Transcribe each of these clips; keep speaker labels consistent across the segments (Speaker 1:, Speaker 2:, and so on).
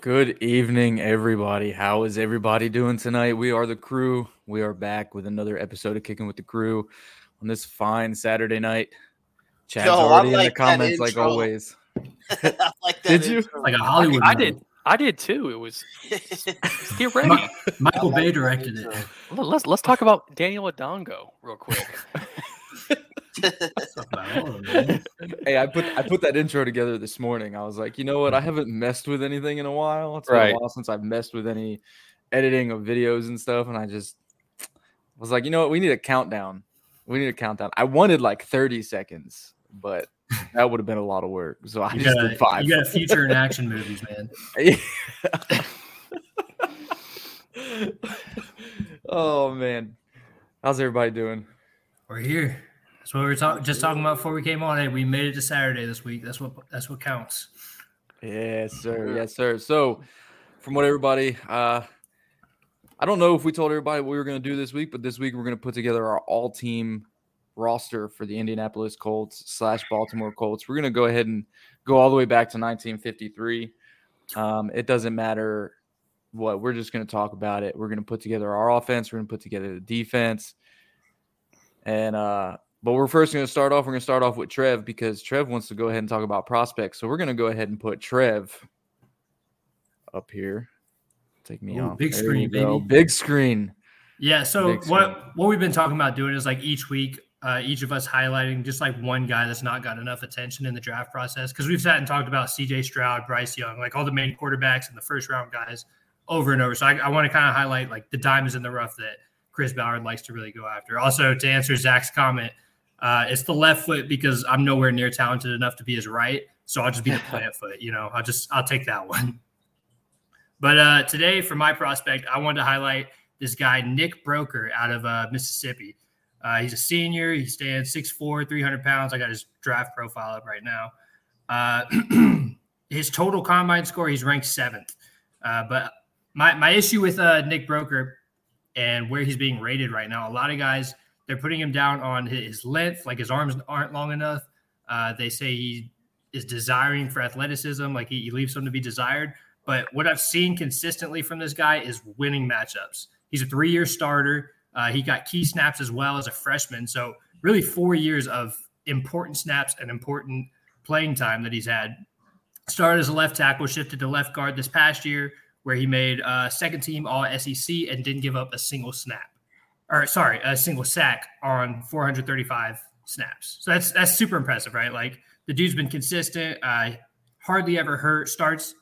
Speaker 1: Good evening, everybody. How is everybody doing tonight? We are the crew. We are back with another episode of Kicking with the Crew on this fine Saturday night. Chad's
Speaker 2: Yo, I
Speaker 1: already in the
Speaker 2: like that
Speaker 1: comments, like
Speaker 2: intro.
Speaker 1: always.
Speaker 2: I like that.
Speaker 1: Did you?
Speaker 2: intro.
Speaker 3: like a Hollywood.
Speaker 4: I
Speaker 3: movie.
Speaker 4: did. I did too. It was
Speaker 3: Mi-
Speaker 4: get ready.
Speaker 3: Michael
Speaker 2: I like
Speaker 3: Bay
Speaker 2: that
Speaker 3: directed
Speaker 2: intro.
Speaker 3: it.
Speaker 4: Let- Let's let's talk about Daniel Adongo real quick.
Speaker 3: That's about all of it, man.
Speaker 1: Hey, I put I put that intro together this morning. I was like, you know what? I haven't messed with anything in a while. It's been
Speaker 4: Right.
Speaker 1: a while since I've messed with any editing of videos and stuff. And I just was like, you know what? We need a countdown. We need a countdown. I wanted like 30 seconds, but that would have been a lot of work. So I
Speaker 3: You
Speaker 1: just
Speaker 3: got,
Speaker 1: did five.
Speaker 3: you got a future in action movies, man.
Speaker 1: oh man. How's everybody doing?
Speaker 3: We're here. That's what we were talking just talking about before we came on. Hey, we made it to Saturday this week. That's what that's what counts.
Speaker 1: Yes, sir.
Speaker 4: Yeah.
Speaker 1: Yes, sir. So, from what everybody, uh, I don't know if we told everybody what we were going to do this week, but this week we're going to put together our all team roster for the Indianapolis Colts slash Baltimore Colts. We're going to go ahead and go all the way back to 1953. Um, it doesn't matter what, we're just going to talk about it. We're going to put together our offense, we're going to put together the defense. And, uh, but we're first going to start off. We're going to start off with Trev because Trev wants to go ahead and talk about prospects. So we're going to go ahead and put Trev up here. Take me
Speaker 3: Ooh,
Speaker 1: off.
Speaker 3: big
Speaker 1: There
Speaker 3: screen,
Speaker 1: you go.
Speaker 3: baby.
Speaker 1: Big screen.
Speaker 3: Yeah. So
Speaker 1: Big screen.
Speaker 3: what what we've been talking about doing is like each week, uh, each of us highlighting just like one guy that's not got enough attention in the draft process because we've sat and talked about C.J. Stroud, Bryce Young, like all the main quarterbacks and the first round guys over and over. So I, I want to kind of highlight like the diamonds in the rough that Chris Ballard likes to really go after. Also, to answer Zach's comment, uh, it's the left foot because I'm nowhere near talented enough to be his right. So I'll just be the plant foot. You know, I'll just I'll take that one. But uh, today, for my prospect, I wanted to highlight this guy Nick Broker out of uh, Mississippi. Uh, he's a senior. He stands 6'4", 300 pounds. I got his draft profile up right now. Uh, his total combine score, he's ranked seventh. Uh, but my, my issue with uh, Nick Broker and where he's being rated right now, a lot of guys, they're putting him down on his his length, like his arms aren't long enough. Uh, they say he is desiring for athleticism, like he, he leaves something to be desired. But what I've seen consistently from this guy is winning matchups. He's a three year starter. Uh, he got key snaps as well as a freshman. So, really, four years of important snaps and important playing time that he's had. Started as a left tackle, shifted to left guard this past year, where he made uh, second team all SEC and didn't give up a single snap or sorry, a single sack on 435 snaps. So that's that's super impressive, right? Like the dude's been consistent, uh, hardly ever hurt, starts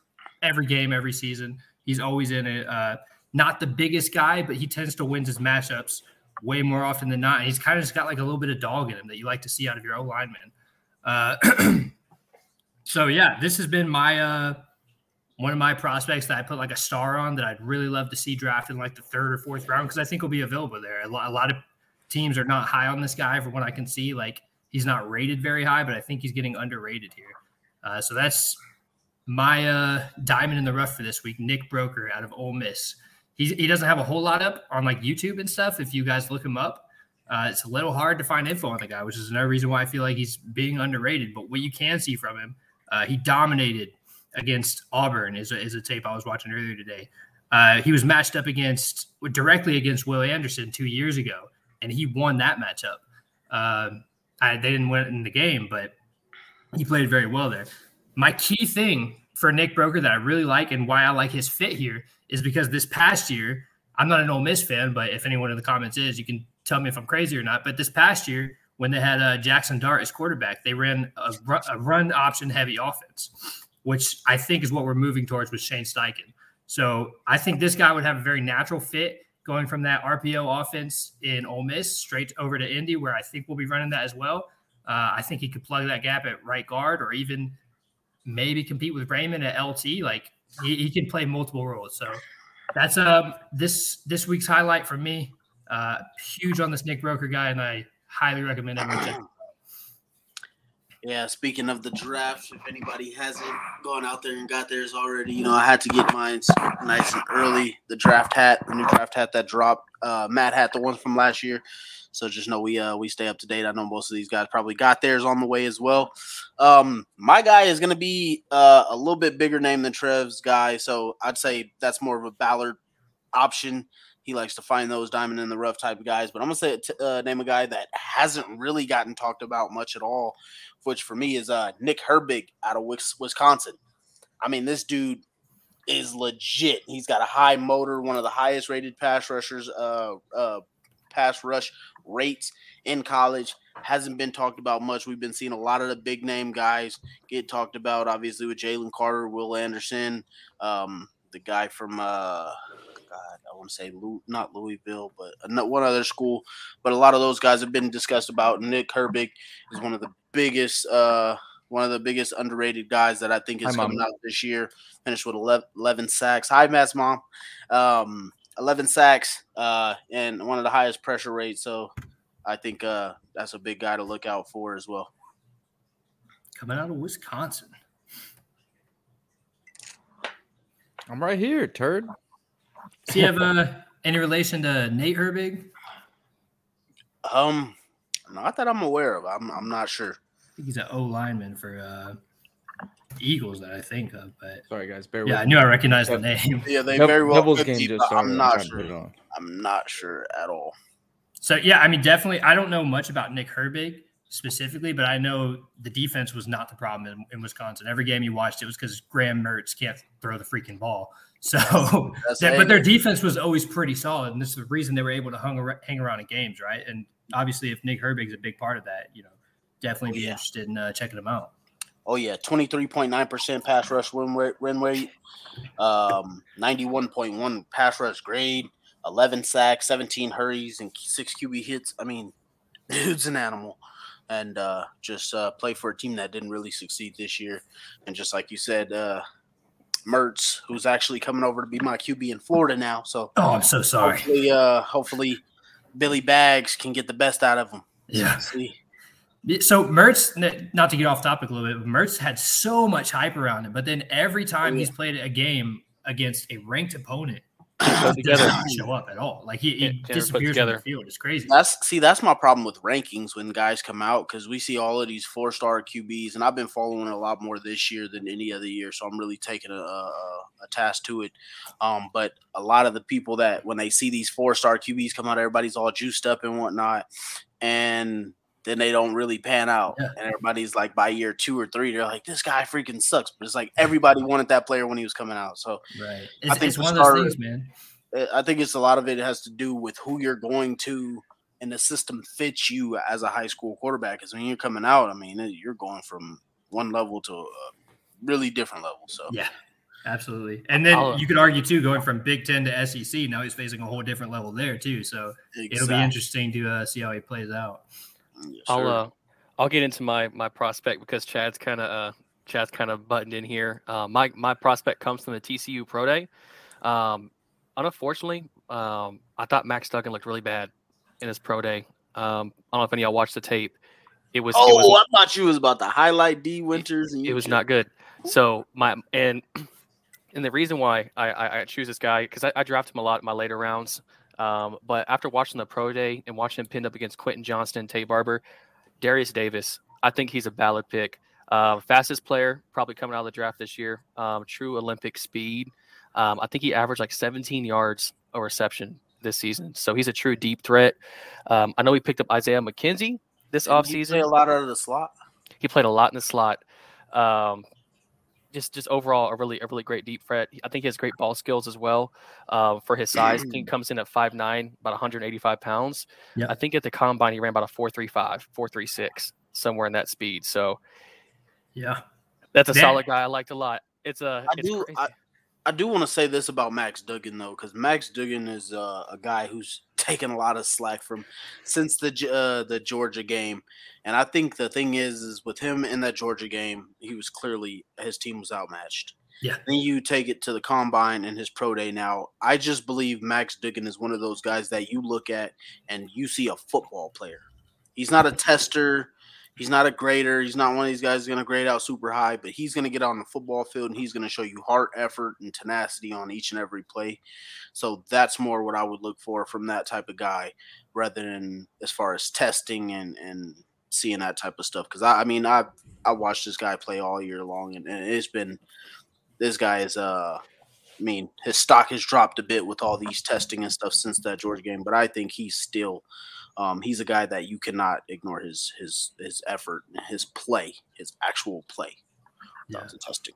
Speaker 3: every game, every season. He's always in it. Uh, not the biggest guy, but he tends to win his matchups way more often than not. And he's kind of just got like a little bit of dog in him that you like to see out of your O lineman. Uh, so yeah, this has been my uh, one of my prospects that I put like a star on that I'd really love to see drafted in like the third or fourth round because I think he'll be available there. A lot, a lot of teams are not high on this guy from what I can see. Like he's not rated very high, but I think he's getting underrated here. Uh, so that's my uh, diamond in the rough for this week, Nick Broker out of Ole Miss. He's, he doesn't have a whole lot up on like YouTube and stuff. If you guys look him up, uh, it's a little hard to find info on the guy, which is another reason why I feel like he's being underrated. But what you can see from him, uh, he dominated against Auburn is a, is a tape I was watching earlier today. Uh, he was matched up against directly against Will Anderson two years ago, and he won that matchup. Um I, they didn't win in the game, but he played very well there. My key thing for Nick Broker that I really like and why I like his fit here is because this past year, I'm not an Ole Miss fan, but if anyone in the comments is, you can tell me if I'm crazy or not. But this past year, when they had uh, Jackson Dart as quarterback, they ran a, ru- a run option heavy offense which I think is what we're moving towards with Shane Steichen. So I think this guy would have a very natural fit going from that RPO offense in Ole Miss straight over to Indy, where I think we'll be running that as well. Uh, I think he could plug that gap at right guard or even maybe compete with Raymond at LT. Like he, he can play multiple roles. So that's um this this week's highlight for me. Uh, huge on this Nick Broker guy, and I highly recommend everyone check.
Speaker 2: Yeah, speaking of the draft, if anybody hasn't gone out there and got theirs already, you know, I had to get mine nice and early. The draft hat, the new draft hat that dropped, uh, Matt hat, the ones from last year. So just know we uh, we stay up to date. I know most of these guys probably got theirs on the way as well. Um, my guy is going to be uh, a little bit bigger name than Trev's guy, so I'd say that's more of a Ballard option. He likes to find those diamond in the rough type of guys. But I'm gonna say t- uh, name a guy that hasn't really gotten talked about much at all, which for me is uh, Nick Herbig out of Wix- Wisconsin. I mean, this dude is legit. He's got a high motor, one of the highest rated pass rushers, uh, uh, pass rush rates in college. Hasn't been talked about much. We've been seeing a lot of the big name guys get talked about, obviously with Jalen Carter, Will Anderson, um, the guy from uh, God, I want to say Lou, not Louisville, but ano- one other school. But a lot of those guys have been discussed about. Nick Herbig is one of the biggest, uh, one of the biggest underrated guys that I think is
Speaker 1: Hi, Mom.
Speaker 2: coming out this year. Finished with 11, 11 sacks. Hi, Matt's mom. Um, 11 sacks uh, and one of the highest pressure rates. So I think uh, that's a big guy to look out for as well.
Speaker 3: Coming out of Wisconsin.
Speaker 1: I'm right here, turd.
Speaker 3: So you have uh, any relation to Nate Herbig?
Speaker 2: Um, not that I'm aware of. I'm, I'm not sure.
Speaker 3: I think he's an O lineman for uh, Eagles that I think of, but
Speaker 1: Sorry, guys. Bear
Speaker 3: yeah, I
Speaker 1: with
Speaker 3: knew I recognized the name.
Speaker 2: Yeah, they
Speaker 1: Nub-
Speaker 2: very well.
Speaker 1: Nubbles
Speaker 2: could
Speaker 1: game
Speaker 2: be,
Speaker 1: just
Speaker 2: but
Speaker 1: started.
Speaker 2: I'm
Speaker 1: trying
Speaker 2: not
Speaker 1: to put it
Speaker 2: sure.
Speaker 1: on.
Speaker 2: I'm not sure at all.
Speaker 3: So yeah, I mean, definitely, I don't know much about Nick Herbig specifically, but I know the defense was not the problem in, in Wisconsin. Every game you watched, it was because Graham Mertz can't throw the freaking ball. So,
Speaker 2: That's
Speaker 3: that- but
Speaker 2: hey,
Speaker 3: their defense was always pretty solid, and this is the reason they were able to hung ar- hang around in games, right? And obviously, if Nick Herbig's a big part of that, you know, definitely be
Speaker 2: Yeah.
Speaker 3: interested in uh, checking him out.
Speaker 2: oh yeah, 23.9% pass rush win rate, win rate um, 91.1 pass rush grade, 11 sacks, 17 hurries, and six QB hits. I mean, dude's an animal. And uh, just uh, play for a team that didn't really succeed this year. And just like you said, uh, Mertz, who's actually coming over to be my QB in Florida now. So
Speaker 3: Oh, I'm so sorry.
Speaker 2: hopefully, uh, hopefully Billy Bags can get the best out of him.
Speaker 3: Yeah.
Speaker 2: See,
Speaker 3: So Mertz, n- not to get off topic a little bit, but Mertz had so much hype around him, but then every time
Speaker 2: yeah.
Speaker 3: he's played a game against a ranked opponent,
Speaker 4: Put
Speaker 3: he doesn't
Speaker 4: together.
Speaker 3: show up at all. Like he, he
Speaker 4: Yeah, never put
Speaker 3: disappears from the
Speaker 4: together.
Speaker 3: field. It's crazy.
Speaker 2: That's see, that's my problem with rankings when guys come out because we see all of these four star QBs, and I've been following it a lot more this year than any other year. So I'm really taking a, a, a task to it. Um, but a lot of the people that when they see these four star QBs come out, everybody's all juiced up and whatnot, and then they don't really pan out.
Speaker 3: Yeah.
Speaker 2: And everybody's like by year two or three, they're like, this guy freaking sucks. But it's like everybody wanted that player when he was coming out. So
Speaker 3: right. It's,
Speaker 2: think
Speaker 3: it's
Speaker 2: for
Speaker 3: one of those
Speaker 2: starters-
Speaker 3: things, man.
Speaker 2: Uh, I I think it's a lot of it has to do with who you're going to and the system fits you as a high school quarterback. Because when you're coming out, I mean, you're going from one level to a really different level. So
Speaker 3: Yeah, absolutely. And then
Speaker 4: I'll-
Speaker 3: you could argue too, going from Big Ten to SEC, now he's facing a whole different level there too. So it'll be interesting to uh, see how he plays out.
Speaker 2: interesting.
Speaker 4: I'll uh, I'll get into my my prospect because Chad's kind of uh, Chad's kind of buttoned in here. Uh, my my prospect comes from the TCU Pro Day. Um, unfortunately, um, I thought Max Duggan looked really bad in his Pro Day. Um, I don't know if any of y'all watched the tape. It was it was,
Speaker 2: oh, I thought you was about to highlight D Winters. And
Speaker 4: it
Speaker 2: you
Speaker 4: was
Speaker 2: just-
Speaker 4: not good. So my and and the reason why I I, I choose this guy because I, I draft him a lot in my later rounds. Um, but after watching the pro day and watching him pinned up against Quentin Johnston, Tay Barber, Darius Davis, I think he's a ballot pick. Uh, fastest player probably coming out of the draft this year. Um, true Olympic speed. Um, I think he averaged like 17 yards a reception this season. So he's a true deep threat. Um, I know we picked up Isaiah McKenzie this
Speaker 2: Didn't he play
Speaker 4: offseason
Speaker 2: a lot out of the slot.
Speaker 4: he played a lot in the slot. Um, just just overall a really a really great deep threat. I think he has great ball skills as well uh, for his size. I think he comes in at 5'9", about 185 pounds.
Speaker 3: Yeah.
Speaker 4: I think at the combine he ran about a 4'3'5", 4'3'6", somewhere in that speed. So
Speaker 3: Yeah.
Speaker 4: that's a
Speaker 3: That-
Speaker 4: solid guy. I liked a lot. It's a
Speaker 2: I
Speaker 4: it's
Speaker 2: do-
Speaker 4: crazy.
Speaker 2: I- I do want to say this about Max Duggan though, because Max Duggan is uh, a guy who's taken a lot of slack from since the Ge- uh, the Georgia game, and I think the thing is, is with him in that Georgia game, he was clearly his team was outmatched.
Speaker 3: Yeah.
Speaker 2: Then you take it to the combine and his pro day. Now, I just believe Max Duggan is one of those guys that you look at and you see a football player. He's not a tester. He's not a grader. He's not one of these guys who's going to grade out super high, but he's going to get on the football field and he's going to show you heart, effort, and tenacity on each and every play. So that's more what I would look for from that type of guy rather than as far as testing and, and seeing that type of stuff. Because I, I mean, I I watched this guy play all year long, and, and it's been this guy is uh, I mean, his stock has dropped a bit with all these testing and stuff since that Georgia game, but I think he's still um, he's a guy that you cannot ignore his his his effort, his play, his actual play.
Speaker 3: Yeah.
Speaker 2: Not the testing.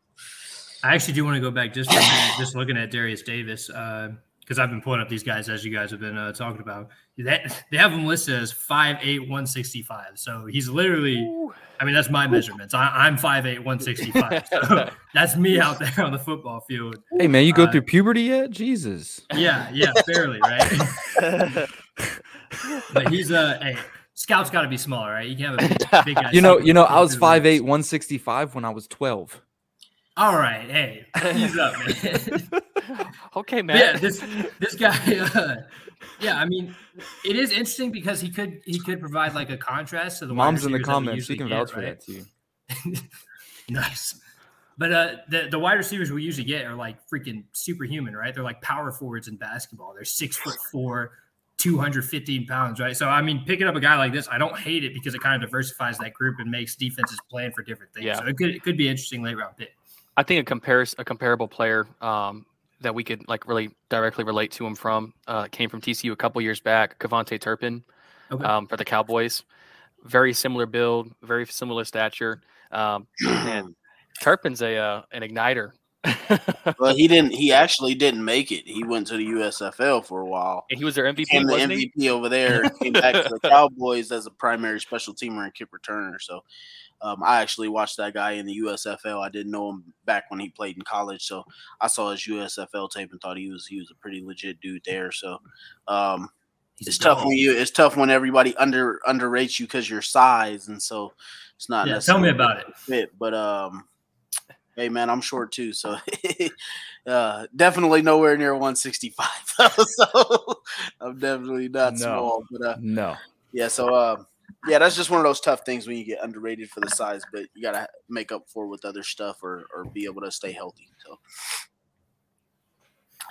Speaker 3: I actually do want to go back just for a minute, just looking at Darius Davis because I've been pulling up these guys as you guys have been uh, talking about. That they have him listed as 5'8", 165. So he's literally,
Speaker 4: Ooh.
Speaker 3: I mean, that's my measurements. I, I'm 5'8", 165. So that's me out there on the football field.
Speaker 1: Hey man, you go
Speaker 3: Uh,
Speaker 1: through puberty yet? Jesus.
Speaker 3: Yeah, yeah, barely, right? But he's a hey, scout's got to be smaller, right? You can't have a big, big guy.
Speaker 1: You know,
Speaker 3: scout
Speaker 1: you know,
Speaker 3: with
Speaker 1: I was
Speaker 3: big
Speaker 1: 5'8",
Speaker 3: legs.
Speaker 1: 165 when I was twelve.
Speaker 3: All right, hey, he's up, man.
Speaker 4: okay, man.
Speaker 3: But yeah, this this guy. Uh, yeah, I mean, it is interesting because he could he could provide like a contrast to the wide
Speaker 1: Mom's in the
Speaker 3: receivers that we
Speaker 1: comments. She
Speaker 3: usually
Speaker 1: can
Speaker 3: get,
Speaker 1: vouch for
Speaker 3: right?
Speaker 1: that too.
Speaker 3: Nice. But uh, the the wide receivers we usually get are like freaking superhuman, right? They're like power forwards in basketball. They're six foot four, two hundred fifteen pounds, right? So I mean, picking up a guy like this, I don't hate it because it kind of diversifies that group and makes defenses plan for different things.
Speaker 4: Yeah.
Speaker 3: So it could it could be interesting late round pick.
Speaker 4: I think a compares a comparable player um, that we could like really directly relate to him from uh, came from TCU a couple years back, Cavante Turpin
Speaker 3: Okay.
Speaker 4: um, for the Cowboys. Very similar build, very similar stature. Um, Turpin's a uh, an igniter. and
Speaker 2: well, he didn't. He actually didn't make it. He went to the USFL for a while.
Speaker 4: he was their MVP,
Speaker 2: And the
Speaker 4: wasn't
Speaker 2: MVP
Speaker 4: he?
Speaker 2: over there came back to the Cowboys as a primary special teamer and kick returner. So, um, I actually watched that guy in the USFL. I didn't know him back when he played in college, so I saw his USFL tape and thought he was he was a pretty legit dude there. So, um,
Speaker 3: He's a
Speaker 2: it's tough
Speaker 3: dog.
Speaker 2: when you it's tough when everybody under underrates you because your size, and so it's not.
Speaker 3: Yeah, tell me
Speaker 2: necessarily-
Speaker 3: about it.
Speaker 2: fit, but um, hey man, I'm short too, so uh, definitely nowhere near 165. so I'm definitely not
Speaker 1: No.
Speaker 2: small, but uh,
Speaker 1: No.
Speaker 2: yeah, so um, yeah, that's just one of those tough things when you get underrated for the size, but you gotta make up for it with other stuff or or be able to stay healthy. So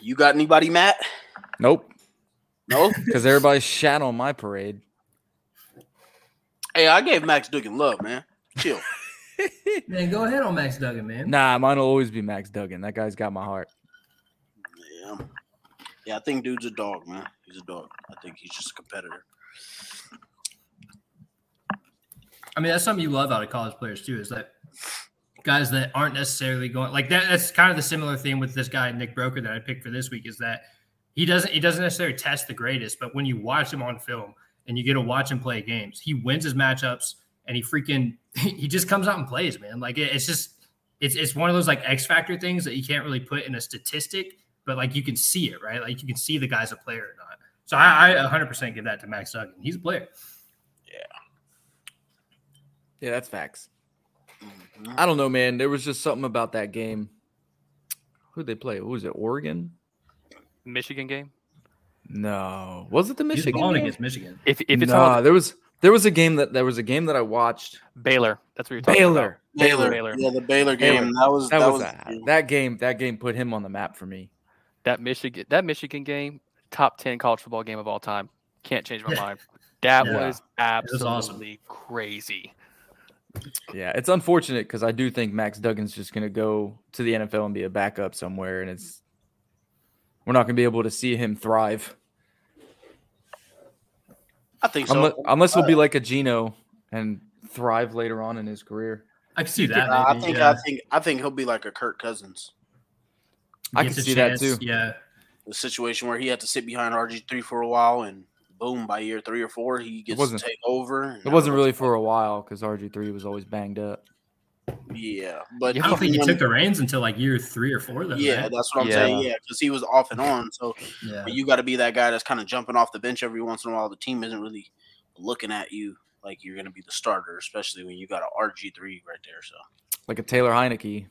Speaker 2: you got anybody, Matt?
Speaker 1: Nope.
Speaker 2: No.
Speaker 1: Because everybody shat on my parade.
Speaker 2: hey, I gave Max Dugan love, man. Chill.
Speaker 3: Man, go ahead on Max Duggan, man.
Speaker 1: Nah, mine'll always be Max Duggan. That guy's got my heart.
Speaker 2: Yeah. Yeah, I think dude's a dog, man. He's a dog. I think he's just a competitor.
Speaker 3: I mean, that's something you love out of college players too, is that guys that aren't necessarily going like that. That's kind of the similar theme with this guy Nick Broker that I picked for this week is that he doesn't he doesn't necessarily test the greatest, but when you watch him on film and you get to watch him play games, he wins his matchups and he freaking he just comes out and plays, man. Like it, it's just it's it's one of those like X factor things that you can't really put in a statistic, but like you can see it, right? Like you can see the guy's a player or not. So I, I 100% give that to Max Duggan. He's a player.
Speaker 1: Yeah, that's facts.
Speaker 2: Mhm.
Speaker 1: I don't know, man. There was just something about that game. Who'd they play? What was it? Oregon?
Speaker 4: Michigan game.
Speaker 1: No. Was it the
Speaker 3: He's
Speaker 1: Michigan?
Speaker 3: balling
Speaker 1: game?
Speaker 3: against Michigan.
Speaker 4: If if it's
Speaker 1: nah,
Speaker 4: on
Speaker 1: there was there was a game that there was a game that I watched.
Speaker 4: Baylor, that's what you're talking
Speaker 1: Baylor.
Speaker 2: Baylor.
Speaker 4: Baylor.
Speaker 2: Yeah, the Baylor
Speaker 1: Baylor.
Speaker 2: game. That was
Speaker 1: That,
Speaker 2: that,
Speaker 1: was,
Speaker 2: was,
Speaker 1: a- that game. That game put him on the map for me.
Speaker 4: about. That Michigan that Michigan game, top ten college football game of all time. Can't change my
Speaker 3: Yeah.
Speaker 4: mind. That
Speaker 3: Yeah.
Speaker 4: was
Speaker 3: It was
Speaker 4: absolutely
Speaker 3: awesome.
Speaker 4: crazy.
Speaker 1: Yeah, it's unfortunate because I do think Max Duggan's just going to go to the NFL and be a backup somewhere, and it's we're not going to be able to see him thrive
Speaker 2: I think so.
Speaker 1: unless, unless he'll be like a Geno and thrive later on in his career.
Speaker 3: I can see
Speaker 2: Uh,
Speaker 3: that.
Speaker 2: I
Speaker 3: maybe,
Speaker 2: think
Speaker 3: yeah.
Speaker 2: I think I think he'll be like a Kirk Cousins.
Speaker 1: I
Speaker 3: Gets
Speaker 1: can
Speaker 3: a
Speaker 1: see that
Speaker 3: chance,
Speaker 1: too.
Speaker 3: Yeah,
Speaker 2: The situation where he had to sit behind RG three for a while and boom, by year three or four, he gets
Speaker 1: wasn't-
Speaker 2: to take over. and
Speaker 1: It wasn't really for a while because RG three was always banged up.
Speaker 2: Yeah. But
Speaker 3: I don't think he
Speaker 2: when-
Speaker 3: took the reins until like year three or four. Though,
Speaker 2: yeah,
Speaker 3: right?
Speaker 2: that's what I'm
Speaker 4: Yeah.
Speaker 2: saying. Yeah, because he was off and on. So
Speaker 3: yeah.
Speaker 2: But you got to be that guy that's kind of jumping off the bench every once in a while. The team isn't really looking at you like you're going to be the starter, especially when you got an RG three right there. So
Speaker 1: Like a Taylor Heineke.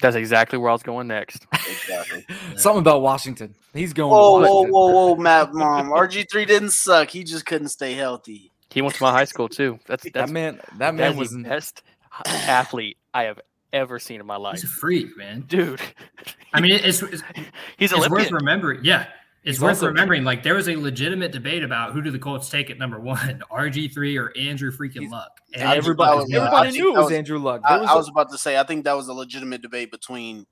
Speaker 4: That's exactly where I was going next.
Speaker 2: exactly.
Speaker 1: Something about Washington. He's going.
Speaker 2: whoa,
Speaker 1: to
Speaker 2: whoa,
Speaker 1: Washington.
Speaker 2: whoa, whoa, Matt, mom. RG three didn't suck. He just couldn't stay healthy.
Speaker 4: He went to my high school too. That's that's
Speaker 1: that man. That
Speaker 4: that
Speaker 1: man
Speaker 4: was
Speaker 1: was.
Speaker 4: the
Speaker 1: an-
Speaker 4: best athlete I have ever seen in my life.
Speaker 3: He's a freak, man.
Speaker 4: Dude,
Speaker 3: I mean, it's it's,
Speaker 4: he's
Speaker 3: it's worth
Speaker 4: Olympian.
Speaker 3: remembering. Yeah, it's
Speaker 1: He's
Speaker 3: worth
Speaker 1: also-
Speaker 3: remembering. Like there was a legitimate debate about who do the Colts take at number one, RG three or Andrew freaking
Speaker 1: He's-
Speaker 3: Luck. And
Speaker 2: I
Speaker 3: Andrew
Speaker 2: everybody
Speaker 3: Luck
Speaker 2: was-
Speaker 3: is number
Speaker 1: Everybody
Speaker 2: I
Speaker 1: knew
Speaker 2: think
Speaker 1: it
Speaker 2: that
Speaker 1: was
Speaker 2: was-
Speaker 1: Andrew Luck.
Speaker 2: I,
Speaker 1: There was
Speaker 2: I
Speaker 1: a-
Speaker 2: was about to say, I think that was a legitimate debate between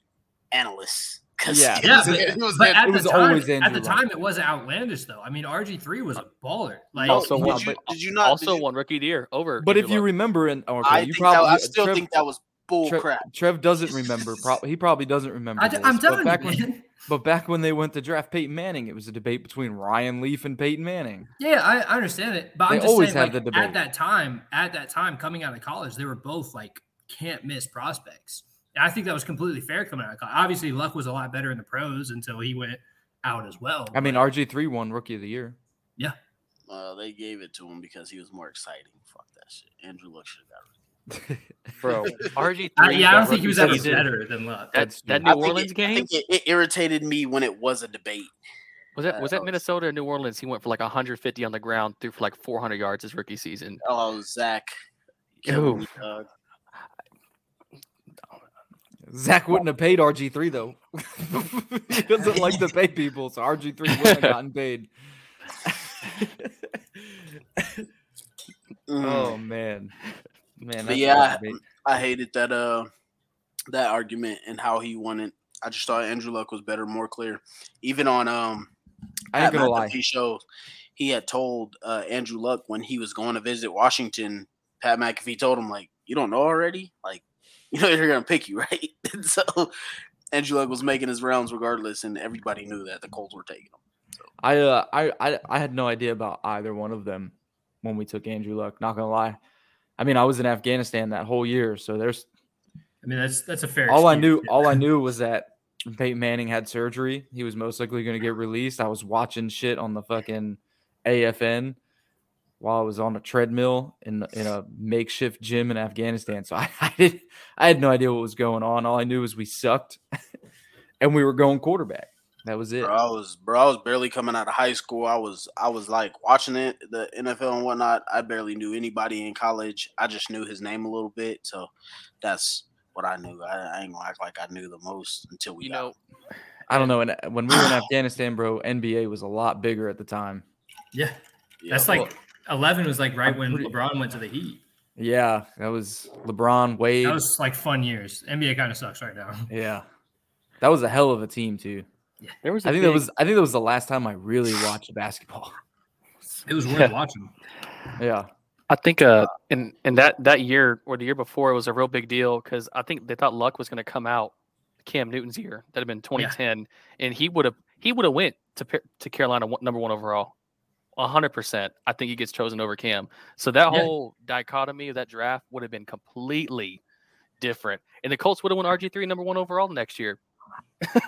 Speaker 2: analysts. 'Cause
Speaker 1: Yeah.
Speaker 2: it
Speaker 3: Yeah,
Speaker 2: was-
Speaker 3: but-
Speaker 2: it was
Speaker 3: But
Speaker 2: that-
Speaker 3: at
Speaker 1: It was
Speaker 3: the time,
Speaker 1: always
Speaker 3: at
Speaker 1: Andrew
Speaker 3: the
Speaker 1: Luck.
Speaker 3: time, it wasn't outlandish though. I mean, RG three was a baller. Like
Speaker 4: Also
Speaker 2: did,
Speaker 4: one,
Speaker 2: you,
Speaker 4: but
Speaker 2: did you not?
Speaker 4: also
Speaker 2: did you,
Speaker 4: won rookie of the year over.
Speaker 1: But if
Speaker 4: Andrew
Speaker 1: you
Speaker 4: Luck.
Speaker 1: remember, and oh, okay,
Speaker 2: I,
Speaker 1: you
Speaker 2: think
Speaker 1: probably
Speaker 2: that, I still
Speaker 1: Trev,
Speaker 2: think that was bull
Speaker 1: Trev-
Speaker 2: crap.
Speaker 1: Trev doesn't remember. Pro- he probably doesn't remember.
Speaker 3: I,
Speaker 1: this,
Speaker 3: am
Speaker 1: but
Speaker 3: telling you,
Speaker 1: back
Speaker 3: man.
Speaker 1: when, but back when they went to draft Peyton Manning, it was a debate between Ryan Leaf and Peyton Manning.
Speaker 3: Yeah, I, I understand it, but
Speaker 1: They
Speaker 3: I'm just
Speaker 1: always
Speaker 3: saying,
Speaker 1: have
Speaker 3: like,
Speaker 1: the debate.
Speaker 3: at that time, at that time, coming out of college, they were both like can't miss prospects. And I think that was completely fair coming out of college. Obviously, Luck was a lot better in the pros until he went out as well.
Speaker 1: I mean, RG three won Rookie of the Year.
Speaker 2: Well, Uh, they gave it to him because he was more exciting. Fuck that shit. Andrew Luck should have got rid
Speaker 4: bro, RG.
Speaker 3: I, yeah, I don't think he was ever
Speaker 1: season.
Speaker 3: better than Luck.
Speaker 4: That,
Speaker 1: That's
Speaker 4: that
Speaker 1: true.
Speaker 2: I
Speaker 4: New
Speaker 2: think it-
Speaker 4: Orleans
Speaker 2: of it. I
Speaker 4: game
Speaker 2: think it, it irritated me when it was a debate.
Speaker 4: was that was
Speaker 2: uh,
Speaker 4: that Minnesota or New Orleans? He went for like 150 on the ground, threw for like 400 yards his rookie season.
Speaker 2: Oh, Zach.
Speaker 4: Yo.
Speaker 2: Killing me, dog.
Speaker 1: Zach wouldn't have paid RG three though. he doesn't like to pay people, so RG three wouldn't have gotten paid.
Speaker 2: Mm.
Speaker 1: oh man, man.
Speaker 2: But
Speaker 1: that's a good
Speaker 2: yeah,
Speaker 1: debate.
Speaker 2: I hated that uh that argument and how he won it. I just thought Andrew Luck was better, more clear. Even on um
Speaker 1: I ain't
Speaker 2: Pat
Speaker 1: gonna lie.
Speaker 2: McAfee show, he had told uh, Andrew Luck when he was going to visit Washington, Pat McAfee told him like, "You don't know already? Like, you know they're gonna pick you, right?" And so Andrew Luck was making his rounds regardless, and everybody knew that the Colts were taking him.
Speaker 1: I uh I, I I had no idea about either one of them when we took Andrew Luck. Not gonna lie, I mean I was in Afghanistan that whole year, so there's
Speaker 3: I mean, that's that's a fair.
Speaker 1: all I knew.
Speaker 3: excuse,
Speaker 1: All I knew was that Peyton Manning had surgery. He was most likely gonna get released. I was watching shit on the fucking AFN while I was on a treadmill in in a makeshift gym in Afghanistan. So I, I did I had no idea what was going on. All I knew was we sucked, and we were going quarterback. That was it.
Speaker 2: Bro, I was bro, I was barely coming out of high school. I was I was like watching it, the NFL and whatnot. I barely knew anybody in college. I just knew his name a little bit, so that's what I knew. I, I ain't gonna act like I knew the most
Speaker 3: Oh,
Speaker 2: until we
Speaker 4: You
Speaker 2: got
Speaker 4: know,
Speaker 1: I don't know. And uh, when we were in Afghanistan, bro, NBA was a lot bigger at the time.
Speaker 3: Yeah,
Speaker 2: Yeah.
Speaker 3: that's like eleven was like right
Speaker 1: I'm
Speaker 3: when
Speaker 1: pretty-
Speaker 3: LeBron went to the Heat.
Speaker 1: Yeah, that was LeBron, Wade.
Speaker 3: That was like fun years. NBA kind of sucks right now.
Speaker 1: yeah, that was a hell of a team too.
Speaker 4: there was. a
Speaker 1: I think
Speaker 4: big,
Speaker 1: that was. I think that was the last time I really watched basketball.
Speaker 3: It was worth
Speaker 4: Yeah.
Speaker 3: watching.
Speaker 1: Yeah,
Speaker 4: I think uh in in that that year or the year before it was a real big deal because I think they thought Luck was going to come out Cam Newton's year that had been 2010 and he would have he would have went to Par- to Carolina one- number one overall. 100% I think he gets chosen over Cam. So that
Speaker 3: Yeah.
Speaker 4: whole dichotomy of that draft would have been completely different. And the Colts would have won RG3 number 1 overall next year.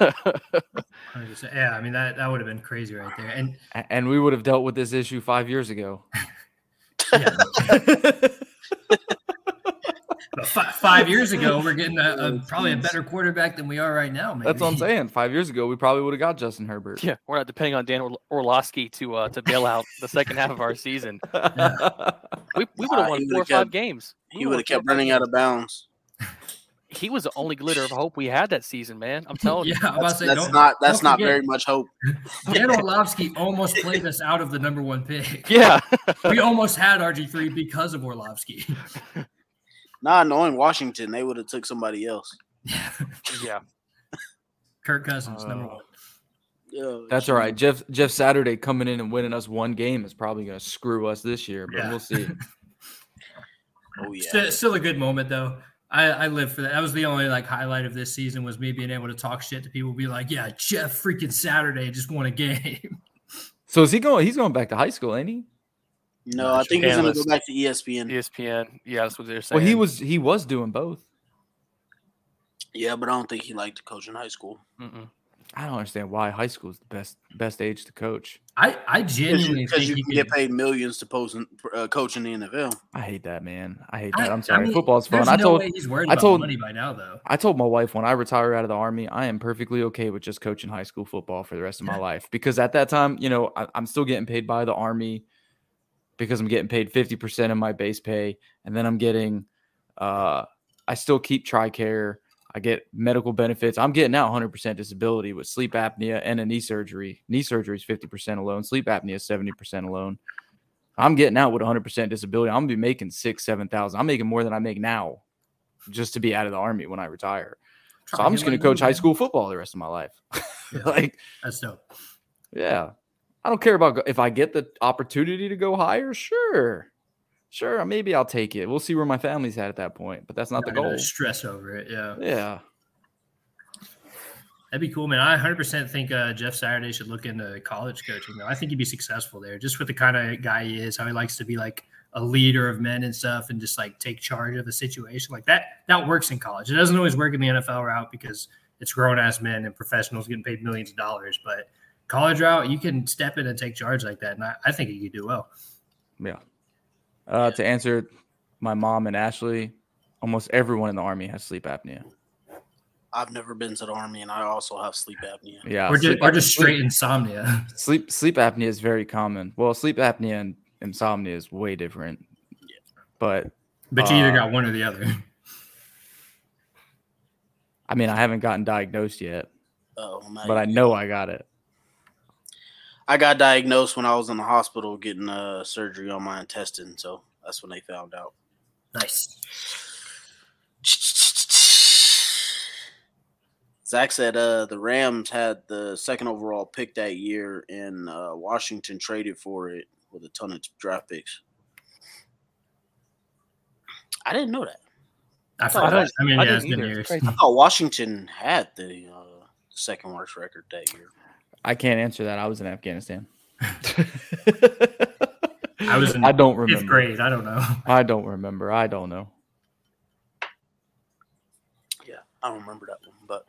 Speaker 3: I was just- Yeah, I mean that that would have been crazy right there. And
Speaker 1: A- and we would have dealt with this issue five years ago.
Speaker 3: yeah, But fi- five years ago, we're getting a, a probably a better quarterback than we are right now. Maybe.
Speaker 1: That's what I'm saying. Five years ago, we probably would have got Justin Herbert.
Speaker 4: yeah, we're not depending on Dan Orl- Orlovsky to uh to bail out the second half of our season. We, we would
Speaker 2: Nah,
Speaker 4: have
Speaker 2: he
Speaker 4: won four or
Speaker 2: would've
Speaker 4: five
Speaker 2: kept-
Speaker 4: games. We
Speaker 2: he
Speaker 4: would've
Speaker 2: would have
Speaker 4: won four or
Speaker 2: kept
Speaker 4: five
Speaker 2: running out of bounds.
Speaker 4: he was the only glitter of hope we had that season, man. I'm telling
Speaker 3: Yeah,
Speaker 4: you.
Speaker 3: I'm about to
Speaker 2: That's,
Speaker 3: say
Speaker 2: that's
Speaker 3: don't-
Speaker 2: not that's
Speaker 3: don't
Speaker 2: not
Speaker 3: forget,
Speaker 2: very much hope.
Speaker 3: Dan Orlovsky almost played us out of the number one pick.
Speaker 4: Yeah.
Speaker 3: we almost had RG three because of Orlovsky.
Speaker 2: Nah, knowing Washington, they would have took somebody else.
Speaker 4: yeah.
Speaker 3: Kirk Cousins, number
Speaker 1: Oh.
Speaker 3: one.
Speaker 2: Yeah,
Speaker 1: That's all right. Jeff Jeff Saturday coming in and winning us one game is probably going to screw us this year, but
Speaker 3: Yeah.
Speaker 1: we'll see.
Speaker 2: Oh yeah.
Speaker 3: Still, still a good moment though. I, I live for that. That was the only like highlight of this season was me being able to talk shit to people, be like, "Yeah, Jeff freaking Saturday just won a game."
Speaker 1: So is he going? He's going back to high school, ain't he?
Speaker 2: No, I think he's gonna go
Speaker 4: Analyst.
Speaker 2: back to E ESPN.
Speaker 4: E
Speaker 2: Yeah.
Speaker 4: ESPN. Yeah, that's what they're saying.
Speaker 1: Well, he was he was doing both.
Speaker 2: but I don't think he liked to coach in high school.
Speaker 4: Mm-mm.
Speaker 1: I don't understand why high school is the best best age to coach.
Speaker 3: I I
Speaker 2: Because
Speaker 3: genuinely
Speaker 2: you, 'cause
Speaker 3: think
Speaker 2: you
Speaker 3: he
Speaker 2: can get
Speaker 3: could-
Speaker 2: paid millions to post in, uh, coach in the NFL.
Speaker 1: I hate that, man. I hate
Speaker 3: I-
Speaker 1: that. I,
Speaker 3: I
Speaker 1: am sorry.
Speaker 3: mean,
Speaker 1: Football's fun.
Speaker 3: There's
Speaker 1: I
Speaker 3: no
Speaker 1: told
Speaker 3: way he's worried
Speaker 1: I
Speaker 3: about
Speaker 1: told-
Speaker 3: money by now though.
Speaker 1: I told my wife when I retire out of the army, I am perfectly okay with just coaching high school football for the rest of my life because at that time, you know, I, I'm still getting paid by the army. because I'm getting paid 50% of my base pay. And then I'm getting, uh, I still keep TRICARE. I get medical benefits. I'm getting out 100% disability with sleep apnea and a knee surgery. Knee surgery is 50% alone, sleep apnea is 70% alone. I'm getting out with 100% disability. I'm gonna be making six, 7,000. I'm making more than I make now just to be out of the army when I retire.
Speaker 3: Oh,
Speaker 1: So I'm just gonna coach high school football the rest of my life. like,
Speaker 3: That's dope.
Speaker 1: yeah, I don't care about go- if I get the opportunity to go higher. Sure, sure, maybe I'll take it. We'll see where my family's at at that point, but that's not the
Speaker 3: Not gonna
Speaker 1: goal.
Speaker 3: Stress over it. Yeah.
Speaker 1: Yeah,
Speaker 3: That'd be cool, man. I 100% think uh, Jeff Saturday should look into college coaching, though. I think he'd be successful there, just with the kind of guy he is, how he likes to be like a leader of men and stuff, and just like take charge of the situation. Like that, that works in college. It doesn't always work in the NFL route because it's grown ass men and professionals getting paid millions of dollars. But college route, you can step in and take charge like that, and I, I think he could do well.
Speaker 1: yeah. Uh, to answer my mom and Ashley, almost everyone in the army has sleep apnea.
Speaker 2: I've never been to the army, and I also have sleep apnea.
Speaker 1: Yeah,
Speaker 3: or, just,
Speaker 1: sleep
Speaker 3: or
Speaker 1: ap-
Speaker 3: just straight
Speaker 1: sleep-
Speaker 3: insomnia.
Speaker 1: Sleep sleep apnea is very common. Well, sleep apnea and insomnia is way different, but
Speaker 3: but you either
Speaker 1: Uh,
Speaker 3: got one or the other.
Speaker 1: I mean, I haven't gotten diagnosed yet,
Speaker 2: Oh, man.
Speaker 1: but I know I got it.
Speaker 2: I got diagnosed when I was in the hospital getting uh, surgery on my intestine, so that's when they found out.
Speaker 3: Nice.
Speaker 2: Zach said uh, the Rams had the second overall pick that year, and uh, Washington traded for it with a ton of draft picks. I didn't know that.
Speaker 3: I
Speaker 4: I
Speaker 3: forgot.
Speaker 4: don't-
Speaker 3: I mean,
Speaker 4: I
Speaker 3: yeah, it's
Speaker 4: didn't
Speaker 3: been
Speaker 4: either.
Speaker 3: years.
Speaker 4: It's crazy.
Speaker 2: I thought Washington had the uh, second worst record that year.
Speaker 1: I can't answer that. I was in Afghanistan.
Speaker 3: I was in
Speaker 1: I don't remember.
Speaker 3: Fifth grade. I don't know.
Speaker 1: I don't remember. I don't know.
Speaker 2: Yeah, I don't remember that one, but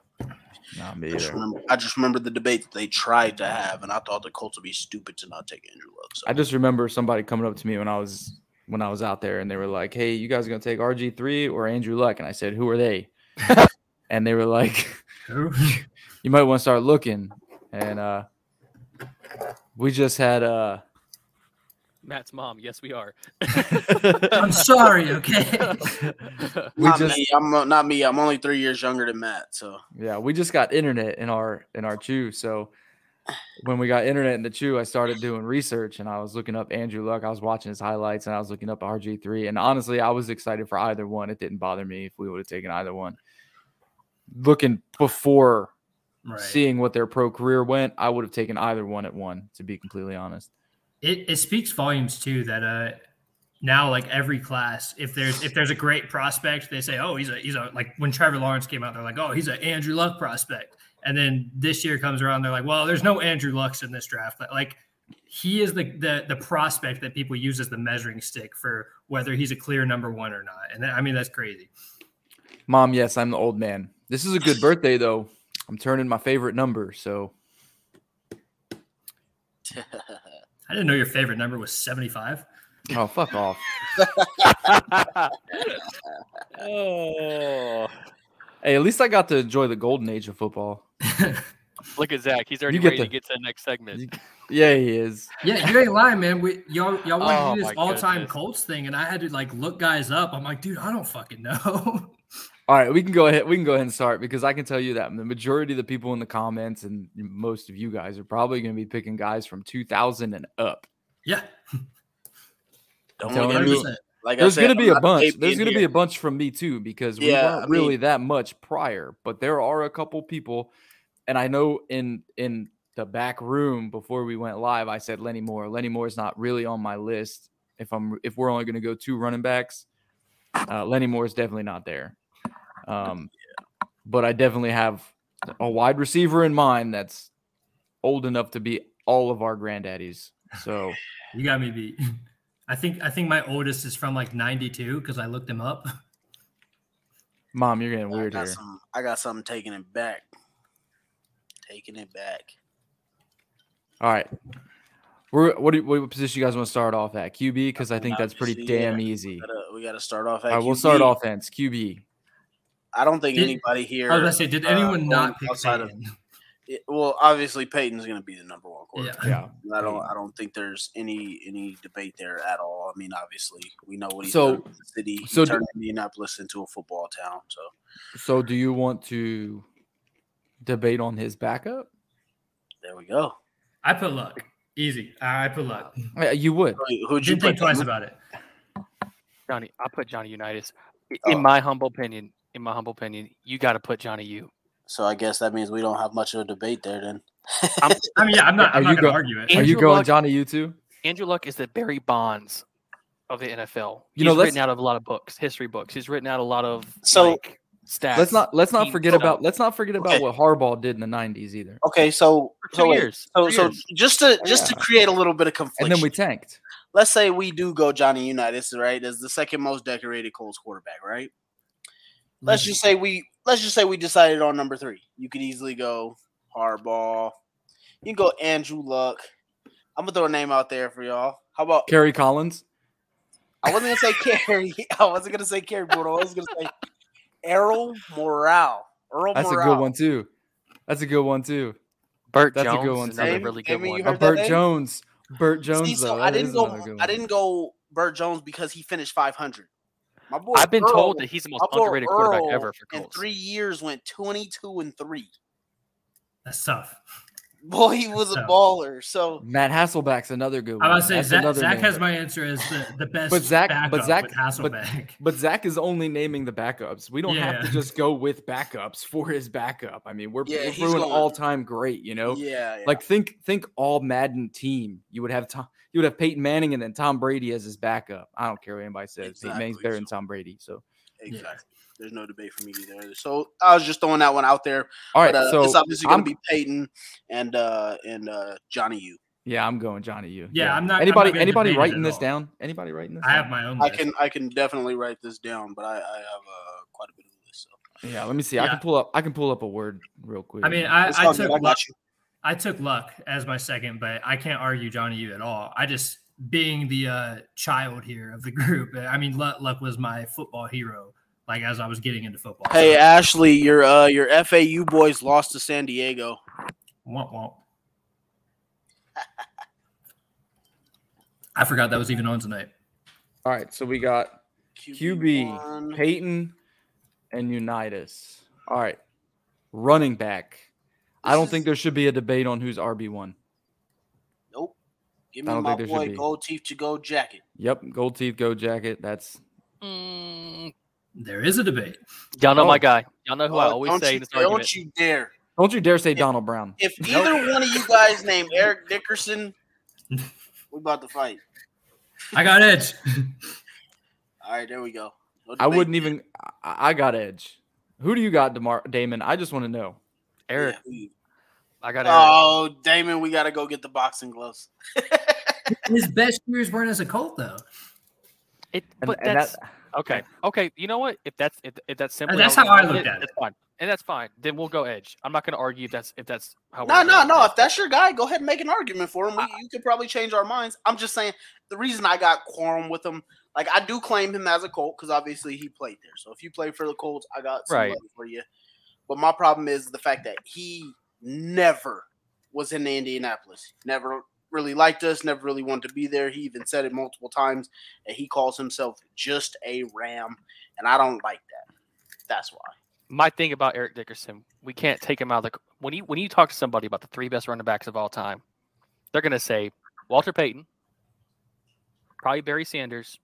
Speaker 1: Not me
Speaker 2: I just,
Speaker 1: either.
Speaker 2: remember, I just remember the debate that they tried to have, and I thought the Colts would be stupid to not take Andrew Luck. So
Speaker 1: I just remember somebody coming up to me when I was when I was out there, and they were like, "Hey, you guys gonna take RG three or Andrew Luck?" And I said, "Who are they?" and they were like,
Speaker 3: Who?
Speaker 1: "You might want to start looking." And uh, we just had uh,
Speaker 4: Matt's mom. Yes, we are.
Speaker 3: I'm sorry, okay?
Speaker 1: we
Speaker 2: not
Speaker 1: just
Speaker 2: me. I'm uh, not me. I'm only three years younger than Matt. So
Speaker 1: Yeah, we just got internet in our in our chew. So when we got internet in the chew, I started doing research and I was looking up Andrew Luck. I was watching his highlights and I was looking up RG three. And honestly, I was excited for either one. It didn't bother me if we would have taken either one. Looking before
Speaker 3: Right.
Speaker 1: seeing what their pro career went, I would have taken either one at one. To be completely honest,
Speaker 3: it, it speaks volumes too that uh now like every class if there's if there's a great prospect they say oh he's a he's a like when Trevor Lawrence came out they're like oh he's an Andrew Luck prospect and then this year comes around they're like well there's no Andrew Lucks in this draft but like he is the the the prospect that people use as the measuring stick for whether he's a clear number one or not and that, I mean that's crazy
Speaker 1: Mom, yes, I'm the old man. This is a good birthday though. I'm turning my favorite number, so
Speaker 3: I didn't know your favorite number was 75
Speaker 1: oh fuck off.
Speaker 4: oh,
Speaker 1: Hey, at least I got to enjoy the golden age of football.
Speaker 4: look at Zach. He's already
Speaker 1: You get
Speaker 4: ready
Speaker 1: the-
Speaker 4: to get to the next segment.
Speaker 1: You- Yeah, he is.
Speaker 3: Yeah, you ain't lying, man. We y'all y'all wanted
Speaker 4: Oh,
Speaker 3: to do this
Speaker 4: my
Speaker 3: all time
Speaker 4: goodness.
Speaker 3: Colts thing, and I had to like look guys up. I'm like, dude, I don't fucking know.
Speaker 1: All right, we can go ahead. We can go ahead and start because I can tell you that the majority of the people in the comments and most of you guys are probably going to be picking guys from 2000 and up.
Speaker 3: yeah,
Speaker 2: don't
Speaker 1: Tell
Speaker 2: look
Speaker 1: him
Speaker 2: at
Speaker 1: you-
Speaker 2: me.
Speaker 3: 100%.
Speaker 2: Like
Speaker 1: There's
Speaker 2: I said,
Speaker 1: going to be
Speaker 2: I'm
Speaker 1: a
Speaker 2: not
Speaker 1: bunch.
Speaker 2: baby
Speaker 1: There's
Speaker 2: in
Speaker 1: going to be
Speaker 2: here.
Speaker 1: a bunch from me too because we
Speaker 2: Yeah, I
Speaker 1: weren't
Speaker 2: mean-
Speaker 1: really that much prior, but there are a couple people, and I know in in the back room before we went live, I said Lenny Moore. Lenny Moore is not really on my list. If I'm if we're only going to go two running backs, uh, Lenny Moore is definitely not there. Um, but I definitely have a wide receiver in mind that's old enough to be all of our granddaddies. So
Speaker 3: you got me beat. I think I think my oldest is from like '92 because I looked him up.
Speaker 1: mom, you're getting
Speaker 2: I
Speaker 1: weird
Speaker 2: got
Speaker 1: here.
Speaker 2: some. I got something taking it back. Taking it back.
Speaker 1: All right. We're, what, do, what position you guys want to start off at? QB? Because I think that's pretty
Speaker 2: Obviously, yeah.
Speaker 1: damn easy.
Speaker 2: Gotta- we got to start off. At
Speaker 1: All right, we'll
Speaker 2: QB.
Speaker 1: start offense. QB.
Speaker 2: I don't think
Speaker 3: Did-
Speaker 2: anybody here.
Speaker 3: I was gonna say, did
Speaker 2: uh,
Speaker 3: anyone
Speaker 2: going
Speaker 3: not pick
Speaker 2: outside of-
Speaker 3: Saban?
Speaker 2: it- well, obviously Peyton's going to be the number one quarterback.
Speaker 3: Yeah.
Speaker 1: Yeah.
Speaker 2: I don't. I don't think there's any any debate there at all. I mean, obviously, we know what he's
Speaker 1: So-
Speaker 2: done with the city. He
Speaker 1: so do-
Speaker 2: turned Indianapolis into a football town. So
Speaker 1: So do you want to debate on his backup?
Speaker 2: there we go.
Speaker 3: I put luck. Easy. I I put luck.
Speaker 1: Uh, You would.
Speaker 2: Who- Who'd you
Speaker 3: Didn't think
Speaker 2: put?
Speaker 3: twice about it.
Speaker 4: Johnny, I put Johnny Unitas. I-
Speaker 2: Oh.
Speaker 4: In my humble opinion, in my humble opinion, you got to put Johnny U.
Speaker 2: So I guess that means we don't have much of a debate there then.
Speaker 3: I mean, yeah, I'm not.
Speaker 1: Are
Speaker 3: I'm
Speaker 1: you
Speaker 3: not going
Speaker 1: go-
Speaker 3: to argue it.
Speaker 1: Are you
Speaker 4: Andrew
Speaker 1: going
Speaker 4: Luck-
Speaker 1: Johnny? You too.
Speaker 4: Andrew Luck is the Barry Bonds of the NFL.
Speaker 1: You
Speaker 4: He's
Speaker 1: know, let's-
Speaker 4: written out of a lot of books, history books. He's written out a lot of
Speaker 2: So-
Speaker 4: like, stats.
Speaker 1: Let's not let's not
Speaker 4: He-
Speaker 1: forget
Speaker 4: hold on.
Speaker 1: about let's not forget about
Speaker 2: Okay.
Speaker 1: what Harbaugh did in the '90s either.
Speaker 2: Okay, so
Speaker 4: For two
Speaker 2: so wait,
Speaker 4: years.
Speaker 2: so
Speaker 4: two
Speaker 2: so
Speaker 4: years.
Speaker 2: just to just to create a little bit of confliction,
Speaker 1: And then we tanked.
Speaker 2: let's say we do go Johnny Unitas, right, as the second most decorated Colts quarterback, right? Let's just say we let's just say we decided on number three. You could easily go Harbaugh. You can go Andrew Luck. I'm gonna throw a name out there for y'all. How about
Speaker 1: Kerry Collins.
Speaker 2: I wasn't gonna say Carrie. I wasn't gonna say Carrie Bruno. I was gonna say Errol Morale. Earl
Speaker 1: That's a
Speaker 2: Morale.
Speaker 1: good one too. That's a good one too.
Speaker 4: Burt
Speaker 1: That's a
Speaker 4: Jones
Speaker 1: good one,
Speaker 4: is another
Speaker 2: Jamie-
Speaker 4: really good
Speaker 2: Jamie,
Speaker 4: one.
Speaker 2: you
Speaker 1: Uh,
Speaker 2: heard that
Speaker 1: Burt
Speaker 2: name?
Speaker 1: Jones. Burt Jones.
Speaker 2: See, so
Speaker 1: though,
Speaker 2: I
Speaker 1: that
Speaker 2: didn't
Speaker 1: is
Speaker 2: go.
Speaker 1: another good
Speaker 2: I
Speaker 1: one.
Speaker 2: didn't go Burt Jones because he finished 500. My boy.
Speaker 4: I've been
Speaker 2: Earl-
Speaker 4: told that he's the most
Speaker 2: my boy
Speaker 4: underrated quarterback
Speaker 2: Earl
Speaker 4: ever for
Speaker 2: In
Speaker 4: Colts.
Speaker 2: three years, went 22 and three.
Speaker 3: That's tough.
Speaker 2: Boy, he was a
Speaker 3: So-
Speaker 2: baller. So
Speaker 1: Matt Hasselback's another good one.
Speaker 3: I was saying
Speaker 1: That's
Speaker 3: Zach,
Speaker 1: another
Speaker 3: Zach
Speaker 1: name.
Speaker 3: has my answer as the, the best.
Speaker 1: But Zach-
Speaker 3: backup
Speaker 1: but Zach-
Speaker 3: with Hasselbeck.
Speaker 1: But Zach is only naming the backups. We don't have to
Speaker 3: Yeah.
Speaker 1: just go with backups for his backup. I mean, we're,
Speaker 2: Yeah,
Speaker 1: we're
Speaker 2: he's
Speaker 1: through an
Speaker 2: going-
Speaker 1: all-time great. You know,
Speaker 2: yeah, yeah.
Speaker 1: like think think all Madden team. You would have Tom, you would have Peyton Manning and then Tom Brady as his backup. I don't care what anybody says. Peyton Manning's
Speaker 2: Exactly.
Speaker 1: better than Tom Brady. So
Speaker 2: exactly. There's no debate for me either. So I was just throwing that one out there.
Speaker 1: all right,
Speaker 2: But, uh, it's
Speaker 1: so
Speaker 2: obviously going
Speaker 1: I'm-
Speaker 2: to be Peyton and uh, and uh, Johnny U.
Speaker 1: yeah, I'm going Johnny. You.
Speaker 3: Yeah, I'm not- I'm
Speaker 1: Anybody
Speaker 3: not gonna
Speaker 1: anybody
Speaker 3: debate it
Speaker 1: writing
Speaker 3: at
Speaker 1: this
Speaker 3: all.
Speaker 1: down? Anybody writing this?
Speaker 3: I have
Speaker 1: down?
Speaker 3: my own.
Speaker 2: I
Speaker 3: list.
Speaker 2: can I can definitely write this down, but I, I have uh, quite a bit of this. So.
Speaker 1: Yeah, let me see. I
Speaker 3: Yeah.
Speaker 1: can pull up. I can pull up a word real quick.
Speaker 3: I mean, I,
Speaker 2: It's
Speaker 3: I
Speaker 2: all good.
Speaker 3: took
Speaker 2: I
Speaker 3: luck,
Speaker 2: got you.
Speaker 3: I took luck as my second, but I can't argue Johnny U at all. I just being the uh, child here of the group. I mean, luck, luck was my football hero. Like as I was getting into football.
Speaker 2: Hey
Speaker 3: So,
Speaker 2: Ashley, your uh, your FAU boys lost to San Diego.
Speaker 3: womp womp. I forgot that was even on tonight.
Speaker 1: all right. So we got QB, Peyton, and Unitas. All right. Running back. I
Speaker 2: This
Speaker 1: don't
Speaker 2: is-
Speaker 1: think there should be a debate on who's RB1.
Speaker 2: Nope. Give
Speaker 1: I
Speaker 2: me
Speaker 1: don't
Speaker 2: my
Speaker 1: think there should
Speaker 2: boy
Speaker 1: be.
Speaker 2: Gold Teeth to Go Jacket.
Speaker 1: Yep. Gold teeth, go jacket. That's
Speaker 4: Mm,
Speaker 3: There is a debate.
Speaker 4: y'all know
Speaker 1: Oh.
Speaker 4: my guy. Y'all know who I
Speaker 2: Oh,
Speaker 4: always
Speaker 2: don't
Speaker 4: say
Speaker 2: you,
Speaker 4: in this
Speaker 2: don't
Speaker 4: argument.
Speaker 2: you dare!
Speaker 1: don't you dare say Donald Brown.
Speaker 2: If either one of you guys name Eric Dickerson, we about to fight.
Speaker 3: I got edge.
Speaker 2: All right, there we go. No
Speaker 1: I
Speaker 2: debate.
Speaker 1: wouldn't even I, I got edge. Who do you got, Demar Damon? I just want to know.
Speaker 4: Eric,
Speaker 2: Yeah, we-
Speaker 4: I got Eric.
Speaker 2: Oh, Damon, we gotta go get the boxing gloves.
Speaker 3: His best years weren't as a Colt though.
Speaker 4: It,
Speaker 1: And,
Speaker 4: but
Speaker 1: and
Speaker 4: that's
Speaker 1: that,
Speaker 4: okay. Okay, you know what? If that's if, if that's simply
Speaker 3: that's
Speaker 4: we're
Speaker 3: how I
Speaker 4: gonna
Speaker 3: looked
Speaker 4: do
Speaker 3: at it.
Speaker 4: That's fine, and that's fine. Then we'll go edge. I'm not going to argue if that's if that's how. we're
Speaker 2: No,
Speaker 4: gonna
Speaker 2: no,
Speaker 4: go.
Speaker 2: no. If that's your guy, go ahead and make an argument for him. We, you could probably change our minds. I'm just saying the reason I got quorum with him, like I do claim him as a Colt because obviously he played there. So if you played for the Colts, I got some
Speaker 4: Right.
Speaker 2: love for you. But my problem is the fact that he never was in Indianapolis. Never really liked us. Never really wanted to be there. He even said it multiple times, and he calls himself just a Ram, and I don't like that. That's why.
Speaker 4: my thing about Eric Dickerson, we can't take him out of the when you when you talk to somebody about the three best running backs of all time, they're gonna say Walter Payton, probably Barry Sanders,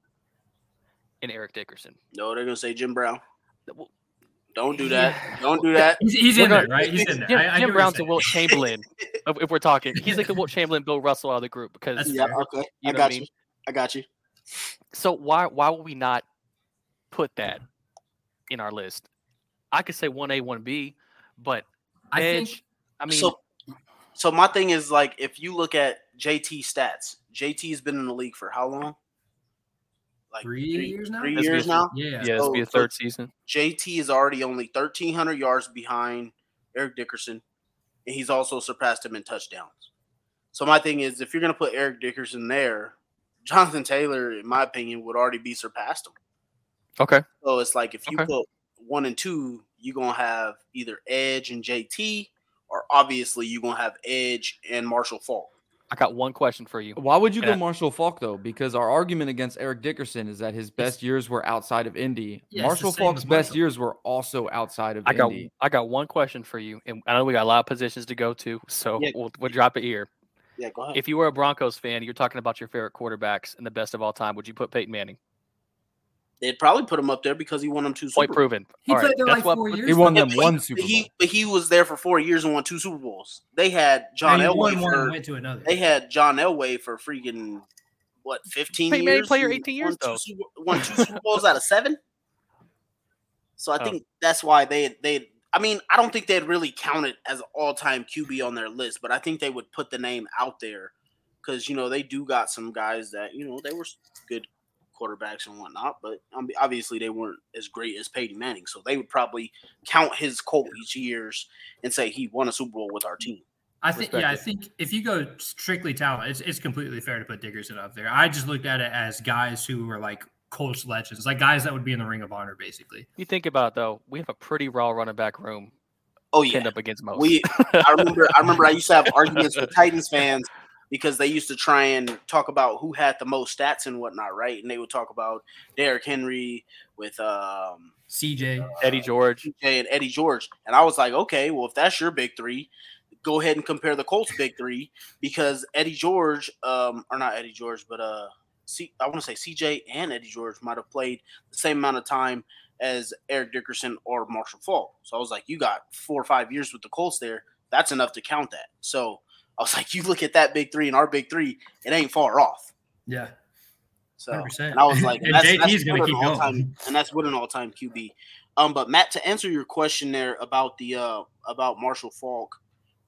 Speaker 4: and Eric Dickerson.
Speaker 2: No, they're gonna say Jim Brown.
Speaker 4: Well,
Speaker 2: Don't do
Speaker 4: yeah.
Speaker 2: that. Don't do that.
Speaker 3: He's, he's
Speaker 4: We're
Speaker 3: in
Speaker 4: not-
Speaker 3: there, right? He's in there.
Speaker 4: Jim,
Speaker 3: I- I, get what
Speaker 4: Jim
Speaker 3: you're
Speaker 4: Brown's the
Speaker 3: saying.
Speaker 4: Wilt Chamberlain if, if we're talking. He's like the Wilt Chamberlain, Bill Russell out of the group because
Speaker 3: That's
Speaker 2: Yeah,
Speaker 3: fair.
Speaker 2: okay.
Speaker 4: You
Speaker 2: I
Speaker 4: know what I
Speaker 2: got you.
Speaker 4: mean?
Speaker 2: I got you.
Speaker 4: so why why would we not put that in our list? I could say one A, one B, but
Speaker 3: I
Speaker 4: edge.
Speaker 3: think
Speaker 4: I mean,
Speaker 2: so, so my thing is like if you look at JT stats, JT's been in the league for how long? Like
Speaker 3: three years now.
Speaker 2: Three
Speaker 4: That's
Speaker 2: years
Speaker 4: good.
Speaker 2: now.
Speaker 3: Yeah.
Speaker 4: yeah, this would be
Speaker 2: so-
Speaker 4: a third season.
Speaker 2: JT is already only thirteen hundred yards behind Eric Dickerson, and he's also surpassed him in touchdowns. So my thing is, if you're gonna put Eric Dickerson there, Jonathan Taylor, in my opinion, would already be surpassed him.
Speaker 4: Okay,
Speaker 2: So it's like if you
Speaker 4: Okay.
Speaker 2: put one and two, you're gonna have either Edge and JT are obviously you're going to have Edge and Marshall Falk.
Speaker 4: I got one question for you.
Speaker 1: Why would you
Speaker 4: Yeah.
Speaker 1: go Marshall Falk though? Because our argument against Eric Dickerson is that his best years were outside of Indy.
Speaker 3: Yeah, it's the
Speaker 1: Marshall
Speaker 3: same
Speaker 1: Falk's
Speaker 3: as
Speaker 1: best
Speaker 3: Marshall.
Speaker 1: years were also outside of
Speaker 4: I got
Speaker 1: Indy.
Speaker 4: I got one question for you, and I know we got a lot of positions to go to, so
Speaker 2: Yeah.
Speaker 4: we'll we'll drop it here.
Speaker 2: Yeah, go ahead.
Speaker 4: If you were a Broncos fan, you're talking about your favorite quarterbacks and the best of all time. Would you put Peyton Manning?
Speaker 2: They'd probably put him up there because he won them two Super
Speaker 4: Point
Speaker 2: Bowls.
Speaker 4: proven.
Speaker 3: He
Speaker 4: All
Speaker 3: played
Speaker 4: right,
Speaker 3: there
Speaker 4: that's
Speaker 3: like
Speaker 4: what-
Speaker 3: four years.
Speaker 1: He won
Speaker 2: Yeah,
Speaker 1: them
Speaker 2: but
Speaker 1: one Super Bowl.
Speaker 2: But he, but he was there for four years and won two Super Bowls. They had John
Speaker 3: And he
Speaker 2: Elway.
Speaker 3: won one
Speaker 2: For,
Speaker 3: and went to another.
Speaker 2: they had John Elway for freaking what fifteen
Speaker 4: Peyton Manning
Speaker 2: years.
Speaker 4: played
Speaker 2: and
Speaker 4: 18
Speaker 2: won
Speaker 4: years,
Speaker 2: two
Speaker 4: though.
Speaker 2: Super, won two Super Bowls out of seven. So I
Speaker 4: Oh.
Speaker 2: think that's why they they. I mean, I don't think they'd really count it as an all time QB on their list, but I think they would put the name out there because you know they do got some guys that you know they were good quarterbacks and whatnot, but um, obviously they weren't as great as Peyton Manning, so they would probably count his Colts years and say he won a Super Bowl with our team.
Speaker 3: I think yeah, I
Speaker 4: Respected.
Speaker 3: think if you go strictly talent, it's it's completely fair to put Dickerson up there. I just looked at it as guys who were like Colts legends, like guys that would be in the Ring of Honor, basically.
Speaker 4: You think about it, though, we have a pretty raw running back room
Speaker 2: Oh
Speaker 4: pinned
Speaker 2: yeah,
Speaker 4: up against most.
Speaker 2: we I remember I remember I used to have arguments with Titans fans because they used to try and talk about who had the most stats and whatnot, right? And they would talk about Derrick Henry with um
Speaker 3: CJ,
Speaker 4: Eddie George.
Speaker 2: TJ and Eddie George. And I was like, okay, well, if that's your big three, go ahead and compare the Colts big three because Eddie George, um, or not Eddie George, but uh C I want to say CJ and Eddie George might have played the same amount of time as Eric Dickerson or Marshall Falk. So I was like, you got four or five years with the Colts there. That's enough to count that. So I was like, you look at that big three and our big three, it ain't far off.
Speaker 3: yeah,
Speaker 2: So
Speaker 3: hundred percent.
Speaker 2: and I was like,
Speaker 3: and
Speaker 2: that's,
Speaker 3: JT's
Speaker 2: that's
Speaker 3: gonna
Speaker 2: what an
Speaker 3: keep going.
Speaker 2: all-time- and that's what an all-time QB. Um, but Matt, to answer your question there about the uh about Marshall Falk,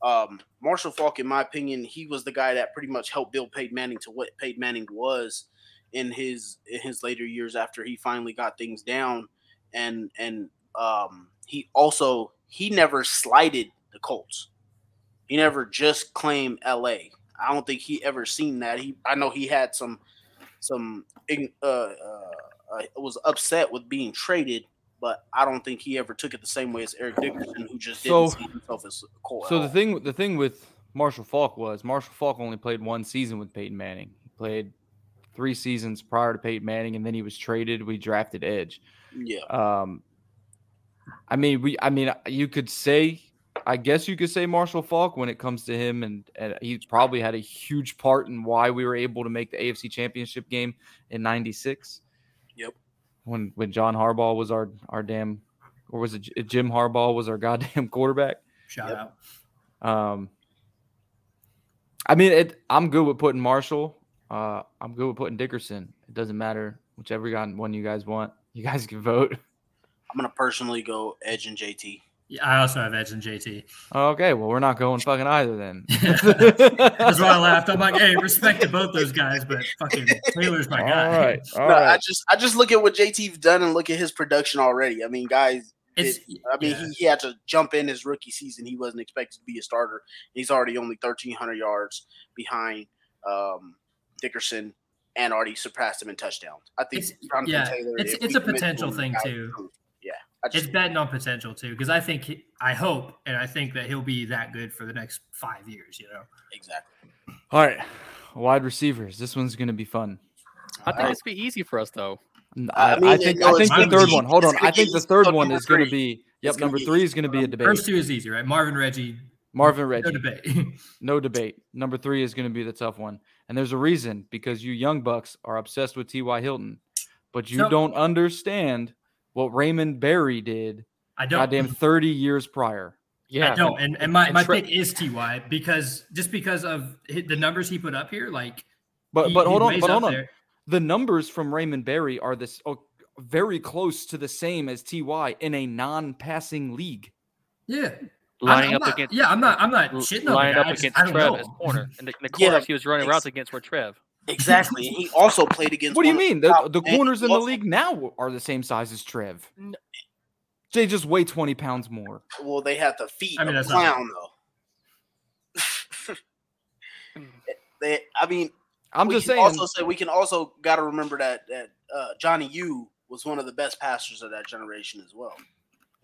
Speaker 2: um, Marshall Falk, in my opinion, he was the guy that pretty much helped build Peyton Manning to what Peyton Manning was in his in his later years after he finally got things down, and and um, he also he never slighted the Colts. He never just claimed L.A. I don't think he ever seen that. He I know he had some some ign- uh, uh, uh, was upset with being traded, but I don't think he ever took it the same way as Eric Dickerson, who just didn't
Speaker 1: So-
Speaker 2: see himself as Cole.
Speaker 1: So the thing, the thing with Marshall Falk was Marshall Falk only played one season with Peyton Manning. He played three seasons prior to Peyton Manning, and then he was traded. We drafted Edge.
Speaker 2: yeah,
Speaker 1: Um, I mean, we. I mean, you could say, I guess you could say Marshall Falk when it comes to him, and, and he probably had a huge part in why we were able to make the AFC Championship game in '96.
Speaker 2: Yep.
Speaker 1: When when John Harbaugh was our our damn, or was it J- Jim Harbaugh was our goddamn quarterback?
Speaker 3: Shout
Speaker 2: Yep.
Speaker 3: out.
Speaker 1: Um, I mean, it, I'm good with putting Marshall. Uh, I'm good with putting Dickerson. It doesn't matter whichever guy- one you guys want. You guys can vote.
Speaker 2: I'm gonna personally go Edge and JT.
Speaker 3: Yeah, I also have Edge and JT.
Speaker 1: Okay, well, we're not going fucking either then.
Speaker 3: That's why I laughed. I'm like, hey, respect to both those guys, but fucking Taylor's my
Speaker 1: All
Speaker 3: guy.
Speaker 1: right, all
Speaker 2: No, I
Speaker 1: right.
Speaker 2: just I just look at what JT's done and look at his production already. I mean, guys,
Speaker 3: It's
Speaker 2: I mean
Speaker 3: yeah.
Speaker 2: he, he had to jump in his rookie season. He wasn't expected to be a starter. He's already only 1,300 yards behind um, Dickerson and already surpassed him in touchdowns. I think
Speaker 3: It's-
Speaker 2: Jonathan
Speaker 3: yeah,
Speaker 2: Taylor.
Speaker 3: it's-
Speaker 2: if
Speaker 3: it's
Speaker 2: we
Speaker 3: a
Speaker 2: commit to
Speaker 3: potential
Speaker 2: him,
Speaker 3: thing,
Speaker 2: guys,
Speaker 3: too.
Speaker 2: Yeah, I just
Speaker 3: It's betting on potential too, because I think he, I hope and I think that he'll be that good for the next five years. You know,
Speaker 2: exactly.
Speaker 1: All right, wide receivers. This one's going to be fun.
Speaker 4: I think
Speaker 2: Alright.
Speaker 4: it's be easy for us though.
Speaker 1: N-
Speaker 2: I
Speaker 1: I,
Speaker 2: mean,
Speaker 1: I think
Speaker 2: no,
Speaker 1: I think
Speaker 2: it's
Speaker 1: the
Speaker 3: gonna
Speaker 1: third
Speaker 3: be-
Speaker 1: one. Hold
Speaker 2: it's
Speaker 1: on.
Speaker 2: gonna
Speaker 1: I think
Speaker 2: be
Speaker 1: the third
Speaker 2: fucking
Speaker 1: one is going
Speaker 2: three.
Speaker 1: to be.
Speaker 2: It's
Speaker 1: Yep,
Speaker 2: gonna
Speaker 1: number
Speaker 2: be-
Speaker 1: three is going to be a debate.
Speaker 3: first two is easy, right? Marvin Reggie,
Speaker 1: Marvin
Speaker 3: no
Speaker 1: Reggie,
Speaker 3: debate.
Speaker 1: no debate. Number three is going to be the tough one, and there's a reason because you young bucks are obsessed with T.Y. Hilton, but you
Speaker 3: So-
Speaker 1: don't understand what Raymond Barry did.
Speaker 3: I don't.
Speaker 1: Goddamn, thirty years prior.
Speaker 4: Yeah.
Speaker 3: I don't. And and my,
Speaker 4: and
Speaker 3: my
Speaker 4: Tre-
Speaker 3: pick is Ty because just because of hi- the numbers he put up here, like.
Speaker 1: But
Speaker 3: he-
Speaker 1: but
Speaker 3: he
Speaker 1: hold on,
Speaker 3: weighs
Speaker 1: but
Speaker 3: up
Speaker 1: hold on.
Speaker 3: there.
Speaker 1: the numbers from Raymond Barry are this oh, very close to the same as Ty in a non-passing league.
Speaker 3: Yeah,
Speaker 4: Lining
Speaker 3: I'm
Speaker 4: up
Speaker 3: not-
Speaker 4: against
Speaker 3: Yeah, I'm not. I'm not
Speaker 4: l-
Speaker 3: shitting on
Speaker 4: lining
Speaker 3: the
Speaker 4: up
Speaker 3: guy. I just-
Speaker 4: against
Speaker 3: I don't
Speaker 4: Trev
Speaker 3: know.
Speaker 4: in the corner. And the, the
Speaker 2: Yeah,
Speaker 4: corners he was running
Speaker 2: it's-
Speaker 4: routes against were Trev.
Speaker 2: Uh, Exactly. And he also played against.
Speaker 1: What do you
Speaker 2: one of
Speaker 1: mean?
Speaker 2: the
Speaker 1: The,
Speaker 2: top
Speaker 1: the
Speaker 2: and he
Speaker 1: corners in the
Speaker 2: also-
Speaker 1: league now are the same size as Trev.
Speaker 4: No.
Speaker 1: They just weigh 20 pounds more.
Speaker 2: Well, they have to feed
Speaker 3: I mean,
Speaker 2: a
Speaker 3: that's not-
Speaker 2: clown
Speaker 4: Hmm.
Speaker 2: though. they, I mean,
Speaker 1: I'm
Speaker 2: we
Speaker 1: just
Speaker 2: can
Speaker 1: saying.
Speaker 2: Also, say we can also got to remember that that uh, Johnny U was one of the best passers of that generation as well.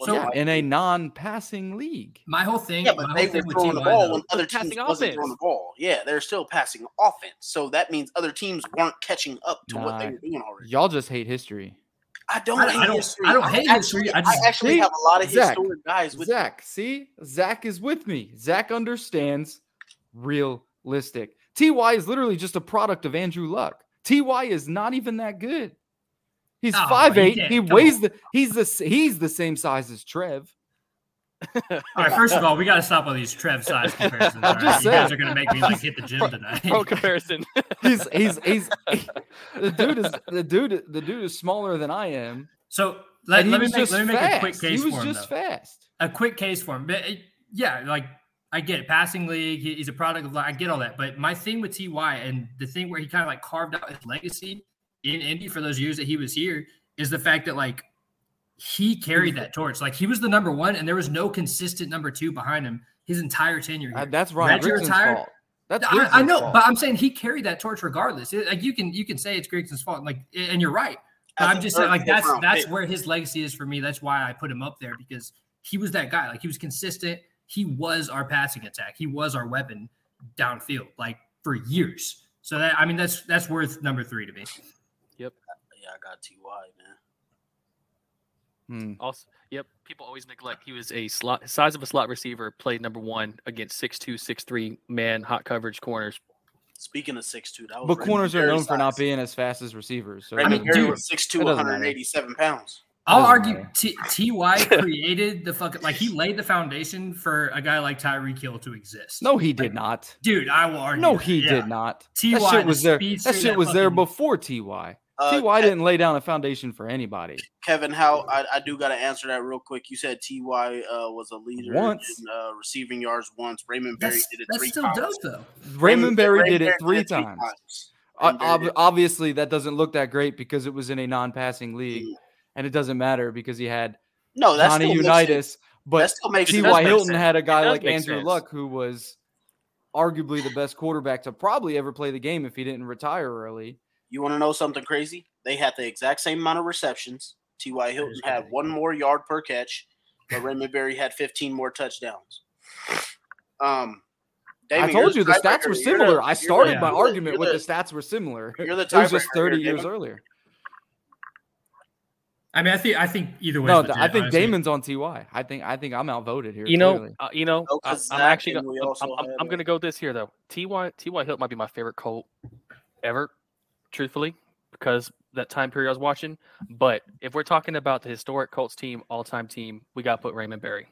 Speaker 1: So yeah, in a non-passing league,
Speaker 3: My whole thing,
Speaker 2: Yeah,
Speaker 3: my
Speaker 2: but
Speaker 3: whole
Speaker 2: they
Speaker 3: thing
Speaker 2: were
Speaker 3: with
Speaker 2: throwing
Speaker 3: TY
Speaker 2: the ball
Speaker 3: though-
Speaker 2: when other
Speaker 4: They're
Speaker 2: teams
Speaker 4: passing
Speaker 2: wasn't throwing
Speaker 4: offense.
Speaker 2: the ball. Yeah, they're still passing offense. So that means other teams weren't catching up to what they
Speaker 1: Nah.
Speaker 2: were doing already.
Speaker 1: y'all just hate history.
Speaker 2: I don't.
Speaker 3: I don't-
Speaker 2: hate
Speaker 3: I don't-
Speaker 2: history.
Speaker 3: I don't hate
Speaker 2: actually-
Speaker 3: history. I just-
Speaker 2: actually have a lot of
Speaker 1: Zach,
Speaker 2: historic guys with
Speaker 1: Zach, see, Zach is with me. Zach understands realistic. Ty is literally just a product of Andrew Luck. Ty is not even that good. He's
Speaker 3: Oh,
Speaker 1: five eight.
Speaker 3: you can't-
Speaker 1: He
Speaker 3: come
Speaker 1: weighs
Speaker 3: on.
Speaker 1: the. He's the. s- He's the same size as Trev.
Speaker 3: All right, first of all, we got to stop all these Trev size comparisons. All right?
Speaker 1: just
Speaker 3: You guys
Speaker 1: saying.
Speaker 3: are going to make me like hit the gym tonight.
Speaker 4: Pro comparison.
Speaker 1: He's he's he's. the dude is the dude. The dude is smaller than I am.
Speaker 3: so let,
Speaker 1: and he
Speaker 3: let me
Speaker 1: was
Speaker 3: make,
Speaker 1: just
Speaker 3: let me make a quick
Speaker 1: fast.
Speaker 3: case
Speaker 1: He was
Speaker 3: for him. though.
Speaker 1: just fast.
Speaker 3: a quick case for him. But it, yeah, like I get it. passing league. he- He's a product of. I get all that. But my thing with Ty and the thing where he kind of like carved out his legacy in Indy for those years that he was here is the fact that like he carried that torch. Like he was the number one, and there was no consistent number two behind him his entire tenure. Here.
Speaker 1: Uh, that's Ryan
Speaker 3: Reggie
Speaker 1: Griffin's
Speaker 3: retired-
Speaker 1: fault. That's
Speaker 3: I, I
Speaker 1: Griffin's
Speaker 3: know,
Speaker 1: fault.
Speaker 3: but I'm saying he carried that torch regardless. It- like you can you can say it's Gregson's fault, like and you're right. But
Speaker 2: As
Speaker 3: I'm
Speaker 2: a
Speaker 3: just
Speaker 2: third,
Speaker 3: saying like
Speaker 2: fourth
Speaker 3: that's
Speaker 2: round
Speaker 3: that's
Speaker 2: pick.
Speaker 3: where his legacy is for me. That's why I put him up there because he was that guy. Like he was consistent. He was our passing attack. He was our weapon downfield, like for years. So that I mean that's that's worth number three to me.
Speaker 2: Yeah, I got Ty man.
Speaker 1: Hmm.
Speaker 4: Also, yep. People always neglect he was a slot size of a slot receiver. Played number one against six two, six three man hot coverage corners.
Speaker 2: Speaking of six two, that was
Speaker 1: But
Speaker 2: Randy
Speaker 1: corners are
Speaker 2: Perry's
Speaker 1: known for not
Speaker 2: Oh, size.
Speaker 1: being as fast as receivers. So
Speaker 2: Randy
Speaker 3: I mean,
Speaker 2: Perry
Speaker 3: dude,
Speaker 2: was six two,
Speaker 1: it
Speaker 2: one
Speaker 1: doesn't matter.
Speaker 2: hundred eighty seven pounds.
Speaker 3: I'll
Speaker 1: Doesn't
Speaker 3: argue
Speaker 1: matter.
Speaker 3: T- Ty created the fucking like he laid the foundation for a guy like Tyreek Hill to exist.
Speaker 1: no, he did not.
Speaker 3: dude, I will argue.
Speaker 1: No,
Speaker 3: that,
Speaker 1: he
Speaker 3: yeah.
Speaker 1: did not.
Speaker 3: Ty,
Speaker 1: that shit
Speaker 3: the
Speaker 1: was there.
Speaker 3: speedster,
Speaker 1: That shit was there
Speaker 3: fucking-
Speaker 1: before Ty.
Speaker 2: Uh,
Speaker 1: Ty
Speaker 2: Ke-
Speaker 1: didn't lay down a foundation for anybody.
Speaker 2: Kevin, how I, I do got to answer that real quick. You said Ty uh, was a leader
Speaker 1: Once.
Speaker 2: in uh, receiving yards once. Raymond Berry
Speaker 3: That's,
Speaker 2: did it
Speaker 3: that's
Speaker 2: three
Speaker 3: still
Speaker 2: times.
Speaker 3: dope though.
Speaker 1: Raymond Berry did it three
Speaker 2: Berry
Speaker 1: times. Uh, O-
Speaker 2: Raymond Berry
Speaker 1: ob-
Speaker 2: did it.
Speaker 1: obviously, that doesn't look that great because it was in a non-passing league,
Speaker 2: Mm.
Speaker 1: and it doesn't matter because he had
Speaker 2: No, that's
Speaker 1: Johnny
Speaker 2: United.
Speaker 1: Unitas, but
Speaker 2: that still makes sense.
Speaker 1: T.Y.
Speaker 4: does make
Speaker 1: Hilton
Speaker 4: sense.
Speaker 1: had a
Speaker 4: It
Speaker 1: guy
Speaker 4: does
Speaker 1: like
Speaker 4: make
Speaker 1: Andrew
Speaker 4: sense.
Speaker 1: Luck who was arguably the best quarterback to probably ever play the game if he didn't retire early.
Speaker 2: You want to know something crazy? They had the exact same amount of receptions. T.Y. Hilton
Speaker 3: is
Speaker 2: had
Speaker 3: crazy.
Speaker 2: one more yard per catch, but Raymond Berry had 15 more touchdowns. Um, Damon,
Speaker 1: I
Speaker 2: you're
Speaker 1: told you the
Speaker 2: tiebreaker.
Speaker 1: stats were
Speaker 2: You're
Speaker 1: similar.
Speaker 2: the-
Speaker 1: I
Speaker 2: you're
Speaker 1: started
Speaker 2: the-
Speaker 1: my
Speaker 2: you're the-
Speaker 1: argument
Speaker 2: you're
Speaker 1: with the
Speaker 2: the-
Speaker 1: stats were similar.
Speaker 2: You're the
Speaker 1: It was just
Speaker 2: tiebreaker here,
Speaker 1: 30 years
Speaker 2: Damon.
Speaker 1: earlier.
Speaker 3: I mean, I think I think either way.
Speaker 1: No, th- I think Damon's on Ty. I think I think I'm outvoted here.
Speaker 4: You know,
Speaker 1: clearly.
Speaker 4: uh, you know.
Speaker 2: Oh,
Speaker 4: I,
Speaker 2: 'cause
Speaker 4: I'm
Speaker 2: Zach
Speaker 4: actually.
Speaker 2: and
Speaker 4: Go,
Speaker 2: we
Speaker 4: I'm,
Speaker 2: also
Speaker 4: I'm-
Speaker 2: had,
Speaker 4: I'm
Speaker 2: uh,
Speaker 4: gonna go this here though. Ty Ty Hilt might be my favorite Colt ever, truthfully, because that time period I was watching. But if we're talking about the historic Colts team, all time team, we got to put Raymond Berry.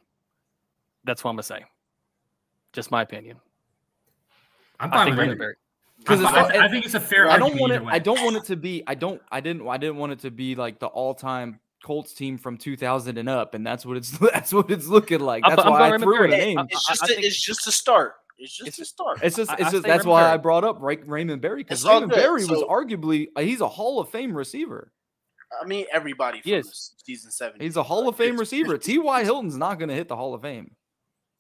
Speaker 4: That's what I'm gonna say. Just my opinion.
Speaker 3: I'm fine
Speaker 4: I think
Speaker 3: with
Speaker 4: Raymond
Speaker 3: Raymond
Speaker 4: Berry.
Speaker 1: Because it's not-
Speaker 3: I think it's a fair.
Speaker 1: I don't
Speaker 3: argument
Speaker 1: want it.
Speaker 3: either way.
Speaker 1: I don't want it to be. I don't. I didn't. I didn't want it to be like the all-time Colts team from 2000 and up, and that's what it's. That's what it's looking like.
Speaker 4: I'm-
Speaker 1: That's
Speaker 4: I'm
Speaker 1: why
Speaker 4: going
Speaker 1: I threw in
Speaker 4: Raymond
Speaker 1: a
Speaker 4: Berry.
Speaker 1: name.
Speaker 4: I'm-
Speaker 2: It's
Speaker 4: I- I
Speaker 2: just, a,
Speaker 4: think-
Speaker 2: it's just a start. It's just a start.
Speaker 1: It's just.
Speaker 4: I- I
Speaker 1: It's just.
Speaker 4: say
Speaker 1: That's
Speaker 4: Raymond
Speaker 1: why
Speaker 4: Berry.
Speaker 1: I brought up Ray, Raymond Berry because
Speaker 2: It's all
Speaker 1: Raymond
Speaker 2: good,
Speaker 1: Berry was
Speaker 2: so-
Speaker 1: arguably. He's a Hall of Fame receiver.
Speaker 2: I mean, everybody from
Speaker 4: Yes.
Speaker 2: this season seven.
Speaker 1: He's a Hall of Fame
Speaker 2: It's-
Speaker 1: receiver. T.Y. Hilton's not going to hit the Hall of Fame.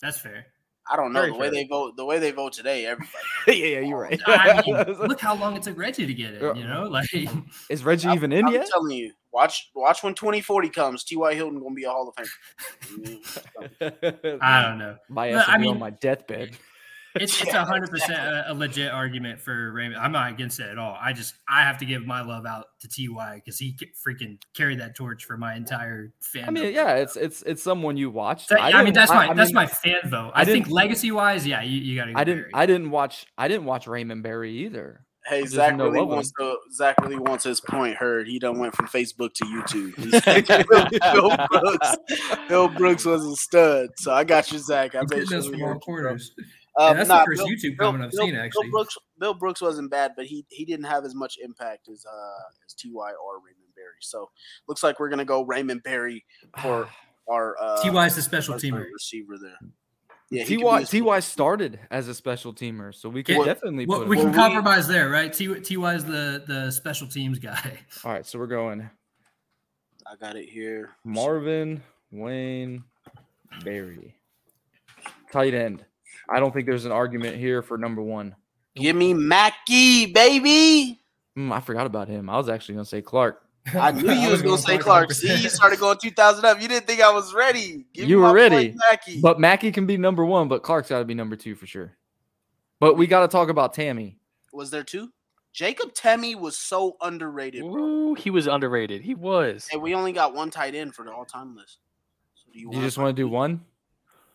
Speaker 3: That's fair.
Speaker 2: I don't know
Speaker 4: Very
Speaker 2: the way
Speaker 4: fair.
Speaker 2: they vote. The way they vote today, everybody.
Speaker 1: yeah, yeah, you're right.
Speaker 3: I mean, look how long it took Reggie to get it. You know, like
Speaker 1: Is Reggie even in
Speaker 2: I'm
Speaker 1: yet?
Speaker 2: telling you, watch watch when 2040 comes. Ty Hilton gonna be a Hall of Famer.
Speaker 3: I don't know.
Speaker 1: My
Speaker 3: Look,
Speaker 1: ass
Speaker 3: I
Speaker 1: will be on
Speaker 3: mean-
Speaker 1: my deathbed.
Speaker 3: It's it's a hundred percent a a legit argument for Raymond. I'm not against it at all. I just I have to give my love out to Ty because he ca- freaking carried that torch for my entire fan.
Speaker 1: I mean, yeah, it's it's it's someone you watched.
Speaker 3: I, mean
Speaker 1: didn't-
Speaker 3: that's my that's
Speaker 1: mean,
Speaker 3: my fan vote.
Speaker 1: I
Speaker 3: I, think
Speaker 1: didn't-
Speaker 3: legacy wise, yeah, you, you got to.
Speaker 1: I didn't I didn't watch I didn't watch Raymond Berry either.
Speaker 2: hey,
Speaker 1: just
Speaker 2: Zach
Speaker 1: know
Speaker 2: really
Speaker 1: of
Speaker 2: wants to, Zach really wants his point heard. He done went from Facebook to YouTube. He's- Bill, Brooks, Bill Brooks was a stud. So I got you, Zach. I bet you. we heard you, bro. Um,
Speaker 5: that's the
Speaker 2: nah,
Speaker 5: first YouTube comment I've seen, actually.
Speaker 2: Bill Brooks, Bill Brooks wasn't bad, but he he didn't have as much impact as uh as Ty or Raymond Berry. So looks like we're gonna go Raymond Berry for our uh,
Speaker 3: Ty's the special
Speaker 2: our
Speaker 3: teamer.
Speaker 2: third receiver there. Yeah, he could be
Speaker 1: Ty
Speaker 2: a-
Speaker 1: Ty started as a special teamer, so we can
Speaker 3: Well,
Speaker 1: definitely
Speaker 3: Well,
Speaker 1: put.
Speaker 3: we
Speaker 1: him-
Speaker 3: can
Speaker 2: Well, we-
Speaker 3: compromise there, right? Ty is the the special teams guy.
Speaker 1: All right, so we're going
Speaker 2: I got it here.
Speaker 1: Marvin Wayne Berry, tight end. I don't think there's an argument here for number one.
Speaker 2: Give me Mackey, baby.
Speaker 1: Hmm, Mm, I forgot about him. I was actually going to say Clark.
Speaker 2: I knew you
Speaker 3: I
Speaker 2: was
Speaker 3: was
Speaker 2: gonna
Speaker 3: going
Speaker 2: say
Speaker 3: Clark
Speaker 2: Clark.
Speaker 3: Hubbard.
Speaker 2: See, you started going two thousand up. You didn't think I was ready. Give
Speaker 1: You
Speaker 2: me
Speaker 1: were
Speaker 2: my boy
Speaker 1: ready,
Speaker 2: Mackey.
Speaker 1: But Mackey can be number one, but Clark's got to be number two for sure. But we got to talk about Tammy.
Speaker 2: was there two? Jacob Temmy was so underrated, bro.
Speaker 4: Ooh, he was underrated. He was.
Speaker 2: And we only got one tight end for the all time list. So do you,
Speaker 1: You just want to do one,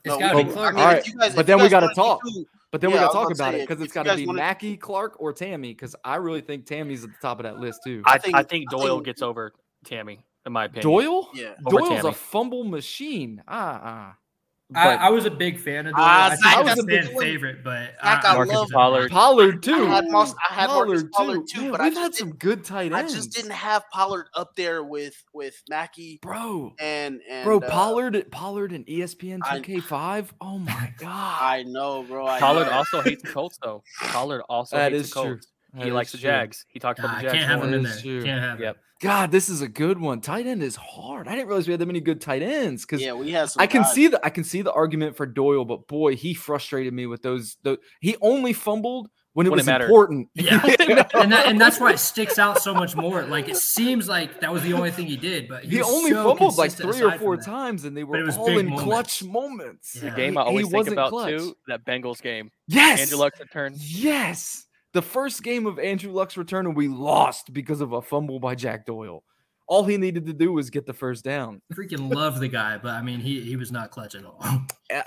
Speaker 3: It's
Speaker 2: No,
Speaker 3: gotta
Speaker 2: we-
Speaker 1: be
Speaker 2: I
Speaker 3: Clark.
Speaker 2: mean, if
Speaker 1: Alright,
Speaker 2: you guys-
Speaker 1: but
Speaker 2: if
Speaker 1: then
Speaker 2: you
Speaker 1: we
Speaker 2: guys
Speaker 1: gotta
Speaker 2: wanna do
Speaker 1: talk.
Speaker 2: two,
Speaker 1: but then
Speaker 2: Yeah,
Speaker 1: we
Speaker 2: I
Speaker 1: got
Speaker 2: was
Speaker 1: to talk
Speaker 2: gonna
Speaker 1: about
Speaker 2: say,
Speaker 1: it because
Speaker 2: if
Speaker 1: it's
Speaker 2: you
Speaker 1: got to
Speaker 2: guys
Speaker 1: be
Speaker 2: wanna-
Speaker 1: Mackey, Clark, or Tammy because I really think Tammy's at the top of that list too.
Speaker 4: I, I think,
Speaker 2: think- I
Speaker 4: Doyle
Speaker 2: think-
Speaker 4: gets over Tammy, in my opinion.
Speaker 1: Doyle,
Speaker 2: Yeah.
Speaker 4: Over
Speaker 1: Doyle's a
Speaker 4: Tammy.
Speaker 1: fumble machine. Ah, ah.
Speaker 3: I,
Speaker 1: But
Speaker 3: I was a big fan of. Doyle.
Speaker 2: Ah,
Speaker 3: I, think
Speaker 2: Zach
Speaker 3: I
Speaker 2: got
Speaker 3: was a
Speaker 2: big
Speaker 3: fan
Speaker 2: one.
Speaker 3: favorite, but uh,
Speaker 2: Zach
Speaker 3: I,
Speaker 2: got
Speaker 4: Marcus
Speaker 2: love.
Speaker 4: Pollard.
Speaker 1: Pollard
Speaker 2: I
Speaker 1: too.
Speaker 2: had, Mos- I had Marcus Pollard too,
Speaker 1: Man,
Speaker 2: but I
Speaker 1: we've
Speaker 2: just
Speaker 1: had
Speaker 2: didn't-
Speaker 1: some good tight
Speaker 2: I
Speaker 1: ends.
Speaker 2: just didn't have Pollard up there with with Mackey
Speaker 1: bro.
Speaker 2: and and
Speaker 1: Bro,
Speaker 2: uh,
Speaker 1: Pollard, Pollard, and E ESPN
Speaker 2: I-
Speaker 1: 2K5. Oh my god,
Speaker 2: I know,
Speaker 1: Oh,
Speaker 2: bro. I
Speaker 4: Pollard
Speaker 2: know.
Speaker 4: also hates the Colts, though. Pollard also
Speaker 1: That
Speaker 4: hates
Speaker 1: is
Speaker 4: the
Speaker 1: true.
Speaker 4: Colts.
Speaker 1: That
Speaker 4: He
Speaker 1: is
Speaker 4: likes the
Speaker 1: true.
Speaker 4: Jags. He talked
Speaker 3: nah,
Speaker 4: about
Speaker 3: I
Speaker 4: the Jags.
Speaker 3: can't have
Speaker 4: more.
Speaker 3: him in there.
Speaker 1: That's true.
Speaker 3: Can't have. him.
Speaker 4: Yep.
Speaker 1: God, this is a good one. Tight end is hard. I didn't realize we had that many good tight ends because
Speaker 2: Yeah, we had some
Speaker 1: I can
Speaker 2: guys.
Speaker 1: see the I can see the argument for Doyle, but boy, he frustrated me with those. tho- he only fumbled when it
Speaker 4: When it
Speaker 1: was
Speaker 4: mattered.
Speaker 1: important.
Speaker 3: Yeah.
Speaker 1: You know?
Speaker 3: and that, and that's why it sticks out so much more. Like it seems like that was the only thing he did, but
Speaker 1: He
Speaker 3: was
Speaker 1: only
Speaker 3: so
Speaker 1: fumbled like
Speaker 3: consistent
Speaker 1: three or
Speaker 3: aside from
Speaker 1: four
Speaker 3: that.
Speaker 1: times, and they
Speaker 3: it
Speaker 1: were
Speaker 3: was
Speaker 1: all
Speaker 3: big
Speaker 1: in
Speaker 3: moments.
Speaker 1: clutch moments.
Speaker 3: Yeah.
Speaker 4: The game I
Speaker 1: He- he
Speaker 4: always think
Speaker 1: wasn't
Speaker 4: about
Speaker 1: clutch.
Speaker 4: too that Bengals game.
Speaker 1: Yes,
Speaker 4: Andrew Luck's return.
Speaker 1: Yes. The first game of Andrew Luck's return, and we lost because of a fumble by Jack Doyle. All he needed to do was get the first down.
Speaker 3: Freaking love the guy, but I mean he he was not clutch at all.
Speaker 1: Uh,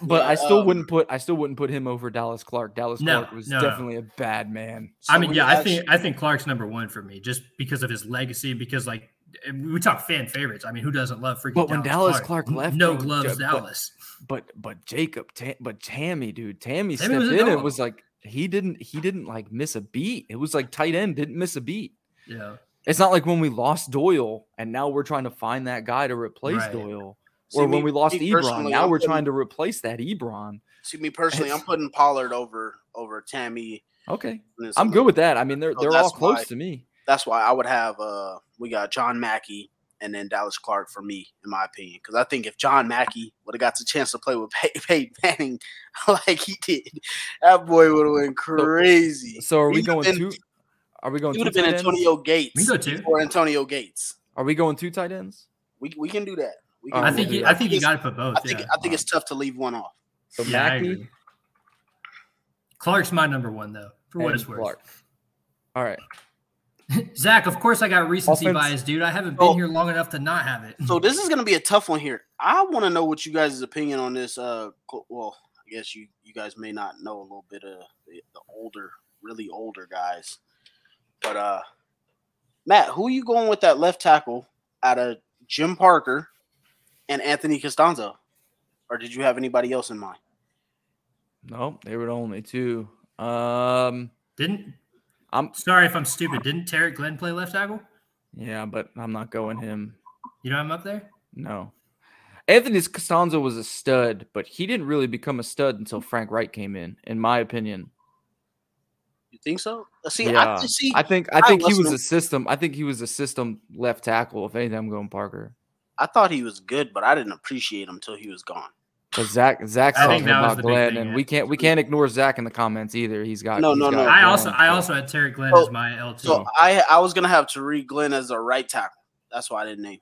Speaker 1: But
Speaker 2: Yeah,
Speaker 1: I still
Speaker 2: um,
Speaker 1: wouldn't put I still wouldn't put him over Dallas Clark. Dallas
Speaker 3: No,
Speaker 1: Clark was
Speaker 3: no, no.
Speaker 1: definitely a bad man.
Speaker 2: So
Speaker 3: I mean,
Speaker 2: we
Speaker 3: yeah, I
Speaker 2: actually-
Speaker 3: think I think Clark's number one for me just because of his legacy, because like we talk fan favorites. I mean, who doesn't love freaking?
Speaker 1: But when Dallas Clark
Speaker 3: N-
Speaker 1: left,
Speaker 3: no
Speaker 1: dude,
Speaker 3: gloves,
Speaker 1: yeah, but-
Speaker 3: Dallas.
Speaker 1: But but Jacob, Ta- but Tammy, dude, Tammy,
Speaker 3: Tammy
Speaker 1: stepped
Speaker 3: was a
Speaker 1: in and
Speaker 3: dog.
Speaker 1: was like he didn't he didn't like miss a beat. It was like tight end didn't miss a beat.
Speaker 3: Yeah,
Speaker 1: It's not like when we lost Doyle and now we're trying to find that guy to replace
Speaker 3: Right.
Speaker 1: Doyle.
Speaker 2: See,
Speaker 1: or
Speaker 2: me-
Speaker 1: when we lost
Speaker 2: me
Speaker 1: Ebron,
Speaker 2: personally,
Speaker 1: now
Speaker 2: I'm
Speaker 1: we're
Speaker 2: putting-
Speaker 1: trying to replace that Ebron.
Speaker 2: See me personally, I'm
Speaker 1: It's-
Speaker 2: putting Pollard over over Tammy.
Speaker 1: Okay,
Speaker 2: and
Speaker 1: I'm
Speaker 2: some-
Speaker 1: good with that. I mean, they're
Speaker 2: So
Speaker 1: they're all
Speaker 2: that's
Speaker 1: close
Speaker 2: why-
Speaker 1: to me.
Speaker 2: That's why I would have uh we got John Mackey and then Dallas Clark for me, in my opinion. Because I think if John Mackey would have got the chance to play with Pey- Peyton Manning like he did, that boy would have went crazy.
Speaker 1: So are we
Speaker 2: He would've
Speaker 1: going
Speaker 2: been-
Speaker 1: two? Are we going
Speaker 2: He
Speaker 1: two
Speaker 2: would have been
Speaker 1: tight ends?
Speaker 2: Antonio
Speaker 3: we
Speaker 2: Gates
Speaker 3: can go two.
Speaker 2: or Antonio Gates.
Speaker 1: Are we going two tight ends?
Speaker 2: We, we can do that. We can
Speaker 1: Oh,
Speaker 3: I
Speaker 2: do
Speaker 3: think
Speaker 2: that.
Speaker 3: you, I think you
Speaker 2: It's-
Speaker 3: got to put both.
Speaker 2: I think
Speaker 3: yeah,
Speaker 2: I think it's tough to leave one off.
Speaker 1: So
Speaker 3: Yeah, I
Speaker 1: Mackey
Speaker 3: agree. Clark's my number one though, for what
Speaker 1: and
Speaker 3: it's worth.
Speaker 1: Clark. All right.
Speaker 3: Zach, of course, I got recency
Speaker 1: Offense-
Speaker 3: bias, dude. I haven't
Speaker 2: Oh.
Speaker 3: been here long enough to not have it.
Speaker 2: So
Speaker 1: Mm-hmm.
Speaker 2: this is going to be a tough one here. I want to know what you guys' opinion on this. Uh, co- well, I guess you you guys may not know a little bit of the, the older, really older guys. But uh, Matt, who you going with that left tackle out of Jim Parker and Anthony Costanzo, or did you have anybody else in mind?
Speaker 1: No, they were the only two. Um.
Speaker 3: Didn't.
Speaker 1: I'm-
Speaker 3: sorry if I'm stupid. Didn't Tarek Glenn play left tackle?
Speaker 1: Yeah, but I'm not going him.
Speaker 3: You know I'm up there.
Speaker 1: No. Anthony Costanzo was a stud, but he didn't really become a stud until Frank Wright came in, in my opinion.
Speaker 2: You think so? Uh, See,
Speaker 1: Yeah.
Speaker 2: I just see.
Speaker 1: I think I
Speaker 2: I
Speaker 1: think he was
Speaker 2: listened.
Speaker 1: a system. I think he was a system left tackle. If anything, I'm going Parker.
Speaker 2: I thought he was good, but I didn't appreciate him till he was gone.
Speaker 1: Because Zach Zach's
Speaker 3: I
Speaker 1: talking
Speaker 3: think that was
Speaker 1: about
Speaker 3: the big
Speaker 1: Glenn,
Speaker 3: thing,
Speaker 1: and
Speaker 3: yeah.
Speaker 1: we can't we can't ignore Zach in the comments either. He's got
Speaker 2: No,
Speaker 1: he's
Speaker 2: no,
Speaker 1: got
Speaker 2: no.
Speaker 3: I also
Speaker 1: Glenn,
Speaker 3: I
Speaker 1: so-
Speaker 3: also had Tarek Glenn
Speaker 2: Oh, So-
Speaker 3: as my L two.
Speaker 2: So
Speaker 1: Mm.
Speaker 2: I I was gonna have Tariq Glenn as a right tackle. That's why I didn't name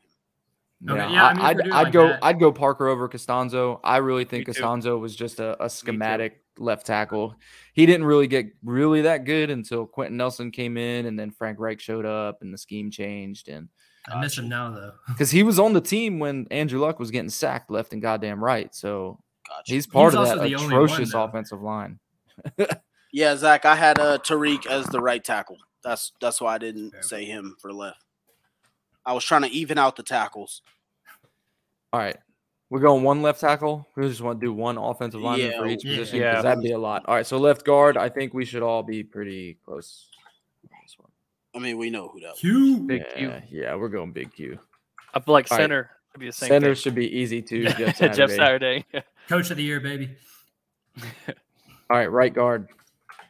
Speaker 2: him.
Speaker 1: yeah,
Speaker 3: Okay, yeah, I mean, if we're
Speaker 1: I, would
Speaker 3: doing
Speaker 1: I'd
Speaker 3: like
Speaker 1: go
Speaker 3: that-
Speaker 1: I'd go Parker over Costanzo. I really think
Speaker 4: too.
Speaker 1: Costanzo was just a, a schematic left tackle. He didn't really get really that good until Quentin Nelson came in, and then Frank Reich showed up, and the scheme changed. And
Speaker 3: I miss him now though.
Speaker 1: because he was on the team when Andrew Luck was getting sacked left and goddamn right, so
Speaker 2: Gotcha.
Speaker 1: he's part of
Speaker 3: also
Speaker 1: that
Speaker 3: the only one,
Speaker 1: atrocious
Speaker 3: though.
Speaker 1: offensive line.
Speaker 2: Yeah, Zach, I had uh, Tariq as the right tackle. That's that's why I didn't
Speaker 3: Fair.
Speaker 2: say him for left. I was trying to even out the tackles.
Speaker 1: All right. We're going one left tackle. We just want to do one offensive lineman
Speaker 2: Yeah,
Speaker 1: for each
Speaker 3: yeah.
Speaker 1: position.
Speaker 4: Yeah.
Speaker 1: because That'd be a lot. All right. So left guard, I think we should all be pretty close. on this one.
Speaker 2: I mean, we know who that was.
Speaker 3: Q.
Speaker 4: Big Q.
Speaker 1: Yeah, yeah, we're going big Q.
Speaker 4: I feel like
Speaker 1: All right.
Speaker 4: center would be the same.
Speaker 1: Center
Speaker 4: thing.
Speaker 1: should be easy too. Jeff Saturday.
Speaker 4: Jeff Saturday.
Speaker 3: Coach of the year, baby.
Speaker 1: All right, right guard.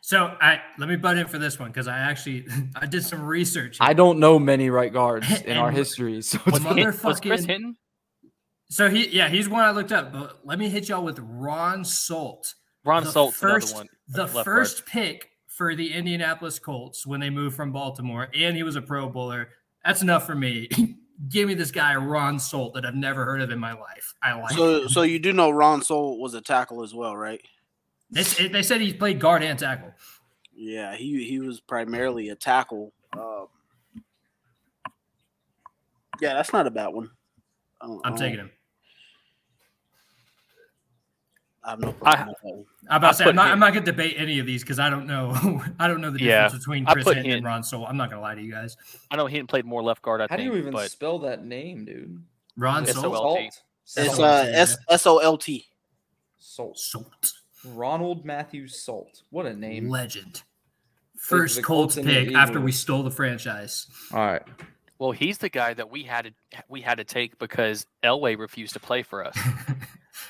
Speaker 3: So I let me butt in for this one because I actually I did some research.
Speaker 1: I don't know many right guards in our
Speaker 3: And-
Speaker 1: history, so
Speaker 3: Was
Speaker 1: it's-
Speaker 3: Motherfucking-
Speaker 4: Hint- Was Chris Hinton?
Speaker 3: so he yeah he's one I looked up, but let me hit y'all with Ron Salt.
Speaker 4: Ron
Speaker 3: The
Speaker 4: Salt's
Speaker 3: first-
Speaker 4: another one.
Speaker 3: the
Speaker 4: left guard.
Speaker 3: first pick for the Indianapolis Colts when they moved from Baltimore, and he was a Pro Bowler. That's enough for me. Give me this guy Ron Solt that I've never heard of in my life. I like. it.
Speaker 2: So, so you do know Ron Soul was a tackle as well, right?
Speaker 3: This, it- they said he played guard and tackle.
Speaker 2: Yeah, he he was primarily a tackle. Um, yeah, that's not a bad one. I don't- I
Speaker 3: I'm
Speaker 2: don't-
Speaker 3: taking him.
Speaker 2: I have no problem with that one.
Speaker 3: I'm about to say, I'm
Speaker 4: put
Speaker 3: not,
Speaker 4: him-
Speaker 3: I'm not going to debate any of these because I don't know. I don't know the
Speaker 4: Yeah,
Speaker 3: difference between
Speaker 4: I
Speaker 3: Chris
Speaker 4: put
Speaker 3: Hinton and
Speaker 4: him-
Speaker 3: Ron Soul. I'm not going to lie to you guys.
Speaker 4: I know Hinton played more left guard. I
Speaker 1: How do
Speaker 4: think,
Speaker 1: you even
Speaker 4: but
Speaker 1: spell that name, dude?
Speaker 3: Ron
Speaker 4: It's so
Speaker 3: Solt.
Speaker 4: well- SOLT.
Speaker 2: It's
Speaker 3: what I'm
Speaker 2: uh,
Speaker 3: saying,
Speaker 2: S S O L T.
Speaker 1: Salt.
Speaker 3: Solt.
Speaker 1: Ronald Matthew Salt. What a name.
Speaker 3: Legend. First
Speaker 1: the Colts
Speaker 3: Colts
Speaker 1: and the
Speaker 3: pick after we
Speaker 1: Eagles.
Speaker 3: stole the franchise.
Speaker 1: All right.
Speaker 4: well, he's the guy that we had to we had to take because Elway refused to play for us.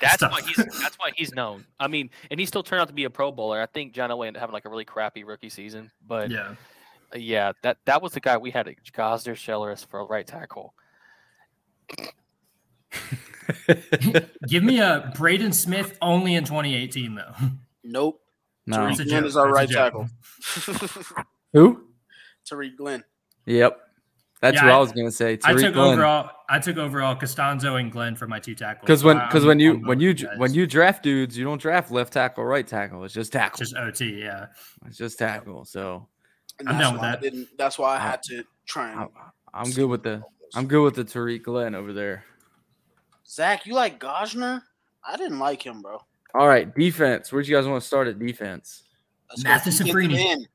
Speaker 4: That's
Speaker 3: Stop.
Speaker 4: why he's that's why he's known. I mean, and he still turned out to be a Pro Bowler. I think John Elway ended up having like a really crappy rookie season, but uh, yeah,
Speaker 3: yeah.
Speaker 4: that that was the guy we had. Gosder Shelleris for a right tackle.
Speaker 3: Give me a Braden Smith only in 2018 though.
Speaker 2: Nope.
Speaker 1: No.
Speaker 3: It's a
Speaker 2: Glenn
Speaker 3: joke.
Speaker 2: is our
Speaker 3: It's a
Speaker 2: right
Speaker 3: joke.
Speaker 2: tackle.
Speaker 1: Who?
Speaker 2: Tariq Glenn.
Speaker 1: Yep. That's
Speaker 3: Yeah,
Speaker 1: what I,
Speaker 3: I-
Speaker 1: was gonna say.
Speaker 3: I took
Speaker 1: Tariq Glenn.
Speaker 3: overall. I took overall Costanzo and Glenn for my two tackles.
Speaker 1: Because
Speaker 3: So
Speaker 1: when
Speaker 3: I-
Speaker 1: because
Speaker 3: I'm-
Speaker 1: when you
Speaker 3: I'm
Speaker 1: when
Speaker 3: with
Speaker 1: you
Speaker 3: guys.
Speaker 1: when you draft dudes, you don't draft left tackle, right tackle. It's just tackle.
Speaker 3: just OT, yeah.
Speaker 1: it's just tackle. So
Speaker 2: And
Speaker 3: I'm
Speaker 2: that's
Speaker 3: down with
Speaker 2: why I
Speaker 3: that.
Speaker 2: didn't, that's why I
Speaker 1: I-
Speaker 2: had to try and.
Speaker 1: I'm, I'm good with the I'm good with the Tariq Glenn over there.
Speaker 2: Zach, you like Gosner? I didn't like him, bro.
Speaker 1: All right, defense. Where'd you guys want to start at defense?
Speaker 2: Let's go
Speaker 3: Matheson
Speaker 2: defensive
Speaker 3: Freeney.
Speaker 2: end.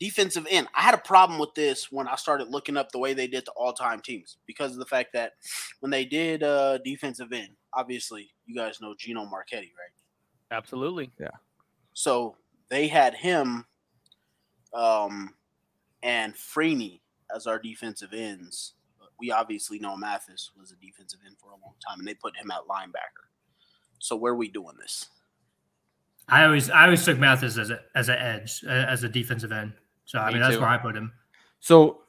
Speaker 2: Defensive end. I had a problem with this when I started looking up the way they did the all-time teams because of the fact that when they did uh, defensive end, obviously you guys know Gino Marchetti, right?
Speaker 4: Absolutely.
Speaker 2: So they had him um, and Freeney as our defensive ends. But we obviously know Mathis was a defensive end for a long time, and they put him at linebacker. So where are we doing this?
Speaker 3: I always I always took Mathis as a as an edge uh, as a defensive end. So I
Speaker 4: Me
Speaker 3: mean that's
Speaker 4: too.
Speaker 3: where I put him.
Speaker 1: So,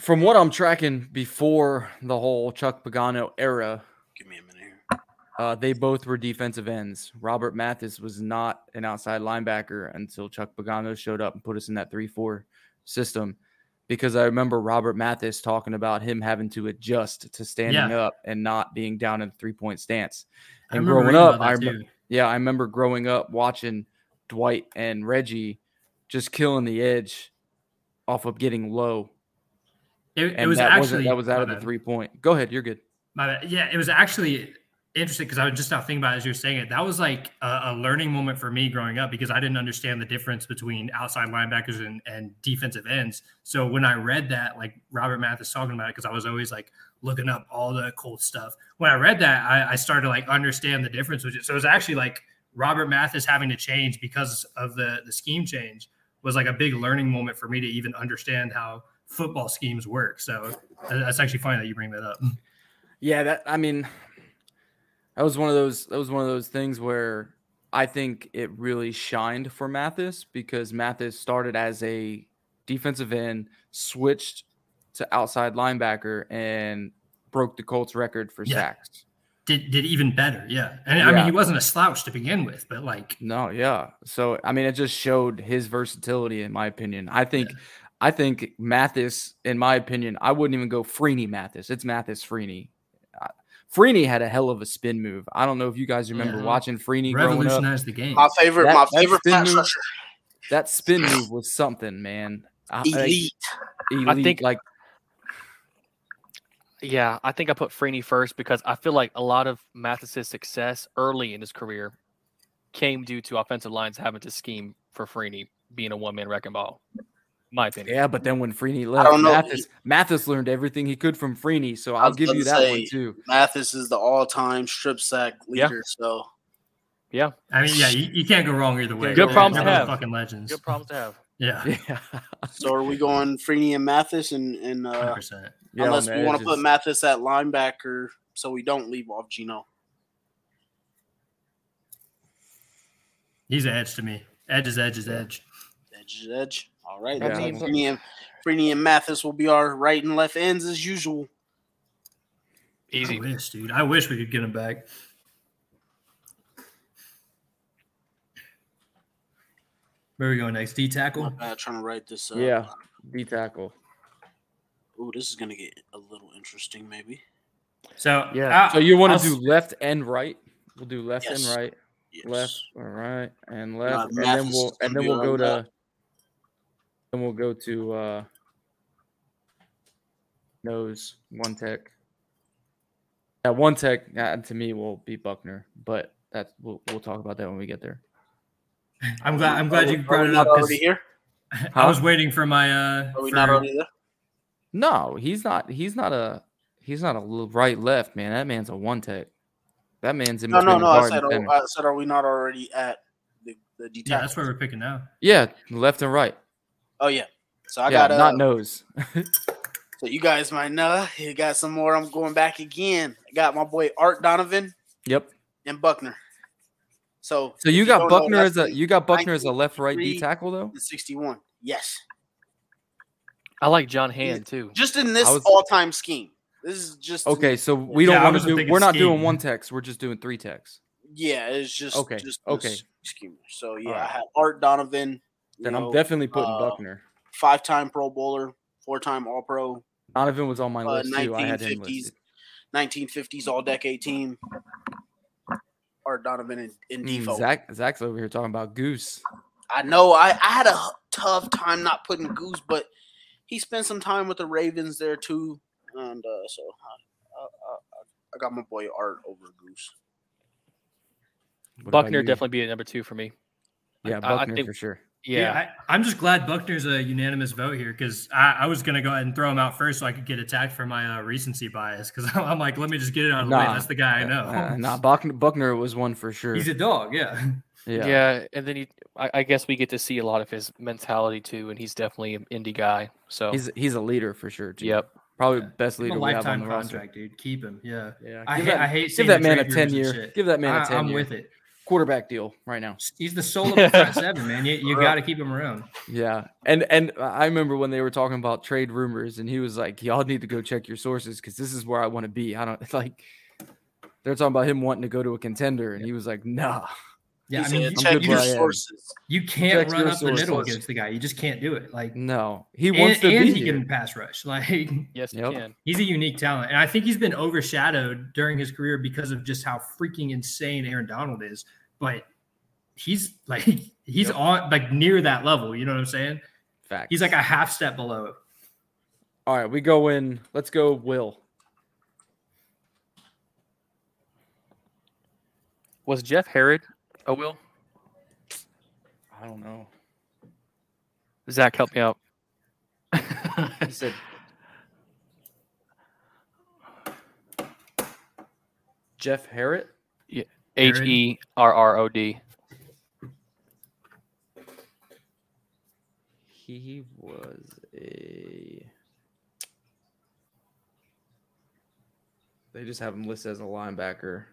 Speaker 1: from what I'm tracking before the whole Chuck Pagano era,
Speaker 2: Give me a minute here.
Speaker 1: uh, they both were defensive ends. Robert Mathis was not an outside linebacker until Chuck Pagano showed up and put us in that 3 4 system. Because I remember Robert Mathis talking about him having to adjust to standing
Speaker 3: Yeah.
Speaker 1: up and not being down in the three point stance.
Speaker 3: I
Speaker 1: And
Speaker 3: remember
Speaker 1: growing
Speaker 3: reading
Speaker 1: up,
Speaker 3: about
Speaker 1: I
Speaker 3: that,
Speaker 1: remem-
Speaker 3: too.
Speaker 1: yeah, I remember growing up watching Dwight and Reggie just killing the edge off of getting low.
Speaker 3: It,
Speaker 1: And
Speaker 3: it was
Speaker 1: that
Speaker 3: actually
Speaker 1: wasn't that was out
Speaker 3: my
Speaker 1: of the
Speaker 3: bad.
Speaker 1: three point. Go ahead, you're good.
Speaker 3: My bad. Yeah, it was actually interesting because I was just now thinking about it as you were saying it. That was like a, a learning moment for me growing up because I didn't understand the difference between outside linebackers and, and defensive ends. So when I read that, like Robert Mathis talking about it, because I was always like looking up all the cool stuff. When I read that, I, I started to like understand the difference. Which is, so it was actually like Robert Mathis having to change because of the the scheme change was like a big learning moment for me to even understand how football schemes work. So that- that's actually funny that you bring that up.
Speaker 1: Yeah, that I mean, that was one of those that was one of those things where I think it really shined for Mathis because Mathis started as a defensive end, switched to outside linebacker, and broke the Colts record for
Speaker 3: Yeah.
Speaker 1: sacks.
Speaker 3: did did even better. Yeah, and I mean
Speaker 1: Yeah.
Speaker 3: he wasn't a slouch to begin with, but like
Speaker 1: No, yeah. So I mean, it just showed his versatility, in my opinion. I think, I think Mathis, in my opinion, I wouldn't even go Freeney Mathis. It's Mathis Freeney. I- Freeney had a hell of a spin move. I don't know if you guys remember
Speaker 4: Yeah.
Speaker 1: watching Freeney growing up.
Speaker 3: revolutionized the game.
Speaker 2: My favorite,
Speaker 1: That-
Speaker 2: my
Speaker 1: that
Speaker 2: favorite
Speaker 1: spin
Speaker 2: pass
Speaker 1: move-
Speaker 2: rusher.
Speaker 1: That spin move was something, man. I, like,
Speaker 2: Elite.
Speaker 1: elite,
Speaker 4: think-
Speaker 1: like
Speaker 4: Yeah, I think I put Freeney first because I feel like a lot of Mathis's success early in his career came due to offensive lines having to scheme for Freeney being a one man wrecking ball. My opinion.
Speaker 1: yeah. But then when Freeney left,
Speaker 2: don't know.
Speaker 1: Mathis, Mathis learned everything he could from Freeney. So I'll
Speaker 2: was
Speaker 1: give
Speaker 2: gonna
Speaker 1: you that
Speaker 2: say-
Speaker 1: one too.
Speaker 2: Mathis is the all-time strip sack
Speaker 4: Yeah.
Speaker 2: leader. So
Speaker 3: I mean, yeah, you, you can't go wrong either way.
Speaker 1: Good
Speaker 3: They're-
Speaker 1: problem
Speaker 3: they're
Speaker 1: to
Speaker 3: both
Speaker 4: have.
Speaker 3: Fucking legends.
Speaker 4: Good problem to have.
Speaker 3: Yeah,
Speaker 1: Yeah,
Speaker 2: So are we going Freeney and Mathis, and and
Speaker 3: hundred
Speaker 2: uh,
Speaker 3: percent.
Speaker 1: Yeah,
Speaker 2: unless
Speaker 1: on
Speaker 2: we
Speaker 1: the
Speaker 2: want to put
Speaker 1: edges.
Speaker 2: Mathis at linebacker, so we don't leave off Gino.
Speaker 3: He's an edge to me. Edge is edge is edge.
Speaker 2: Edge is edge. All right,
Speaker 1: Yeah.
Speaker 2: that means
Speaker 1: Yeah.
Speaker 2: Freeney and Freeney and Mathis will be our right and left ends as usual.
Speaker 3: I
Speaker 4: Easy.
Speaker 3: wish, dude. I wish we could get him back. Where are we going next? D
Speaker 2: My
Speaker 3: tackle.
Speaker 2: bad, trying to write this. Up.
Speaker 1: yeah, D tackle.
Speaker 2: Ooh, this is gonna get a little interesting, maybe.
Speaker 3: So
Speaker 1: Yeah.
Speaker 3: I-
Speaker 1: so you want
Speaker 3: I'll
Speaker 1: to do left and right? We'll do left
Speaker 2: Yes.
Speaker 1: and right,
Speaker 2: Yes.
Speaker 1: left, all right, and left, and
Speaker 2: math
Speaker 1: then
Speaker 2: is
Speaker 1: we'll
Speaker 2: gonna
Speaker 1: and then
Speaker 2: be
Speaker 1: we'll go
Speaker 2: like
Speaker 1: to then we'll go to uh nose one tech. Yeah, one tech uh, to me will be Buckner, but that's we'll we'll talk about that when we get there.
Speaker 3: I'm glad I'm glad
Speaker 2: Are
Speaker 3: you
Speaker 2: we-
Speaker 3: brought
Speaker 2: are we
Speaker 3: it
Speaker 2: not
Speaker 3: up
Speaker 2: already
Speaker 3: because
Speaker 2: here.
Speaker 3: I was waiting for my uh
Speaker 2: Are we
Speaker 3: for-
Speaker 2: not already there?
Speaker 1: No, he's not. He's not a. He's not a l- right left man. That man's a one tech. That man's in
Speaker 2: No,
Speaker 1: between the
Speaker 2: no, no. I
Speaker 1: guard
Speaker 2: said,
Speaker 1: and
Speaker 2: are,
Speaker 1: center.
Speaker 2: I said, are we not already at the the D
Speaker 3: Yeah,
Speaker 2: tackle?
Speaker 3: that's where we're picking now.
Speaker 1: yeah, left and right.
Speaker 2: Oh yeah. So I
Speaker 1: yeah,
Speaker 2: got uh,
Speaker 1: not nose.
Speaker 2: So you guys might know you got some more. I'm going back again. I got my boy Art Donovan
Speaker 1: Yep.
Speaker 2: and Buckner. So
Speaker 1: So you
Speaker 2: you
Speaker 1: got
Speaker 2: don't know,
Speaker 1: Buckner
Speaker 2: that's
Speaker 1: as a
Speaker 2: the
Speaker 1: you got Buckner as a left right D
Speaker 2: 93
Speaker 1: tackle though.
Speaker 2: the 61. Yes.
Speaker 4: I like John Hand too.
Speaker 2: Just in this
Speaker 1: I was-
Speaker 2: all time scheme. This is just
Speaker 1: Okay, so we don't
Speaker 3: Yeah, I
Speaker 1: want to
Speaker 3: wasn't
Speaker 1: do.
Speaker 3: thinking
Speaker 1: We're not doing
Speaker 3: scheme.
Speaker 1: one techs. We're just doing three techs.
Speaker 2: Yeah, it's just
Speaker 1: Okay,
Speaker 2: Just this
Speaker 1: okay.
Speaker 2: scheme. So yeah, I
Speaker 1: Alright.
Speaker 2: have Art Donovan. you
Speaker 1: Then
Speaker 2: know,
Speaker 1: I'm definitely putting
Speaker 2: uh,
Speaker 1: Buckner.
Speaker 2: five time Pro Bowler, four time All Pro,
Speaker 1: Donovan was on my
Speaker 2: uh,
Speaker 1: list too. I had him
Speaker 2: 1950s.
Speaker 1: listed.
Speaker 2: 1950s All Decade Team. Art Donovan in, in
Speaker 1: Mm,
Speaker 2: default.
Speaker 1: Zach Zach's over here talking about Goose.
Speaker 2: I know I, I had a h- tough time not putting Goose, but he spent some time with the Ravens there too, and uh, so I, I, I, I got my boy Art over Goose.
Speaker 1: What about
Speaker 4: Buckner
Speaker 1: you?
Speaker 4: definitely be at number two for me.
Speaker 1: Yeah,
Speaker 4: I- I
Speaker 1: Buckner
Speaker 4: think-
Speaker 1: for sure.
Speaker 4: Yeah.
Speaker 3: I, I'm just glad Buckner's a unanimous vote here because I, I was gonna go ahead and throw him out first so I could get attacked for my uh, recency bias because I'm, I'm like, let me just get it out of the way.
Speaker 1: Nah,
Speaker 3: That's the guy I know.
Speaker 1: Uh, nah, Buckner, Buckner was one for sure.
Speaker 3: He's a dog. Yeah.
Speaker 4: yeah,
Speaker 1: yeah.
Speaker 4: And then you, I, I guess we get to see a lot of his mentality too, and he's definitely an indie guy. So
Speaker 1: He's he's a leader for sure. Too.
Speaker 4: yep,
Speaker 1: Probably best
Speaker 3: Give
Speaker 1: leader
Speaker 3: him a
Speaker 1: we have on
Speaker 3: lifetime
Speaker 1: the roster.
Speaker 3: contract, dude. Keep him. Yeah.
Speaker 1: Yeah,
Speaker 3: I,
Speaker 1: give
Speaker 3: hate
Speaker 1: that,
Speaker 3: I hate
Speaker 1: give
Speaker 3: seeing
Speaker 1: that
Speaker 3: the
Speaker 1: man a
Speaker 3: trade rumors and
Speaker 1: ten year.
Speaker 3: shit.
Speaker 1: Give that man a
Speaker 3: I,
Speaker 1: ten
Speaker 3: I'm
Speaker 1: year
Speaker 3: with it.
Speaker 1: quarterback deal right now.
Speaker 3: He's the soul of the front seven, man. You, you
Speaker 2: Bro.
Speaker 3: got to keep him around.
Speaker 1: Yeah, and and I remember when they were talking about trade rumors, and he was like, "Y'all need to go check your sources because this is where I want to be." I don't like. They're talking about him wanting to go to a contender, and he was like, "Nah."
Speaker 3: Yeah,
Speaker 2: He
Speaker 3: I
Speaker 2: said,
Speaker 3: mean, you,
Speaker 1: I'm
Speaker 2: check
Speaker 1: good uh,
Speaker 3: you,
Speaker 1: where I
Speaker 2: your
Speaker 1: am."
Speaker 3: just,
Speaker 2: sources.
Speaker 3: you
Speaker 1: Check
Speaker 3: can't run
Speaker 1: your
Speaker 3: up the middle
Speaker 1: sources.
Speaker 3: against the guy. You just can't do it. Like,
Speaker 1: No, he
Speaker 3: and,
Speaker 1: wants to
Speaker 3: and
Speaker 1: be
Speaker 3: he
Speaker 1: here.
Speaker 3: can pass rush. Like,
Speaker 4: yes,
Speaker 1: Yep.
Speaker 4: you can.
Speaker 3: he's a unique talent, and I think he's been overshadowed during his career because of just how freaking insane Aaron Donald is. But he's like, he's
Speaker 1: Yep.
Speaker 3: on like near that level. You know what I'm saying?
Speaker 1: Fact.
Speaker 3: He's like a half step below it.
Speaker 1: "All right, we go in. Let's go, Will."
Speaker 4: Was Jeff Herod? Oh, Will
Speaker 1: I don't know.
Speaker 4: Zach help me out?
Speaker 1: He said Jeff Harrett.
Speaker 4: H e r r o d.
Speaker 1: He was a. They just have him listed as a linebacker.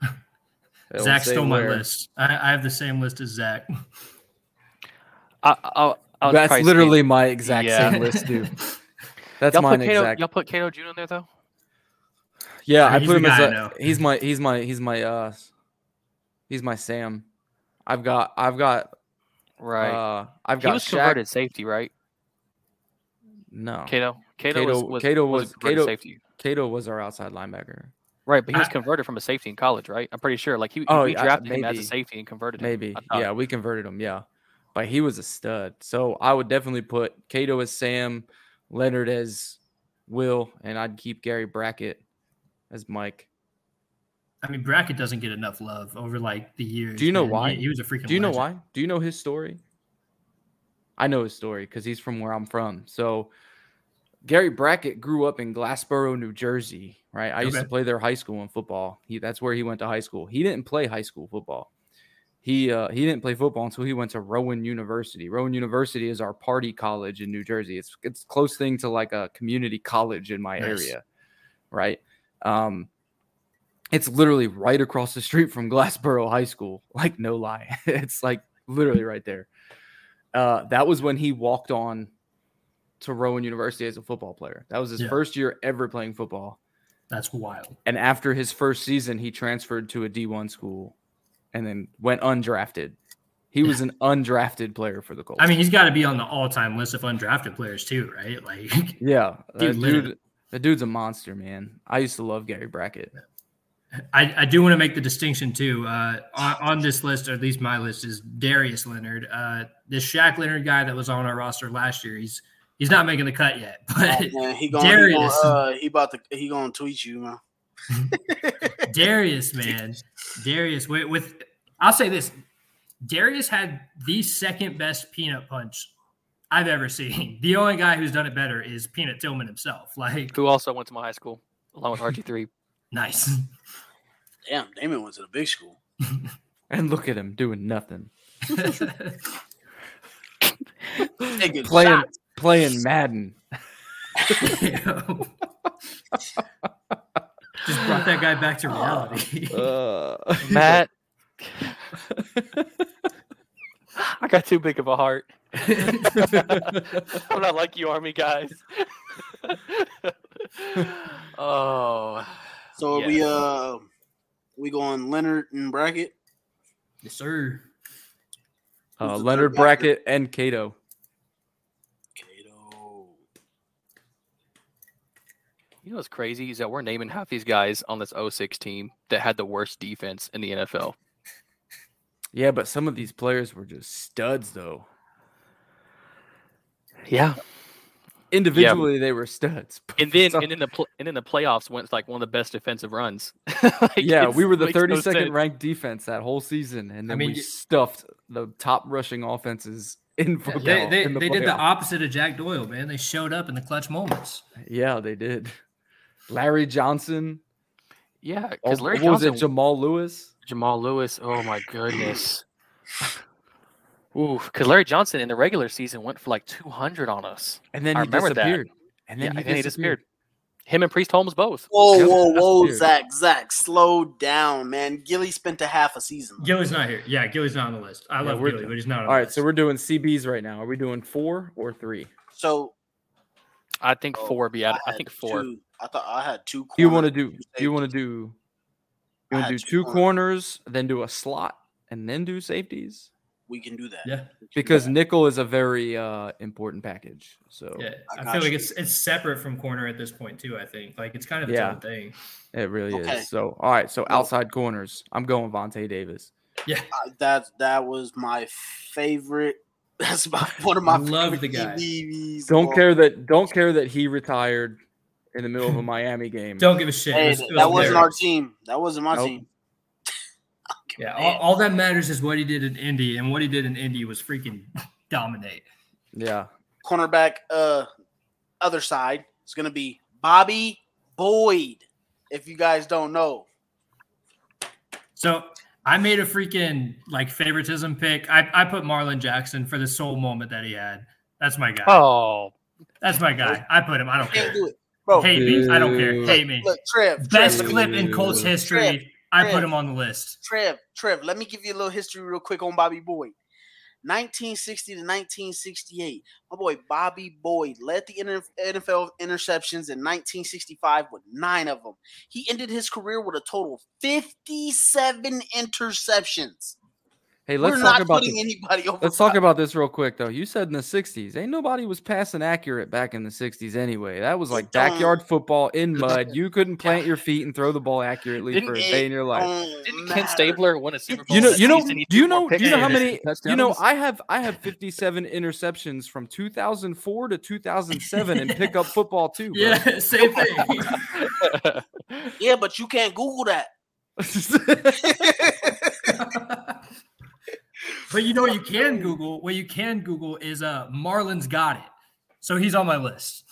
Speaker 1: They don't
Speaker 3: Zach
Speaker 1: say
Speaker 3: stole my
Speaker 1: where.
Speaker 3: list. I, I have the same list as Zach.
Speaker 4: I, I'll, I'll
Speaker 1: Uh, That's
Speaker 4: probably
Speaker 1: literally my exact
Speaker 4: Yeah.
Speaker 1: same list, dude. That's
Speaker 4: y'all
Speaker 1: mine
Speaker 4: put Cato,
Speaker 1: exact.
Speaker 4: Y'all put Cato June in there though.
Speaker 1: Yeah,
Speaker 3: Yeah,
Speaker 1: I
Speaker 3: he's
Speaker 1: put
Speaker 3: the
Speaker 1: him as
Speaker 3: guy I
Speaker 1: a,
Speaker 3: know.
Speaker 1: he's my he's my he's my uh he's my Sam. I've got I've got
Speaker 4: Right.
Speaker 1: uh I've
Speaker 4: he
Speaker 1: got
Speaker 4: was
Speaker 1: Shaq.
Speaker 4: converted safety, right?
Speaker 1: No.
Speaker 4: Cato. Cato, was,
Speaker 1: Cato-
Speaker 4: was
Speaker 1: Cato
Speaker 4: was a
Speaker 1: was-
Speaker 4: converted
Speaker 1: Cato-
Speaker 4: safety.
Speaker 1: Cato was our outside linebacker.
Speaker 4: Right, but he was
Speaker 3: I-
Speaker 4: converted from a safety in college, right? I'm pretty sure. Like he,
Speaker 1: Oh,
Speaker 4: we
Speaker 1: yeah,
Speaker 4: drafted him as a
Speaker 1: maybe.
Speaker 4: safety and converted him.
Speaker 1: Maybe.
Speaker 4: I thought.
Speaker 1: Yeah, we converted him. Yeah. But he was a stud. So I would definitely put Cato as Sam, Leonard as Will, and I'd keep Gary Brackett as Mike.
Speaker 3: I mean, Brackett doesn't get enough love over like the years.
Speaker 1: Do you know
Speaker 3: man.
Speaker 1: why?
Speaker 3: He, he was a freaking.
Speaker 1: Do you know
Speaker 3: legend.
Speaker 1: why? Do you know his story? I know his story because he's from where I'm from. So Gary Brackett grew up in Glassboro, New Jersey, right? I used to
Speaker 3: Okay.
Speaker 1: play their high school in football. He, that's where he went to high school. He didn't play high school football. He uh, he didn't play football until he went to Rowan University. Rowan University is our party college in New Jersey. It's it's close thing to like a community college in my
Speaker 3: Nice.
Speaker 1: area, right? Um, it's literally right across the street from Glassboro High School. Like, no lie. it's like literally right there. Uh, that was when he walked on to Rowan University as a football player. That was his
Speaker 3: Yeah.
Speaker 1: first year ever playing football.
Speaker 3: That's wild.
Speaker 1: And after his first season, he transferred to a D1 school and then went undrafted. He was an undrafted player for the Colts.
Speaker 3: I mean, he's got to be on the all-time list of undrafted players too, right? Like,
Speaker 1: yeah, that
Speaker 3: Dude,
Speaker 1: dude,
Speaker 3: literally.
Speaker 1: That dude's a monster, man. I used to love Gary Brackett.
Speaker 3: I, I do want to make the distinction too. Uh, on, on this list, or at least my list, is Darius Leonard. Uh, this Shaq Leonard guy that was on our roster last year. He's he's not making the cut yet, but
Speaker 2: Oh, man, he going, he, going,
Speaker 3: Darius.
Speaker 2: uh, he about to he going to tweet you, man.
Speaker 3: Darius, man, Darius with, with I'll say this: Darius had the second best peanut punch I've ever seen. The only guy who's done it better is Peanut Tillman himself. Like,
Speaker 4: who also went to my high school along with RG3.
Speaker 3: nice.
Speaker 2: Damn, Damon went to the big school.
Speaker 1: And look at him doing nothing.
Speaker 2: Taking
Speaker 1: Playing
Speaker 2: shots.
Speaker 1: playing Madden.
Speaker 3: Just brought that guy back to reality.
Speaker 1: Uh,
Speaker 4: Matt, I got too big of a heart. I'm not like you, Army guys. oh,
Speaker 2: So are we uh we going Leonard and Brackett.
Speaker 3: yes, sir.
Speaker 1: uh,
Speaker 2: Who's the
Speaker 1: Leonard
Speaker 2: third guy?
Speaker 1: Brackett and Cato.
Speaker 2: Cato.
Speaker 4: you know what's crazy is that we're naming half these guys on this 06 team that had the worst defense in the NFL.
Speaker 1: Yeah, but some of these players were just studs, though.
Speaker 4: Yeah,
Speaker 1: Individually, they were studs. but
Speaker 4: and
Speaker 1: for
Speaker 4: then
Speaker 1: some-
Speaker 4: and then the pl- and then the playoffs went like one of the best defensive runs.
Speaker 1: yeah, we were the 32nd
Speaker 4: round.
Speaker 1: ranked defense that whole season, and then
Speaker 3: mean,
Speaker 1: we
Speaker 3: y-
Speaker 1: stuffed the top rushing offenses in football.
Speaker 3: They, they,
Speaker 1: in the
Speaker 3: they did the
Speaker 1: playoffs.
Speaker 3: opposite of Jack Doyle, man. They showed up in the clutch moments.
Speaker 1: Yeah, they did. Larry Johnson.
Speaker 4: Yeah,
Speaker 1: Oh,
Speaker 4: because Larry
Speaker 1: what was
Speaker 4: Johnson,
Speaker 1: it? Jamal Lewis.
Speaker 4: Jamal Lewis. Oh my goodness. Ooh, because Larry Johnson in the regular season went for like 200 on us.
Speaker 1: And then
Speaker 4: I
Speaker 1: he
Speaker 4: remember that.
Speaker 1: disappeared. And
Speaker 4: Yeah,
Speaker 1: then
Speaker 4: and
Speaker 1: he,
Speaker 4: then he
Speaker 1: disappeared.
Speaker 4: disappeared. Him and Priest Holmes both.
Speaker 2: Whoa,
Speaker 1: Yep,
Speaker 2: whoa,
Speaker 1: that's
Speaker 2: whoa,
Speaker 1: weird.
Speaker 2: Zach, Zach, slow down, man. Gilly spent a half a season.
Speaker 3: Gilly's not here. Yeah, Gilly's not on the list. I
Speaker 1: Yeah,
Speaker 3: love
Speaker 1: we're
Speaker 3: Gilly,
Speaker 1: done.
Speaker 3: but he's not on
Speaker 1: All
Speaker 3: the
Speaker 1: right,
Speaker 3: list.
Speaker 1: so we're doing CBs right now. Are we doing four or three?
Speaker 2: So
Speaker 4: I think
Speaker 2: Oh,
Speaker 4: four would be out. I
Speaker 2: had
Speaker 4: think four.
Speaker 2: Two, I thought I had two.
Speaker 1: Do you want to
Speaker 2: corners.
Speaker 1: do? Do you want to do? You
Speaker 2: I
Speaker 1: want to
Speaker 2: had
Speaker 1: do
Speaker 2: two
Speaker 1: two
Speaker 2: corners.
Speaker 1: corners, then do a slot, and then do safeties
Speaker 2: We can do that
Speaker 3: yeah,
Speaker 2: We can do
Speaker 1: because
Speaker 2: that.
Speaker 1: nickel is a very uh, important package. So
Speaker 3: yeah.
Speaker 2: I
Speaker 3: Oh, I,
Speaker 2: got
Speaker 3: feel like
Speaker 2: you.
Speaker 3: it's it's separate from corner at this point too. I think like it's kind of its
Speaker 1: Yeah.
Speaker 3: own thing.
Speaker 1: it really
Speaker 2: Okay.
Speaker 1: is. So all right, so
Speaker 2: Well-
Speaker 1: outside corners, I'm going Vontae Davis.
Speaker 2: Uh, that that was my favorite. That's my one of my
Speaker 3: Love
Speaker 2: favorite
Speaker 3: the guy.
Speaker 2: DBs
Speaker 1: Don't
Speaker 2: of-
Speaker 1: care that don't care that he retired in the middle of a Miami game.
Speaker 3: Don't give a shit.
Speaker 2: Hey,
Speaker 3: It was- it
Speaker 2: that
Speaker 3: was
Speaker 2: wasn't
Speaker 3: there.
Speaker 2: our team. That wasn't my
Speaker 1: Nope.
Speaker 2: team.
Speaker 3: Yeah, all, all that matters is what he did in Indy, and what he did in Indy was freaking dominate.
Speaker 1: Yeah.
Speaker 2: cornerback uh other side is gonna be Bobby Boyd. If you guys don't know,
Speaker 3: So I made a freaking like favoritism pick. I, I put Marlon Jackson for the sole moment that he had. That's my guy.
Speaker 4: Oh,
Speaker 3: That's my guy. I put him. I don't care.
Speaker 2: can't do it, bro.
Speaker 3: Hate me. I don't care.
Speaker 1: Dude.
Speaker 3: Hate me.
Speaker 2: Look, Trev, Trev,
Speaker 3: Best
Speaker 2: let me-
Speaker 3: clip in Colts history. I put him on the list.
Speaker 2: Trev, Trev, let me give you a little history real quick on Bobby Boyd. 1960 to 1968, my boy Bobby Boyd led the inter- NFL interceptions in 1965 with nine of them. He ended his career with a total of 57 interceptions.
Speaker 1: Hey, let's
Speaker 2: We're
Speaker 1: talk
Speaker 2: not
Speaker 1: about
Speaker 2: putting uh,
Speaker 1: the,
Speaker 2: anybody over.
Speaker 1: let's talk about this real quick though. You said in the '60s, ain't nobody was passing accurate back in the '60s anyway. That was like
Speaker 2: Don't-
Speaker 1: backyard football in mud. You couldn't plant your feet and throw the ball accurately
Speaker 4: Didn't
Speaker 1: for a
Speaker 2: it
Speaker 1: day in your life.
Speaker 2: Don't
Speaker 4: didn't Ken
Speaker 2: matter.
Speaker 4: Stabler win a Super Bowl?
Speaker 1: You know,
Speaker 4: that
Speaker 1: you know,
Speaker 4: season? He
Speaker 1: do you
Speaker 4: threw more
Speaker 1: know, do you know how
Speaker 4: picks than
Speaker 1: many?
Speaker 4: he did
Speaker 1: You know,
Speaker 4: touchdowns?
Speaker 1: I have I have 57 interceptions from 2004 to 2007 and pick up football too. bro.
Speaker 3: Yeah, same thing.
Speaker 2: Yeah, but you can't Google that.
Speaker 3: but you know what you can Google? What you can Google is uh Marlon's got it. So he's on my list.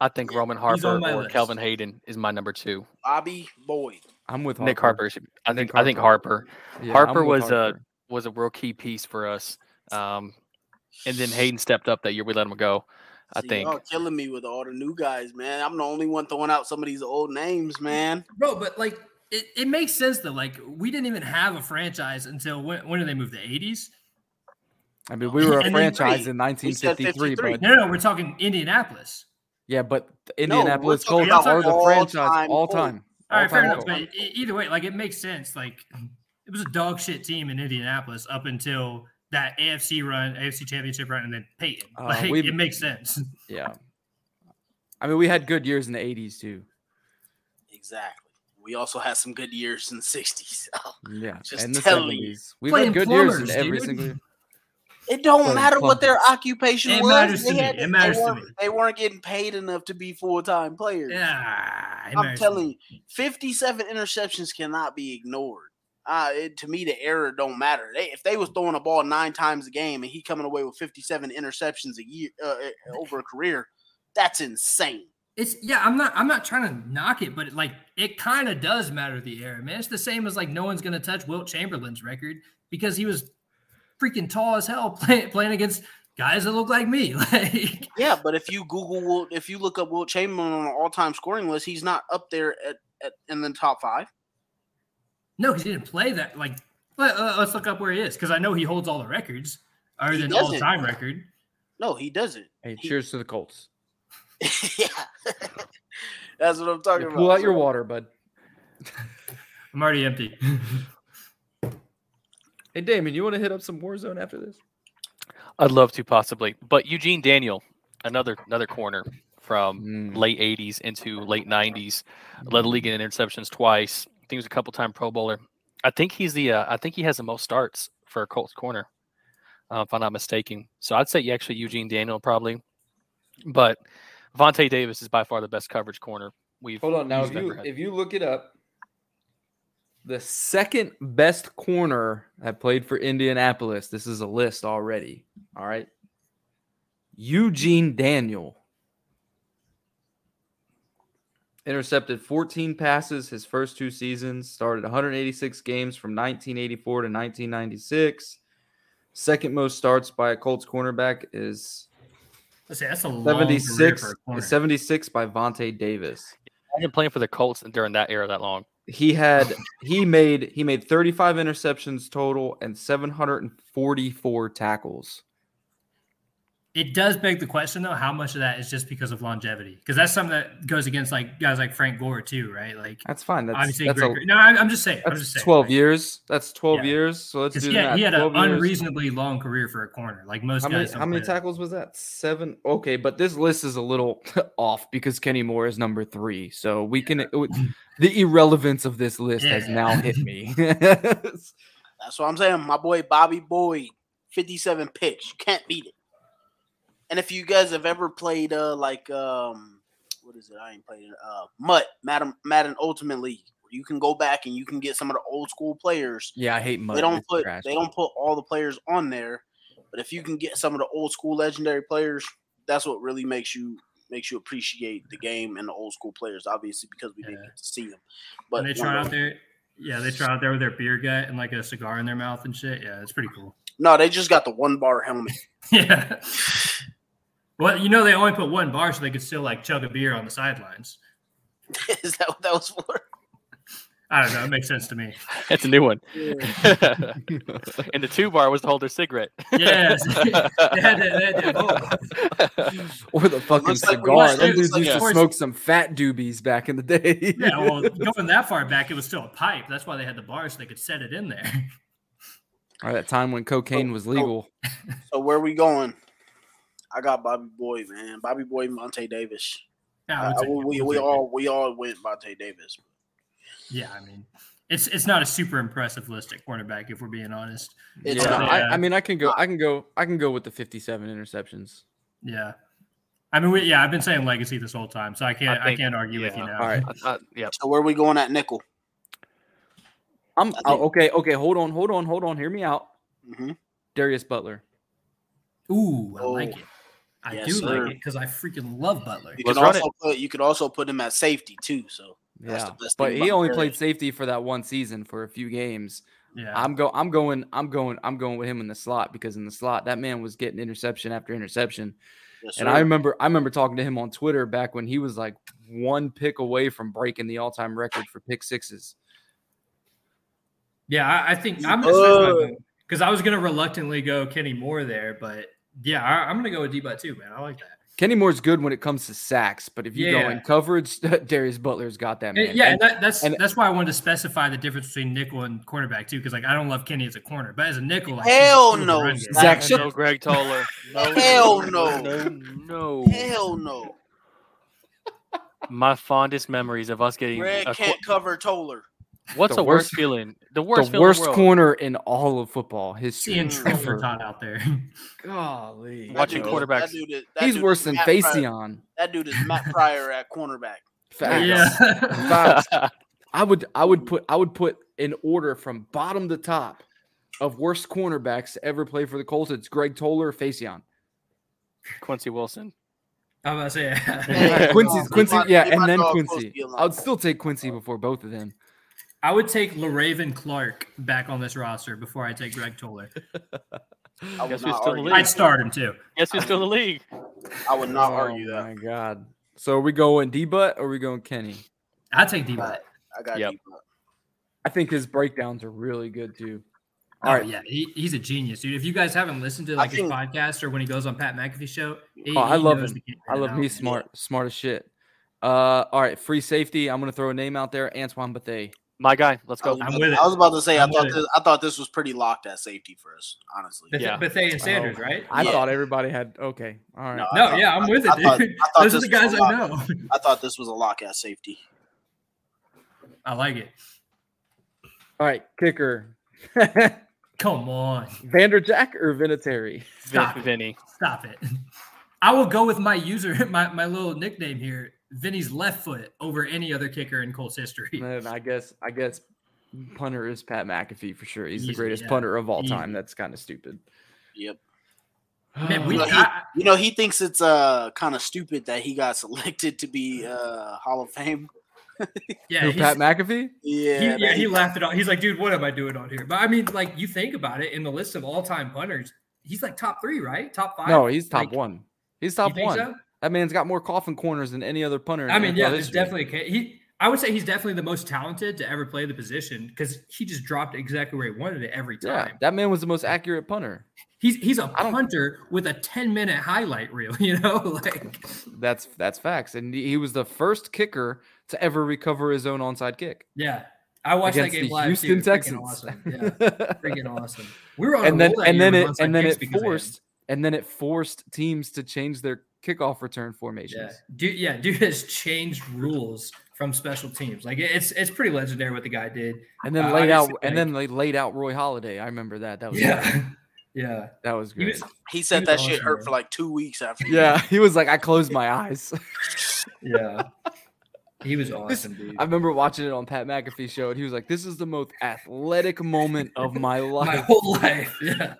Speaker 4: I think Roman
Speaker 3: on
Speaker 4: Harper
Speaker 3: my
Speaker 4: or
Speaker 3: list.
Speaker 4: Calvin Hayden is my number two.
Speaker 2: Bobby Boyd.
Speaker 1: I'm with
Speaker 4: Nick Harper. should- I
Speaker 1: Nick
Speaker 4: think I think Harper
Speaker 1: Yeah,
Speaker 4: Harper
Speaker 1: I'm with
Speaker 4: was a- was a real key piece for us. Um, and then Hayden stepped up that year. We let him go. I
Speaker 2: See,
Speaker 4: think.
Speaker 1: oh,
Speaker 2: y'all killing me with all the new guys, man. I'm the only one throwing out some of these old names, man.
Speaker 3: Bro, but like it, it makes sense though. Like we didn't even have a franchise until when when did they move? The 80s?
Speaker 4: uh,
Speaker 1: I mean, we were a
Speaker 3: And then
Speaker 1: franchise
Speaker 2: three.
Speaker 1: in
Speaker 2: We said
Speaker 1: 1953,
Speaker 2: 53.
Speaker 1: but
Speaker 3: No, no, we're talking Indianapolis.
Speaker 1: yeah, but the
Speaker 2: No, we're
Speaker 1: Indianapolis
Speaker 2: talking
Speaker 1: Colts
Speaker 3: about
Speaker 1: are the
Speaker 2: all
Speaker 1: franchise
Speaker 2: time
Speaker 1: all
Speaker 2: Colts.
Speaker 1: time.
Speaker 3: All right, fair
Speaker 1: All-time
Speaker 3: enough.
Speaker 1: Colts.
Speaker 3: But e- either way, like it makes sense. Like it was a dog shit team in Indianapolis up until that AFC run, AFC championship run, and then Peyton.
Speaker 1: Uh,
Speaker 3: like
Speaker 1: we've-
Speaker 3: it makes sense.
Speaker 1: Yeah. I mean, we had good years in the '80s too.
Speaker 2: Exactly. We also had some good years in the '60s.
Speaker 1: Yeah,
Speaker 2: Just
Speaker 1: and the
Speaker 2: telling you.
Speaker 1: 70s. We've
Speaker 3: Playing
Speaker 1: had good years
Speaker 3: plumbers,
Speaker 1: in every
Speaker 3: dude.
Speaker 1: single. year.
Speaker 2: It don't
Speaker 1: Well,
Speaker 2: matter what their occupation
Speaker 3: It
Speaker 2: was.
Speaker 3: matters
Speaker 2: they
Speaker 3: to me.
Speaker 2: had-
Speaker 3: It matters
Speaker 2: they
Speaker 3: to
Speaker 2: weren't,
Speaker 3: me.
Speaker 2: They weren't getting paid enough to be full time players.
Speaker 3: Yeah, it
Speaker 2: I'm
Speaker 3: matters.
Speaker 2: telling you, 57 interceptions cannot be ignored. Uh, it, to me, the error don't matter. They, if they was throwing a ball nine times a game and he coming away with 57 interceptions a year uh, uh, over a career, that's insane.
Speaker 3: It's yeah, I'm not I'm not trying to knock it, but like it kind of does matter the era, man. It's the same as like no one's gonna touch Wilt Chamberlain's record because he was freaking tall as hell playing playing against guys that look like me. Like
Speaker 2: Yeah, but if you Google, Wilt, if you look up Will Chamberlain on the all-time scoring list, he's not up there at, at in the top five.
Speaker 3: no, he didn't play that. Like let, let- let's look up where he is because I know he holds all the records other
Speaker 2: He
Speaker 3: than all
Speaker 2: doesn't.
Speaker 3: time record.
Speaker 2: No, he doesn't.
Speaker 1: Hey,
Speaker 2: He-
Speaker 1: cheers to the Colts.
Speaker 2: yeah, that's what I'm talking
Speaker 1: Yeah,
Speaker 2: about.
Speaker 1: pull out your
Speaker 2: So-
Speaker 1: water, bud.
Speaker 3: I'm already empty.
Speaker 1: Hey, Damon, you want to hit up some Warzone after this?
Speaker 4: I'd love to possibly, but Eugene Daniel, another another corner from
Speaker 1: Mm. Mm-hmm.
Speaker 4: late '80s into late '90s, led the league in interceptions twice. I think he was a couple time Pro Bowler. I think he's the uh, I think he has the most starts for a Colts corner, uh, if I'm not mistaken. So I'd say yeah, actually Eugene Daniel probably, but Vontae Davis is by far the best coverage corner we've.
Speaker 1: Hold on now.
Speaker 4: we've
Speaker 1: If
Speaker 4: ever
Speaker 1: you
Speaker 4: had.
Speaker 1: if you look it up, the second best corner that played for Indianapolis. This is a list already. All right, Eugene Daniel intercepted 14 passes his first two seasons. Started 186 games from 1984 to 1996. Second most starts by a Colts cornerback is
Speaker 3: Let's see, that's a long career
Speaker 1: 76
Speaker 3: for a corner.
Speaker 1: 76 by Vontae Davis.
Speaker 4: I've been playing for the Colts during that era that long.
Speaker 1: he had he made he made 35 interceptions total and 744 tackles
Speaker 3: It does beg the question though, how much of that is just because of longevity? Because that's something that goes against like guys like Frank Gore too, right? Like
Speaker 1: that's fine that's
Speaker 3: obviously,
Speaker 1: that's,
Speaker 3: great,
Speaker 1: a,
Speaker 3: great- no, I'm, I'm just saying. I'm
Speaker 1: that's
Speaker 3: just saying,
Speaker 1: 12
Speaker 3: like,
Speaker 1: years that's 12
Speaker 3: Yeah.
Speaker 1: years so let's
Speaker 3: 'cause
Speaker 1: do
Speaker 3: he had,
Speaker 1: that
Speaker 3: he had an
Speaker 1: 12 years.
Speaker 3: unreasonably long career for a corner. Like most
Speaker 1: how
Speaker 3: guys,
Speaker 1: many,
Speaker 3: don't
Speaker 1: how many
Speaker 3: play that.
Speaker 1: tackles was that seven okay but this list is a little off because kenny moore is number three so we can the irrelevance of this list has
Speaker 3: Yeah.
Speaker 1: now hit me
Speaker 2: That's what I'm saying. My boy Bobby Boyd, 57 picks. You can't beat it. And if you guys have ever played uh like um what is it? I ain't played it. Uh Mutt, Madden Madden Ultimate League. where You can go back and you can get some of the old school players.
Speaker 1: yeah i hate money
Speaker 2: They don't put they don't put all the players on there, but if you can get some of the old school legendary players, that's what really makes you makes you appreciate the game and the old school players, obviously because we didn't
Speaker 3: Yeah.
Speaker 2: get to see them.
Speaker 3: When
Speaker 2: But
Speaker 3: they
Speaker 2: one
Speaker 3: try
Speaker 2: of
Speaker 3: out
Speaker 2: the-
Speaker 3: there, yeah, they try out there with their beer gut and like a cigar in their mouth and shit. Yeah, it's pretty cool.
Speaker 2: no, they just got the one bar helmet.
Speaker 3: Yeah. Well, you know, they only put one bar so they could still like chug a beer on the sidelines.
Speaker 2: is that what that was for?
Speaker 3: I don't know. It makes sense to me.
Speaker 4: That's a new one.
Speaker 2: Yeah.
Speaker 4: and the two bar was to hold their cigarette.
Speaker 3: Yeah. they had to, they had to
Speaker 2: Oh.
Speaker 3: evolve.
Speaker 4: Uh,
Speaker 1: or the fucking
Speaker 2: Looks like-
Speaker 1: cigar.
Speaker 3: looks like-
Speaker 1: Them dudes
Speaker 3: looks like
Speaker 1: used to
Speaker 3: poison.
Speaker 1: smoke some fat doobies back in the day.
Speaker 3: Yeah, well, going that far back, it was still a pipe. That's why they had the bar so they could set it in there.
Speaker 1: or that time when
Speaker 2: Oh,
Speaker 1: cocaine was legal.
Speaker 2: So where we going? I got Bobby Boy, man. Bobby Boy, Monte Davis.
Speaker 3: Yeah, I
Speaker 2: Uh,
Speaker 3: would say-
Speaker 2: we, we,
Speaker 3: I would
Speaker 2: we
Speaker 3: say-
Speaker 2: all we all went Monte Davis.
Speaker 3: Yeah, I mean, it's it's not a super impressive list at cornerback if we're being honest.
Speaker 2: It's
Speaker 1: yeah,
Speaker 2: not.
Speaker 1: I,
Speaker 3: Yeah.
Speaker 1: I mean, I can go. I can go. I can go with the fifty-seven interceptions.
Speaker 3: Yeah, I mean, we, yeah, I've been saying legacy this whole time, so I can't
Speaker 4: I
Speaker 3: I,
Speaker 4: think-
Speaker 3: can't argue with you
Speaker 4: yeah.
Speaker 3: now.
Speaker 1: All right,
Speaker 4: I- I- yeah,
Speaker 2: So where we going at nickel?
Speaker 1: I'm
Speaker 2: think-
Speaker 1: oh, okay. Okay, hold on, hold on, hold on. Hear me out.
Speaker 2: hmm
Speaker 1: Darius Butler.
Speaker 3: Ooh, I
Speaker 2: Oh.
Speaker 3: like it. I
Speaker 2: Yes,
Speaker 3: do
Speaker 2: sir.
Speaker 3: like it because I freaking love Butler.
Speaker 2: You
Speaker 4: Let's
Speaker 2: could
Speaker 4: run
Speaker 2: also put you could also put him at safety too. So That's
Speaker 1: Yeah,
Speaker 2: the best
Speaker 1: but
Speaker 2: thing
Speaker 1: he
Speaker 2: about
Speaker 1: only
Speaker 2: Darius.
Speaker 1: played safety for that one season for a few games.
Speaker 3: Yeah,
Speaker 1: I'm go. I'm going. I'm going. I'm going with him in the slot because in the slot that man was getting interception after interception.
Speaker 2: yes,
Speaker 1: And
Speaker 2: sir.
Speaker 1: I remember I remember talking to him on Twitter back when he was like one pick away from breaking the all-time record for pick sixes.
Speaker 3: yeah, I, I think
Speaker 2: You-
Speaker 3: I'm gonna switch my
Speaker 2: Oh.
Speaker 3: because I was gonna reluctantly go Kenny Moore there, but yeah, I, I'm gonna go with D-Butt too, man. I like that.
Speaker 1: Kenny Moore's good when it comes to sacks, but if you go in
Speaker 3: Yeah.
Speaker 1: coverage, Darius Butler's got that
Speaker 3: And-
Speaker 1: man.
Speaker 3: yeah,
Speaker 1: And
Speaker 3: and that, that's
Speaker 1: and-
Speaker 3: that's why I wanted to specify the difference between nickel and cornerback too, because like I don't love Kenny as a corner, but as a nickel, like, he's
Speaker 2: Hell
Speaker 3: cool to
Speaker 2: no,
Speaker 3: run game.
Speaker 1: Zach,
Speaker 4: No,
Speaker 1: shut-
Speaker 4: no Greg Toller. No,
Speaker 2: Hell
Speaker 4: no,
Speaker 2: no.
Speaker 4: no, no.
Speaker 2: Hell no.
Speaker 4: my fondest memories of us getting
Speaker 2: Red
Speaker 4: a uh, qu-
Speaker 2: can't cover Toller.
Speaker 4: what's
Speaker 1: The
Speaker 4: the, worst,
Speaker 1: worst-
Speaker 4: feeling? The worst
Speaker 1: the
Speaker 4: feeling
Speaker 1: worst
Speaker 4: in the world.
Speaker 1: corner in all of football history.
Speaker 3: Seeing
Speaker 2: Mm.
Speaker 3: Trevor Todd out there.
Speaker 1: Golly,
Speaker 2: That
Speaker 4: Watching
Speaker 2: dude is-
Speaker 4: quarter- quarterbacks.
Speaker 2: that dude is- that
Speaker 1: he's
Speaker 2: dude
Speaker 1: worse
Speaker 2: is
Speaker 1: than
Speaker 2: Matt Pryor-
Speaker 1: Faceon.
Speaker 2: That dude is Matt Pryor at cornerback.
Speaker 1: Facts.
Speaker 3: yeah.
Speaker 1: Facts. I would I would put I would put an order from bottom to top of worst cornerbacks to ever play for the Colts. It's Greg Toller, or Faceon.
Speaker 4: Quincy Wilson.
Speaker 3: I'm about to say
Speaker 2: Hey.
Speaker 1: Quincy's
Speaker 3: Oh,
Speaker 2: They
Speaker 1: Quincy,
Speaker 2: might-
Speaker 1: yeah,
Speaker 2: they
Speaker 1: and
Speaker 2: might
Speaker 1: then
Speaker 2: go up close to
Speaker 1: Quincy.
Speaker 2: the line.
Speaker 1: I would still take Quincy before both of them.
Speaker 3: I would take LaRaven Clark back on this roster before I take Greg Toller.
Speaker 2: I would
Speaker 4: Guess
Speaker 2: not
Speaker 4: who's still in
Speaker 2: argue.
Speaker 4: the
Speaker 3: I'd
Speaker 4: league?
Speaker 3: start him too.
Speaker 4: Guess who's still in the league?
Speaker 2: I would not
Speaker 1: Oh,
Speaker 2: argue that.
Speaker 1: My God. So are we going D butt or are we going Kenny?
Speaker 3: I'd take D Butt.
Speaker 2: I got
Speaker 4: Yep.
Speaker 2: deep. on it.
Speaker 1: I think his breakdowns are really good too.
Speaker 3: Oh
Speaker 1: All right.
Speaker 3: yeah, he, he's a genius, dude. If you guys haven't listened to like his
Speaker 2: think-
Speaker 3: podcast or when he goes on Pat McAfee show, he-
Speaker 1: Oh, I
Speaker 3: he
Speaker 1: love
Speaker 3: knows
Speaker 1: him.
Speaker 3: the game
Speaker 1: I
Speaker 3: in
Speaker 1: love
Speaker 3: and
Speaker 1: me
Speaker 3: out.
Speaker 1: smart, smart as shit. Uh, all right, free safety. I'm gonna throw a name out there, Antoine Bethea.
Speaker 4: My guy. Let's
Speaker 2: I
Speaker 4: go.
Speaker 2: was,
Speaker 3: I'm
Speaker 2: about,
Speaker 3: with it.
Speaker 2: I was about to say i
Speaker 3: I'm
Speaker 2: thought
Speaker 3: with it.
Speaker 2: this, I thought this was pretty locked at safety for us, honestly.
Speaker 3: Bethe-
Speaker 4: Yeah.
Speaker 3: Bethe and Sanders, right?
Speaker 1: I
Speaker 2: Yeah.
Speaker 1: thought everybody had okay. All right.
Speaker 2: I
Speaker 3: No,
Speaker 2: thought-
Speaker 3: yeah, I'm with
Speaker 2: I thought-
Speaker 3: it, dude.
Speaker 2: I thought
Speaker 3: Those are
Speaker 2: this
Speaker 3: the guys
Speaker 2: was
Speaker 3: I
Speaker 2: a lot.
Speaker 3: know.
Speaker 2: I thought this was a lock at safety.
Speaker 3: I like it.
Speaker 1: All right, kicker.
Speaker 3: Come on,
Speaker 1: Vanderjack or Vinatieri?
Speaker 3: Stop
Speaker 4: Vin-
Speaker 3: it.
Speaker 4: Vinny.
Speaker 3: stop it. I will go with my user, my, my little nickname here, Vinny's left foot over any other kicker in Colts history.
Speaker 1: And I guess I guess punter is Pat McAfee for sure. He's the
Speaker 3: Easy,
Speaker 1: greatest
Speaker 3: yeah.
Speaker 1: punter of all
Speaker 3: Easy.
Speaker 1: time. That's kind of stupid.
Speaker 2: Yep.
Speaker 3: Man, we,
Speaker 2: Well, he-
Speaker 3: I,
Speaker 2: You know, he thinks it's uh kind of stupid that he got selected to be uh Hall of Fame.
Speaker 3: yeah,
Speaker 1: Who,
Speaker 3: he's-
Speaker 1: Pat McAfee?
Speaker 2: Yeah,
Speaker 3: he, yeah,
Speaker 2: that-
Speaker 3: he laughed it off. He's like, dude, what am I doing on here? But I mean, like, you think about it in the list of all time punters, he's like top three, right? Top five?
Speaker 1: No, he's top
Speaker 3: Like,
Speaker 1: one. He's
Speaker 3: You
Speaker 1: top
Speaker 3: think
Speaker 1: one.
Speaker 3: so?
Speaker 1: That man's got more coffin corners than any other punter. in
Speaker 3: I mean,
Speaker 1: NFL
Speaker 3: yeah, there's
Speaker 1: history.
Speaker 3: definitely a ca- he. I would say he's definitely the most talented to ever play the position because he just dropped exactly where he wanted it every
Speaker 1: Yeah,
Speaker 3: time.
Speaker 1: that man was the most accurate punter.
Speaker 3: He's he's a
Speaker 1: I don't-
Speaker 3: punter with a 10 minute highlight reel, you know? Like
Speaker 1: That's that's facts, and he he was the first kicker to ever recover his own onside kick
Speaker 3: yeah. I watched
Speaker 1: against
Speaker 3: that game
Speaker 1: the
Speaker 3: live.
Speaker 1: Houston
Speaker 3: too. Freaking
Speaker 1: Texans.
Speaker 3: Awesome. Yeah. Freaking awesome. We were on
Speaker 1: and
Speaker 3: a
Speaker 1: then
Speaker 3: roll that
Speaker 1: and
Speaker 3: year
Speaker 1: then
Speaker 3: with
Speaker 1: it
Speaker 3: onside
Speaker 1: and then
Speaker 3: kicks
Speaker 1: it
Speaker 3: because of him.
Speaker 1: forced and then it forced teams to change their kickoff return
Speaker 3: Yeah.
Speaker 1: formations.
Speaker 3: Dude, yeah, dude has changed rules from special teams. Like it's it's pretty legendary what the guy did.
Speaker 1: And then
Speaker 3: Uh,
Speaker 1: laid out
Speaker 3: obviously,
Speaker 1: and then they laid out Roy Holiday. I remember that. That was
Speaker 3: Yeah. Yeah.
Speaker 1: that was
Speaker 3: He
Speaker 1: great.
Speaker 3: was,
Speaker 2: he
Speaker 3: he
Speaker 2: said that
Speaker 3: was
Speaker 2: shit
Speaker 3: awesome,
Speaker 2: hurt
Speaker 3: man.
Speaker 2: for like two weeks after.
Speaker 1: yeah, he was like, I closed my eyes.
Speaker 3: yeah. He was awesome, dude.
Speaker 1: I remember watching it on Pat McAfee show, and he was like, "This is the most athletic moment of my
Speaker 3: my
Speaker 1: life."
Speaker 3: whole life. Yeah.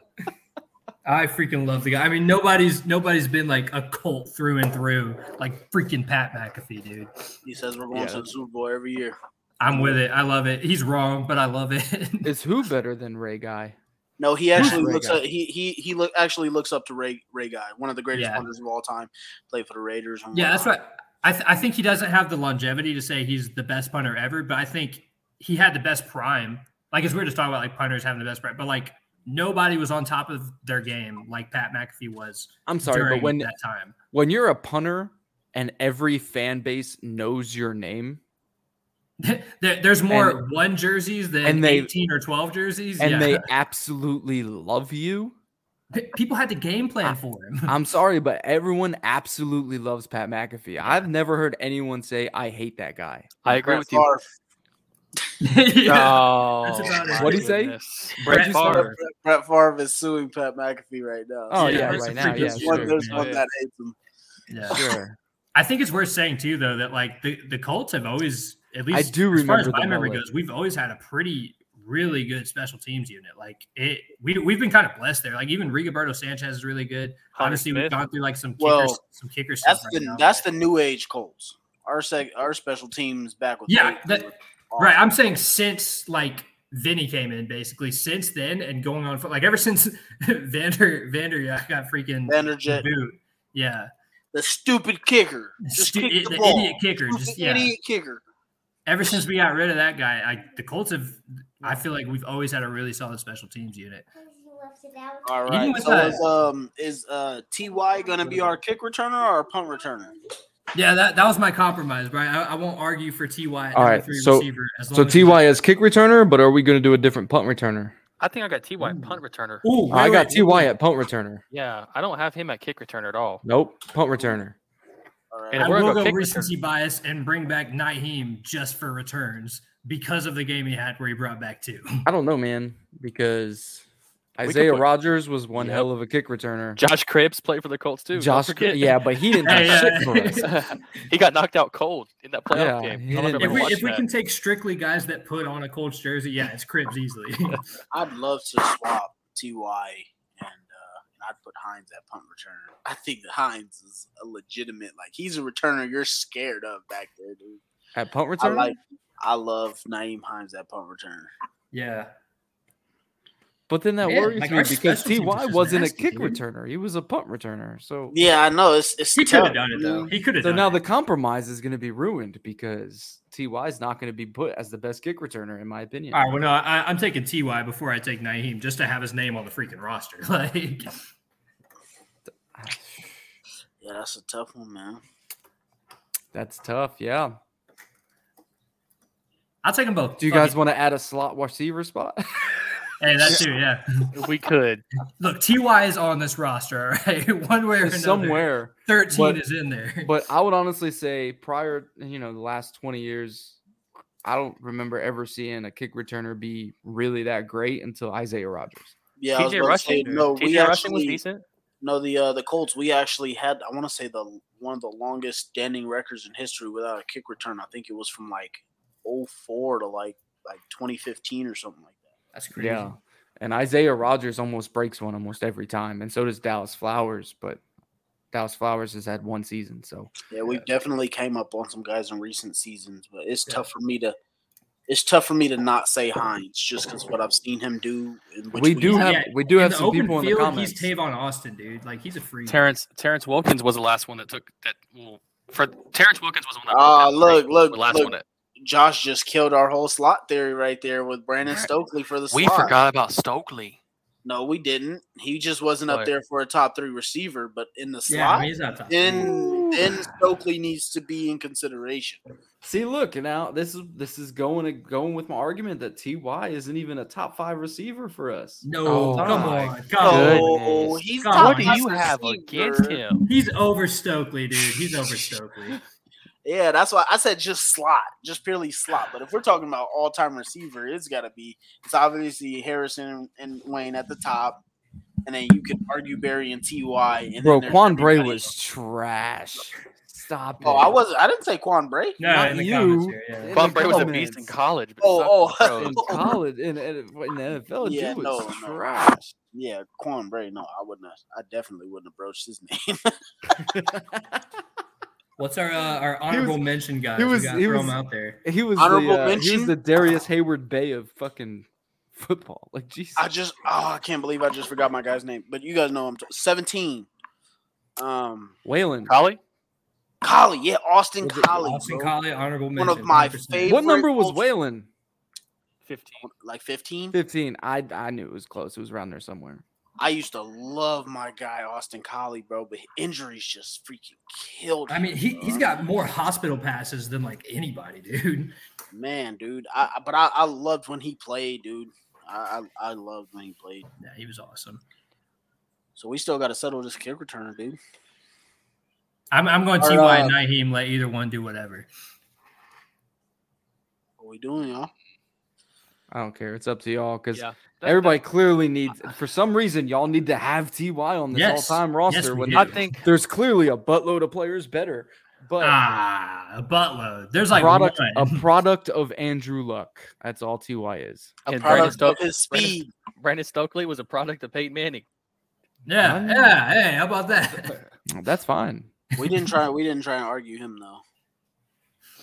Speaker 3: I freaking love the guy. I mean, nobody's nobody's been like a cult through and through, like freaking Pat McAfee, dude.
Speaker 2: He says we're going
Speaker 1: Yeah.
Speaker 2: to the Super Bowl every year.
Speaker 3: I'm with it. I love it. He's wrong, but I love it.
Speaker 1: Is who better than Ray Guy?
Speaker 2: No, he actually
Speaker 1: Ray
Speaker 2: looks
Speaker 1: Guy.
Speaker 2: up, he he he look, actually looks up to Ray Ray Guy, one of the greatest
Speaker 3: Yeah.
Speaker 2: punters of all time. Played for the Raiders. and
Speaker 3: yeah, that's
Speaker 2: whatnot.
Speaker 3: right. I, th- I think he doesn't have the longevity to say he's the best punter ever, but I think he had the best prime. Like it's weird to talk about like punters having the best prime, but like nobody was on top of their game like Pat McAfee was
Speaker 1: I'm sorry,
Speaker 3: during
Speaker 1: but when
Speaker 3: that time.
Speaker 1: when you're a punter and every fan base knows your name
Speaker 3: there, there's more one jerseys than
Speaker 1: and they-
Speaker 3: 18 or 12 jerseys.
Speaker 1: and
Speaker 3: yeah.
Speaker 1: they absolutely love you,
Speaker 3: P- people had the game plan for him.
Speaker 1: I'm sorry, but everyone absolutely loves Pat McAfee. I've never heard anyone say I hate that guy.
Speaker 4: I agree
Speaker 2: Brett
Speaker 4: with you.
Speaker 2: Favre.
Speaker 3: Yeah.
Speaker 4: Oh,
Speaker 3: That's about it.
Speaker 4: my
Speaker 1: What'd he say?
Speaker 4: goodness.
Speaker 1: What'd
Speaker 4: Brett
Speaker 1: you say?
Speaker 4: Favre.
Speaker 2: Brett Favre is suing Pat McAfee right now.
Speaker 1: Oh
Speaker 3: Yeah,
Speaker 1: yeah,
Speaker 3: there's
Speaker 1: right
Speaker 3: a
Speaker 1: now,
Speaker 3: freaking
Speaker 1: yeah,
Speaker 2: there's one,
Speaker 1: sure.
Speaker 2: there's
Speaker 4: man.
Speaker 2: one that hates him.
Speaker 3: Yeah.
Speaker 1: sure.
Speaker 3: I think it's worth saying too, though, that like the, the Colts have always, at least
Speaker 1: do
Speaker 3: as far as
Speaker 1: remember
Speaker 3: my
Speaker 1: the
Speaker 3: memory
Speaker 1: mullet.
Speaker 3: goes, we've always had a pretty really good special teams unit. Like it, we we've been kind of blessed there. Like even Rigoberto Sanchez is really good.
Speaker 4: Hunter
Speaker 3: Honestly,
Speaker 4: Smith.
Speaker 3: we've gone through like some kickers,
Speaker 2: Well,
Speaker 3: some kickers.
Speaker 2: That's the that's the new age Colts. Our sec, our special teams back with
Speaker 3: Yeah,
Speaker 2: Dave
Speaker 3: that-
Speaker 2: Stewart.
Speaker 3: right. I'm saying since like Vinny came in, basically since then, and going on for like ever since Vander Vander yeah, got freaking
Speaker 2: Vanderjet,
Speaker 3: boot. Yeah,
Speaker 2: the stupid kicker, just
Speaker 3: Stu-
Speaker 2: kick the,
Speaker 3: the
Speaker 2: ball.
Speaker 3: idiot kicker.
Speaker 2: Stupid
Speaker 3: Just yeah.
Speaker 2: idiot kicker.
Speaker 3: ever since we got rid of that guy, I the Colts have. I feel like we've always had a really solid special teams unit.
Speaker 2: All
Speaker 3: Even
Speaker 2: right.
Speaker 3: with
Speaker 2: So
Speaker 3: that-
Speaker 2: is um is uh Ty gonna be our kick returner or our punt returner?
Speaker 3: Yeah, that, that was my compromise, Brian. I, I won't argue for Ty. at
Speaker 1: All
Speaker 3: number
Speaker 1: right, so-
Speaker 3: receiver. As
Speaker 1: So
Speaker 3: as we-
Speaker 1: Ty is kick returner, but are we going to do a different punt returner?
Speaker 4: I think I got T.Y. punt returner.
Speaker 3: Ooh,
Speaker 1: I
Speaker 3: wait,
Speaker 1: got
Speaker 3: wait, wait.
Speaker 1: Ty at punt returner.
Speaker 4: Yeah, I don't have him at kick returner at all.
Speaker 1: Nope, punt returner.
Speaker 2: All right.
Speaker 4: And
Speaker 3: I
Speaker 4: if we're
Speaker 3: will
Speaker 4: gonna
Speaker 3: go
Speaker 4: go kick
Speaker 3: recency
Speaker 4: return,
Speaker 3: bias and bring back Naheem just for returns because of the game he had where he brought back two.
Speaker 1: I don't know, man, because
Speaker 4: We could
Speaker 1: Isaiah
Speaker 4: put-
Speaker 1: Rogers was one
Speaker 4: Yep.
Speaker 1: hell of a kick returner.
Speaker 4: Josh Cripps played for the Colts too. don't
Speaker 1: Josh,
Speaker 4: forget.
Speaker 1: yeah, but he didn't do
Speaker 3: Hey, yeah.
Speaker 1: shit for us.
Speaker 4: he got knocked out cold in that playoff
Speaker 1: Yeah,
Speaker 4: game.
Speaker 1: he
Speaker 4: I don't
Speaker 1: didn't-
Speaker 3: if
Speaker 4: know if
Speaker 3: we,
Speaker 4: we,
Speaker 3: if we
Speaker 4: that.
Speaker 3: can take strictly guys that put on a Colts jersey, yeah, it's Cribs easily.
Speaker 2: I'd love to swap Ty and uh, and I'd put Hines at punt return. I think that Hines is a legitimate like he's a returner you're scared of back there, dude.
Speaker 1: At punt
Speaker 2: I
Speaker 1: return,
Speaker 2: like I love Naeem Hines at punt return.
Speaker 3: yeah.
Speaker 1: but then that
Speaker 3: Man,
Speaker 1: worries
Speaker 3: like,
Speaker 1: me
Speaker 3: our
Speaker 1: because
Speaker 3: special teams was
Speaker 1: Ty
Speaker 3: just
Speaker 1: wasn't
Speaker 3: nasty,
Speaker 1: a kick
Speaker 3: dude.
Speaker 1: returner; he was a punt returner. So,
Speaker 2: Yeah, I know it's it's
Speaker 3: He could
Speaker 2: tough,
Speaker 3: have done it
Speaker 2: you know?
Speaker 3: though. He could have
Speaker 1: so
Speaker 3: done
Speaker 1: now
Speaker 3: it.
Speaker 1: the compromise is going to be ruined because Ty is not going to be put as the best kick returner, in my opinion.
Speaker 3: All right, well, no, I, I'm taking Ty before I take Naheem just to have his name on the freaking roster. Like,
Speaker 2: Yeah, that's a tough one, man.
Speaker 1: That's tough. Yeah.
Speaker 3: I'll take them both.
Speaker 1: Do you
Speaker 3: Fuck
Speaker 1: guys
Speaker 3: it.
Speaker 1: want to add a slot receiver spot?
Speaker 3: Hey, that too. Yeah.
Speaker 4: we could.
Speaker 3: Look, Ty is on this roster. All right, one way or another.
Speaker 1: Somewhere.
Speaker 3: thirteen
Speaker 1: but-
Speaker 3: is in there.
Speaker 1: but I would honestly say prior, you know, the last 20 years, I don't remember ever seeing a kick returner be really that great until Isaiah Rogers.
Speaker 2: Yeah, I was
Speaker 4: TJ
Speaker 2: about to say,
Speaker 4: Rushing,
Speaker 2: no, we
Speaker 4: TJ Rushing was
Speaker 2: actually-
Speaker 4: decent.
Speaker 2: No, the uh, the Colts. We actually had, I want to say the one of the longest standing records in history without a kick return. I think it was from like 04 to like like 2015 or something like that.
Speaker 3: That's crazy.
Speaker 1: Yeah. And Isaiah Rogers almost breaks one almost every time. And so does Dallas Flowers, but Dallas Flowers has had one season. So
Speaker 2: Yeah, we definitely came up on some guys in recent seasons, but it's tough for me to. It's tough for me to not say Hines just because what I've seen him do. And
Speaker 1: we do have
Speaker 3: Yeah,
Speaker 1: we do
Speaker 3: in
Speaker 1: have
Speaker 3: the
Speaker 1: some
Speaker 3: open
Speaker 1: people in
Speaker 3: field,
Speaker 1: the comments.
Speaker 3: He's Tavon Austin, dude. Like, he's a free.
Speaker 4: Terrence Terrence Wilkins was the last one that took that. Well, for Terrence Wilkins was the one that.
Speaker 2: Ah,
Speaker 4: that
Speaker 2: look,
Speaker 4: three,
Speaker 2: look,
Speaker 4: the last
Speaker 2: look.
Speaker 4: one. That,
Speaker 2: Josh just killed our whole slot theory right there with Brandon
Speaker 4: Right.
Speaker 2: Stokely for the
Speaker 4: we
Speaker 2: slot.
Speaker 4: forgot about Stokely.
Speaker 2: No, we didn't. He just wasn't up
Speaker 4: Like-
Speaker 2: there for a top three receiver, but in the slot,
Speaker 3: Yeah, I mean, he's not top.
Speaker 2: then
Speaker 1: Ooh.
Speaker 2: then Stokely needs to be in consideration.
Speaker 1: See, look, and now this is this is going going with my argument that Ty isn't even a top five receiver for us.
Speaker 3: No,
Speaker 1: Oh
Speaker 3: come
Speaker 1: my
Speaker 3: on, come
Speaker 1: goodness.
Speaker 3: on.
Speaker 2: No, he's
Speaker 3: God,
Speaker 2: not
Speaker 4: What do
Speaker 2: top
Speaker 4: you
Speaker 2: receiver.
Speaker 4: have against him?
Speaker 3: He's over Stokely, dude. He's over Stokely.
Speaker 2: Yeah, that's why I said just slot, just purely slot. But if we're talking about all time receiver, it's got to be it's obviously Harrison and Wayne at the top, and then you could argue Barry and Ty. And then
Speaker 1: Bro,
Speaker 2: there's
Speaker 1: Quan Bray
Speaker 2: everybody
Speaker 1: was trash. Stop it.
Speaker 2: else. Oh, I wasn't. I didn't say Quan Bray.
Speaker 3: No,
Speaker 1: Not
Speaker 3: in the
Speaker 1: you.
Speaker 3: comments here, yeah.
Speaker 1: In the
Speaker 4: Bum Bray was a beast in
Speaker 1: comments.
Speaker 4: college. but
Speaker 2: Oh,
Speaker 4: sucked
Speaker 2: oh.
Speaker 1: in
Speaker 4: at pros.
Speaker 1: college in, in, in the NFL.
Speaker 2: Yeah,
Speaker 1: Yeah,
Speaker 2: no,
Speaker 1: was
Speaker 2: no.
Speaker 1: trash.
Speaker 2: Yeah, Quan Bray. No, I wouldn't. Have, I definitely wouldn't approach his name.
Speaker 3: What's our uh, our honorable mention guys? He
Speaker 1: was-
Speaker 3: we gotta
Speaker 1: he
Speaker 3: throw
Speaker 1: was-
Speaker 3: him out there.
Speaker 1: He was
Speaker 2: Honorable
Speaker 1: the, uh, He
Speaker 2: mention?
Speaker 1: was the Darius Hayward Bay of fucking football. Like Jesus.
Speaker 2: I just oh, I can't believe I just forgot my guy's name. But you guys know I'm t- 17. Um,
Speaker 1: Waylon.
Speaker 4: Collie?
Speaker 2: Collie, yeah, Austin
Speaker 1: Was it
Speaker 2: Collie,
Speaker 3: Austin
Speaker 2: bro.
Speaker 3: Collie, honorable mention.
Speaker 2: One of my
Speaker 3: 100%.
Speaker 2: favorite-
Speaker 1: What number was
Speaker 2: Colts-
Speaker 1: Waylon?
Speaker 4: Fifteen.
Speaker 2: like 15.
Speaker 1: Fifteen. I I knew it was close. It was around there somewhere.
Speaker 2: I used to love my guy Austin Collie, bro, but injuries just freaking killed.
Speaker 3: I
Speaker 2: him,
Speaker 3: mean, he,
Speaker 2: bro.
Speaker 3: he's got more hospital passes than like anybody, dude.
Speaker 2: man, dude. I I- but I, I loved when he played, dude. I, I I loved when he played.
Speaker 3: Yeah, he was awesome.
Speaker 2: So we still got to settle this kick returner, dude.
Speaker 3: I'm, I'm going
Speaker 2: Or,
Speaker 3: Ty
Speaker 2: uh,
Speaker 3: and Naheem. Let either one do whatever.
Speaker 2: What we doing, y'all?
Speaker 1: I don't care. It's up to y'all because
Speaker 4: Yeah. That-
Speaker 1: everybody clearly needs. For some reason, y'all need to have Ty on this
Speaker 3: Yes.
Speaker 1: all-time roster.
Speaker 3: we
Speaker 1: when
Speaker 3: do.
Speaker 4: that- I think
Speaker 1: there's clearly a buttload of players better, but
Speaker 3: Ah, a buttload. There's like
Speaker 1: product a
Speaker 3: one.
Speaker 1: product of Andrew Luck. That's all Ty is.
Speaker 2: A
Speaker 4: And Brandon
Speaker 2: product of
Speaker 4: Stokely,
Speaker 2: his speed.
Speaker 4: Brandon Stokely was a product of Peyton Manning.
Speaker 3: yeah,
Speaker 1: I'm-
Speaker 3: yeah. Hey, how about that?
Speaker 1: That's fine.
Speaker 2: We didn't try. We didn't try and argue him though.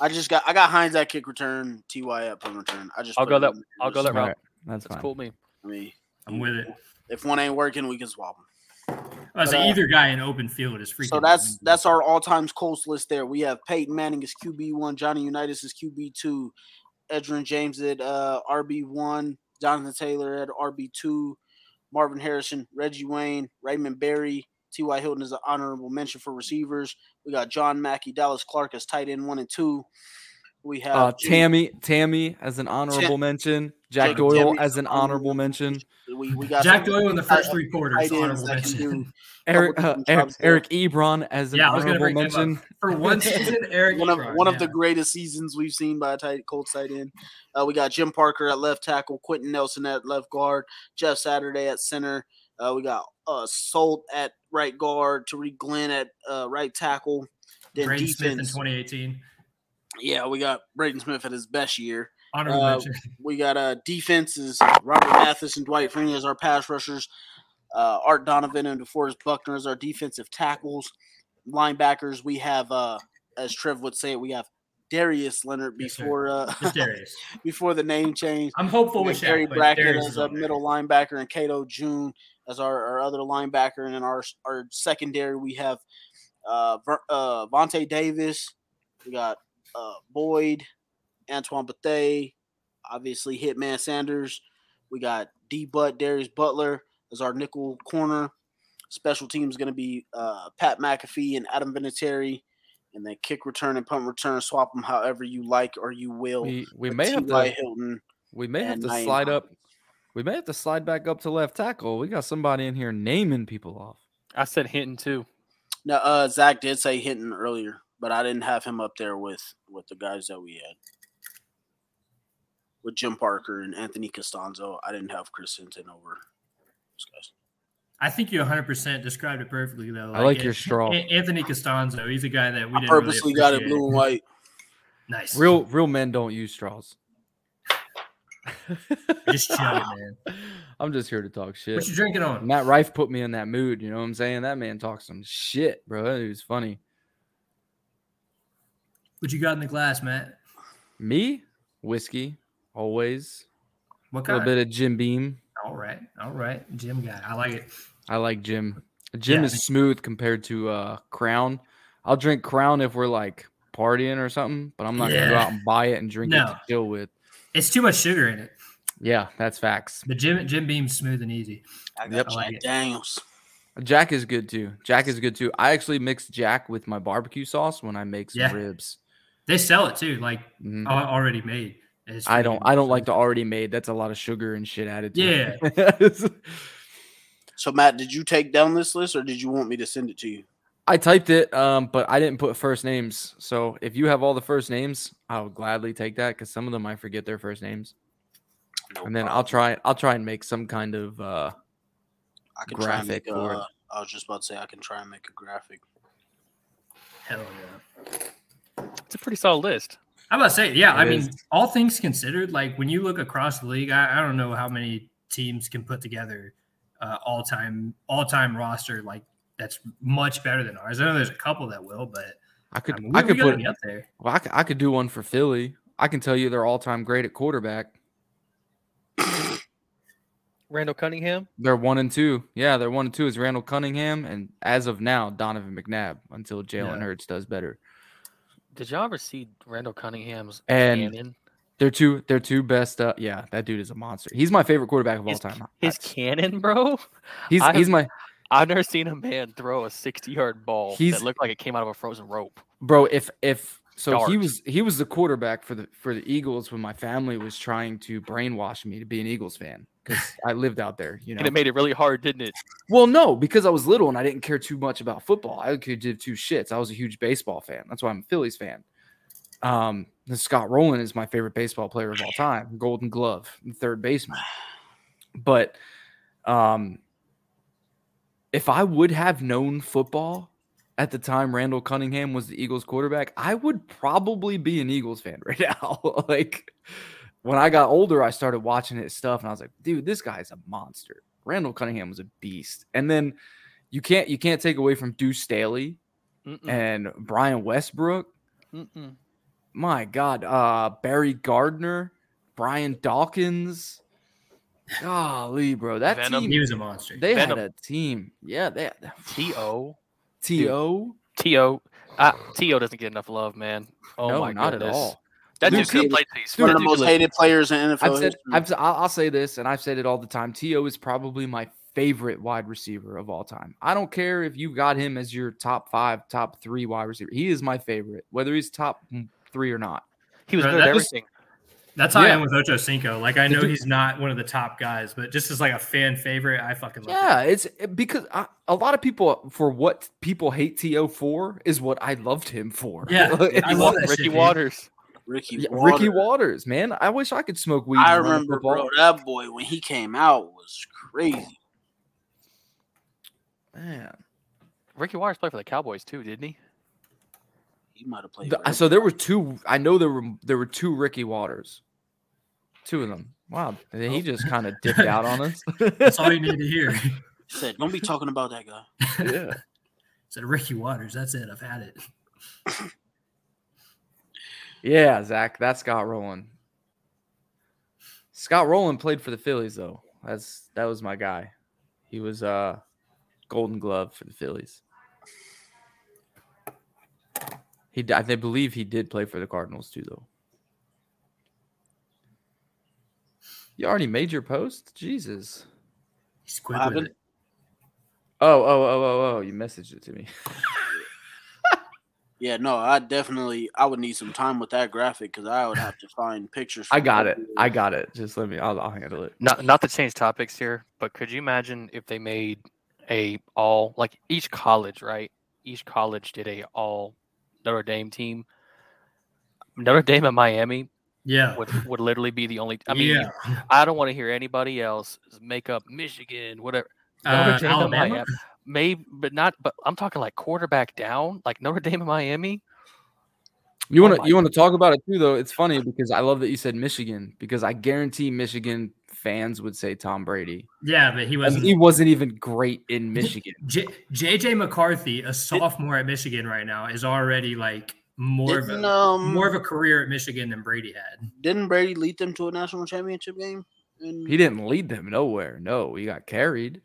Speaker 2: I just got. I got Hines at kick return. Ty at punt return. I just.
Speaker 4: I'll
Speaker 2: put
Speaker 4: go
Speaker 2: him
Speaker 4: that-
Speaker 2: in
Speaker 4: I'll go that
Speaker 2: there.
Speaker 4: route.
Speaker 1: Alright, That's,
Speaker 4: That's
Speaker 1: fine.
Speaker 4: cool, with me.
Speaker 2: I mean,
Speaker 3: I'm with it.
Speaker 2: if one ain't working, we can swap them.
Speaker 3: I was
Speaker 2: But,
Speaker 3: like,
Speaker 2: uh,
Speaker 3: either guy in open field is freaking.
Speaker 2: So that's that's our all times Colts list. There we have Peyton Manning as QB one, Johnny Unitas as QB two, Edrin James at uh, RB one, Jonathan Taylor at RB two, Marvin Harrison, Reggie Wayne, Raymond Berry, T. Y. Hilton is an honorable mention for receivers. We got John Mackey, Dallas Clark as tight end one and two, We have
Speaker 1: Uh,
Speaker 2: Jake-
Speaker 1: Tammy, Tammy as an honorable
Speaker 2: Tim-
Speaker 1: mention. Jack
Speaker 2: Jacob
Speaker 1: Doyle
Speaker 2: Timmy.
Speaker 1: as an honorable mention.
Speaker 2: We, we got
Speaker 3: Jack
Speaker 2: some
Speaker 3: Doyle in the first three
Speaker 2: tight
Speaker 3: quarters.
Speaker 2: ends
Speaker 3: Honorable
Speaker 2: that can
Speaker 3: mention.
Speaker 2: do
Speaker 1: Eric, uh,
Speaker 2: Couple
Speaker 1: Eric,
Speaker 2: jobs there.
Speaker 1: Eric Ebron as an
Speaker 3: Yeah, I was gonna
Speaker 1: honorable
Speaker 3: bring him up.
Speaker 1: mention.
Speaker 3: For one season, Eric.
Speaker 2: one of
Speaker 3: Ebron,
Speaker 2: one of
Speaker 3: yeah.
Speaker 2: the greatest seasons we've seen by a tight Colts tight end. Uh, we got Jim Parker at left tackle, Quentin Nelson at left guard, Jeff Saturday at center. Uh, we got uh, Salt at right guard, Tariq Glenn at uh, right tackle. Then
Speaker 3: Braden Smith in
Speaker 2: defense,
Speaker 3: 2018.
Speaker 2: yeah, we got Braden Smith at his best year.
Speaker 3: Honorable
Speaker 2: Uh,
Speaker 3: mention.
Speaker 2: We got uh, defenses Robert Mathis and Dwight Freeney as our pass rushers. Uh, Art Donovan and DeForest Buckner as our defensive tackles. Linebackers, we have, uh, as Trev would say, we have Darius Leonard
Speaker 3: Yes, sir.
Speaker 2: before uh,
Speaker 3: Just Darius.
Speaker 2: before the name change.
Speaker 3: I'm hopeful
Speaker 2: We
Speaker 3: with
Speaker 2: got Gary
Speaker 3: Shaq, but
Speaker 2: Brackett
Speaker 3: Darius
Speaker 2: as
Speaker 3: is
Speaker 2: a
Speaker 3: on there.
Speaker 2: middle linebacker and Cato June as our, our other linebacker. And in our, our secondary, we have uh, Ver, uh, Vontae Davis. We got uh, Boyd, Antoine Bethea, obviously Hitman Sanders. We got D Butt, Darius Butler as our nickel corner. Special teams going to be uh, Pat McAfee and Adam Vinatieri. And then kick return and punt return, swap them however you like or you will.
Speaker 1: We, we
Speaker 2: with
Speaker 1: may have
Speaker 2: T.Y.
Speaker 1: to
Speaker 2: Hilton
Speaker 1: we may have
Speaker 2: and
Speaker 1: to
Speaker 2: Naeem
Speaker 1: slide up.
Speaker 2: Hines.
Speaker 1: We may have to slide back up to left tackle. We got somebody in here naming people off.
Speaker 4: I said Hinton too.
Speaker 2: No, uh, Zach did say Hinton earlier, but I didn't have him up there with with the guys that we had with Jim Parker and Anthony Costanzo. I didn't have Chris Hinton over those guys.
Speaker 3: I think you 100% described it perfectly, though.
Speaker 1: I like
Speaker 3: it-
Speaker 1: your straw.
Speaker 3: An- Anthony Costanzo. He's a guy that we
Speaker 2: I
Speaker 3: didn't
Speaker 2: purposely
Speaker 3: really
Speaker 2: got it
Speaker 3: appreciate.
Speaker 2: blue and white.
Speaker 3: Nice.
Speaker 1: Real real men don't use straws.
Speaker 3: Just chill, man.
Speaker 1: I'm just here to talk shit.
Speaker 3: What you drinking on?
Speaker 1: Matt Rife put me in that mood. You know what I'm saying? That man talks some shit, bro. It was funny.
Speaker 3: What you got in the glass, Matt?
Speaker 1: Me, whiskey, always.
Speaker 3: What
Speaker 1: A
Speaker 3: kind?
Speaker 1: little bit of Jim Beam.
Speaker 3: All right, all right, Jim guy. I like it.
Speaker 1: I like Jim. Jim
Speaker 3: Yeah.
Speaker 1: is smooth compared to uh Crown. I'll drink Crown if we're like partying or something, but I'm not gonna go
Speaker 3: Yeah.
Speaker 1: out and buy it and drink it
Speaker 3: No.
Speaker 1: to deal with.
Speaker 3: It's too much sugar in it.
Speaker 1: Yeah, that's facts.
Speaker 3: But Jim Jim Beam's smooth and easy.
Speaker 2: I got
Speaker 1: Yep.
Speaker 3: I
Speaker 2: Jack
Speaker 3: like it.
Speaker 2: Daniels.
Speaker 1: Jack is good too. Jack is good too. I actually mix Jack with my barbecue sauce when I make some
Speaker 3: Yeah. Oh,
Speaker 1: ribs.
Speaker 3: They sell it too, like
Speaker 1: Mhm.
Speaker 3: al- already made. It's
Speaker 1: I don't.
Speaker 3: freaking-
Speaker 1: I don't like the already made. That's a lot of sugar and shit added. To It.
Speaker 2: So Matt, did you take down this list, or did you want me to send it to you?
Speaker 1: I typed it, um, but I didn't put first names. So if you have all the first names, I will gladly take that because some of them I forget their first names,
Speaker 2: No
Speaker 1: Oh, and then
Speaker 2: problem.
Speaker 1: I'll try. I'll try and make some kind of. Uh,
Speaker 2: I can try and
Speaker 1: graphic
Speaker 2: make a,
Speaker 1: for it.
Speaker 2: uh, I was just about to say I can try and make a graphic.
Speaker 3: Hell yeah.
Speaker 4: It's a pretty solid list.
Speaker 3: I'm about to say, yeah.
Speaker 1: It
Speaker 3: I mean,
Speaker 1: is.
Speaker 3: all things considered, like when you look across the league, I, I don't know how many teams can put together uh, all time all time roster like that's much better than ours. I know there's a couple that will, but
Speaker 1: I
Speaker 3: I,
Speaker 1: could. I,
Speaker 3: mean, we,
Speaker 1: could
Speaker 3: we gotta
Speaker 1: put.
Speaker 3: be up there.
Speaker 1: Well, I, could, I could do one for Philly. I can tell you they're all time great at quarterback.
Speaker 4: Randall Cunningham.
Speaker 1: They're one and two. Yeah, they're one and two is Randall Cunningham, and as of now, Donovan McNabb until Jalen
Speaker 3: Yeah.
Speaker 1: Hurts does better.
Speaker 4: Did y'all ever see Randall Cunningham's
Speaker 1: And
Speaker 4: cannon?
Speaker 1: They're two. They're two best. Uh, yeah, that dude is a monster. He's my favorite quarterback of all
Speaker 4: His-
Speaker 1: time.
Speaker 4: His cannon, bro.
Speaker 1: he's
Speaker 4: I
Speaker 1: he's
Speaker 4: have-
Speaker 1: my
Speaker 4: I've never seen a man throw a sixty-yard ball
Speaker 1: He's-
Speaker 4: that looked like it came out of a frozen rope.
Speaker 1: bro. If if so, he
Speaker 4: Dart.
Speaker 1: was he was the quarterback for the for the Eagles when my family was trying to brainwash me to be an Eagles fan because I lived out there. You know,
Speaker 4: And it made it really hard, didn't it?
Speaker 1: Well, no, because I was little and I didn't care too much about football. I could give two shits. I was a huge baseball fan. That's why I'm a Phillies fan. Um, and Scott Rowland is my favorite baseball player of all time, Golden Glove, third baseman. But um, if I would have known football at the time Randall Cunningham was the Eagles quarterback, I would probably be an Eagles fan right now. like when I got older, I started watching his stuff and I was like, dude, this guy's a monster. Randall Cunningham was a beast. And then you can't you can't take away from Deuce Staley
Speaker 4: Mm-mm,
Speaker 1: and Brian Westbrook.
Speaker 4: mm-mm.
Speaker 1: My God, uh Barry Gardner, Brian Dawkins. Golly, bro. That
Speaker 4: Venom.
Speaker 1: team
Speaker 3: He was a monster.
Speaker 1: they had
Speaker 4: Venom.
Speaker 1: a team. Yeah, they had
Speaker 4: To
Speaker 1: T.O.
Speaker 4: to uh, to doesn't get enough love, man. Oh
Speaker 1: no,
Speaker 4: my
Speaker 1: not
Speaker 4: goodness.
Speaker 1: at all.
Speaker 4: That
Speaker 1: Dude,
Speaker 4: dude could
Speaker 1: T-
Speaker 4: play these.
Speaker 1: dude,
Speaker 2: One of
Speaker 1: dude,
Speaker 2: the most
Speaker 1: look,
Speaker 2: hated players in NFL
Speaker 1: I've
Speaker 2: history.
Speaker 1: said, I've, said- I'll, I'll say this, and I've said it all the time. To is probably my favorite wide receiver of all time. I don't care if you got him as your top five, top three wide receiver. He is my favorite, whether he's top three or not.
Speaker 4: He was
Speaker 3: Bro,
Speaker 4: good at
Speaker 3: that was-
Speaker 4: everything.
Speaker 3: That's how I
Speaker 1: Yeah.
Speaker 3: am with Ocho Cinco. Like I know
Speaker 1: Dude.
Speaker 3: he's not one of the top guys, but just as like a fan favorite, I fucking love
Speaker 1: Yeah, it's it- because I, a lot of people for what people hate To for is what I loved him for.
Speaker 3: Yeah,
Speaker 1: Like,
Speaker 3: I love that shit,
Speaker 4: Ricky
Speaker 3: dude.
Speaker 4: Waters.
Speaker 2: Ricky
Speaker 1: yeah,
Speaker 2: Water.
Speaker 1: Ricky Waters, man. I wish I could smoke weed.
Speaker 2: I
Speaker 1: and run
Speaker 2: remember,
Speaker 1: football.
Speaker 2: bro, that boy when he came out was crazy.
Speaker 1: Man.
Speaker 4: Ricky Waters played for the Cowboys too, didn't he?
Speaker 2: He might have played.
Speaker 1: The- uh,
Speaker 2: for
Speaker 1: so there were two. I know there were there were two Ricky Waters, two of them. Wow, and he just kind of dipped out on us.
Speaker 3: That's all you need to hear.
Speaker 2: He said, "Don't be talking about that guy."
Speaker 1: yeah,
Speaker 3: Said Ricky Waters. That's it. I've had it.
Speaker 1: yeah, Zach. That's Scott Rowland. Scott Rowland played for the Phillies though. That's that was my guy. He was uh Golden Glove for the Phillies. He, d- I think- believe he did play for the Cardinals too, though. You already made your post, Jesus.
Speaker 3: He's
Speaker 2: What
Speaker 3: quick with
Speaker 2: happened?
Speaker 3: it.
Speaker 1: Oh, oh, oh, oh, oh! You messaged it to me.
Speaker 2: Yeah, no, I definitely I would need some time with that graphic because I would have to find pictures.
Speaker 1: I
Speaker 2: from
Speaker 1: got it.
Speaker 2: that
Speaker 1: I got it. Just let me. I'll, I'll handle it.
Speaker 4: Not not to change topics here, but could you imagine if they made a all like each college, right? Each college did a all Notre Dame team. Notre Dame and Miami
Speaker 3: Yeah.
Speaker 4: would, would literally be the only. I mean,
Speaker 3: yeah.
Speaker 4: I don't want to hear anybody else make up Michigan, whatever. Notre
Speaker 3: Uh,
Speaker 4: Dame and
Speaker 3: Alabama.
Speaker 4: Miami, maybe, but not. But I'm talking like quarterback down, like Notre Dame and Miami.
Speaker 1: You
Speaker 4: Oh
Speaker 1: want to
Speaker 4: my
Speaker 1: you want to talk about it too, though. It's funny because I love that you said Michigan because I guarantee Michigan fans would say Tom Brady.
Speaker 3: Yeah, but he
Speaker 1: And
Speaker 3: wasn't.
Speaker 1: he wasn't even great in Michigan.
Speaker 3: J- JJ McCarthy, a sophomore at Michigan right now, is already like more of
Speaker 2: Didn't,
Speaker 3: a
Speaker 2: um,
Speaker 3: more of a career at Michigan than Brady had.
Speaker 2: Didn't Brady lead them to a national championship game? And
Speaker 1: He didn't lead them nowhere. No, he got carried.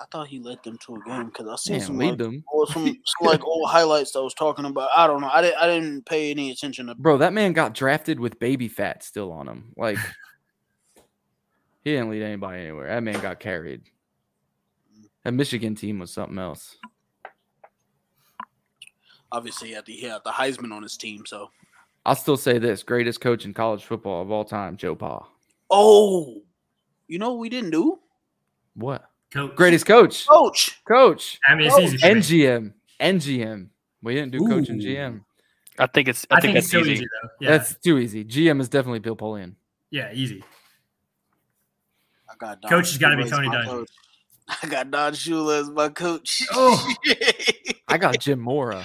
Speaker 2: I thought he led them to a game because I seen
Speaker 1: Didn't
Speaker 2: some
Speaker 1: lead
Speaker 2: like,
Speaker 1: them,
Speaker 2: old, some, some like old highlights that I was talking about. I don't know. I didn't I didn't pay any attention to.
Speaker 1: bro. That man got drafted with baby fat still on him. Like he didn't lead anybody anywhere. That man got carried. That Michigan team was something else.
Speaker 2: Obviously, he had the, he had the Heisman on his team. So
Speaker 1: I'll still say this: greatest coach in college football of all time, Joe Pa.
Speaker 2: oh, you know what we didn't do
Speaker 1: What
Speaker 3: Coach.
Speaker 1: greatest coach?
Speaker 2: Oh. coach.
Speaker 1: Coach
Speaker 3: I mean, it's
Speaker 2: coach.
Speaker 3: easy. for me.
Speaker 1: and GM and GM. We didn't do coach and
Speaker 2: Ooh.
Speaker 1: GM.
Speaker 4: I think it's. I,
Speaker 3: I
Speaker 4: think,
Speaker 3: think it's
Speaker 4: that's
Speaker 3: so
Speaker 4: easy.
Speaker 3: easy though. Yeah.
Speaker 1: That's too easy. GM is definitely Bill Polian.
Speaker 3: yeah. Easy.
Speaker 2: I got
Speaker 3: Coach has gotta be
Speaker 2: Shula as
Speaker 3: Tony
Speaker 2: my
Speaker 3: Dungy.
Speaker 2: coach. I got Don Shula as my coach.
Speaker 3: Oh.
Speaker 1: I got Jim Mora.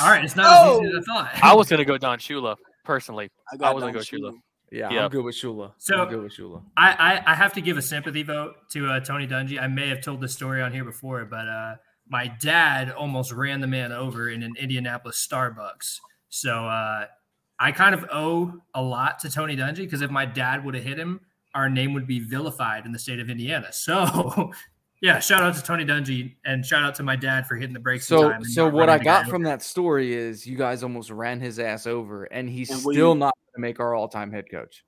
Speaker 3: All right. It's not
Speaker 2: Oh.
Speaker 3: as easy as I thought.
Speaker 4: I was gonna go Don Shula personally.
Speaker 2: I got
Speaker 4: was gonna
Speaker 2: Don
Speaker 4: go Shula.
Speaker 1: Yeah,
Speaker 4: Yeah.
Speaker 1: I'm good with Shula.
Speaker 3: So-
Speaker 1: I'm good with Shula.
Speaker 3: I, I, I have to give a sympathy vote to uh, Tony Dungy. I may have told this story on here before, but uh, my dad almost ran the man over in an Indianapolis Starbucks. So uh, I kind of owe a lot to Tony Dungy because if my dad would have hit him, our name would be vilified in the state of Indiana. So, yeah, shout out to Tony Dungy and shout out to my dad for hitting the brakes. in
Speaker 1: So,
Speaker 3: time and
Speaker 1: so
Speaker 3: not
Speaker 1: what I
Speaker 3: running the
Speaker 1: got
Speaker 3: guy
Speaker 1: from that story is you guys almost ran his ass over, and he's
Speaker 2: And we-
Speaker 1: still not going to make our all-time head coach.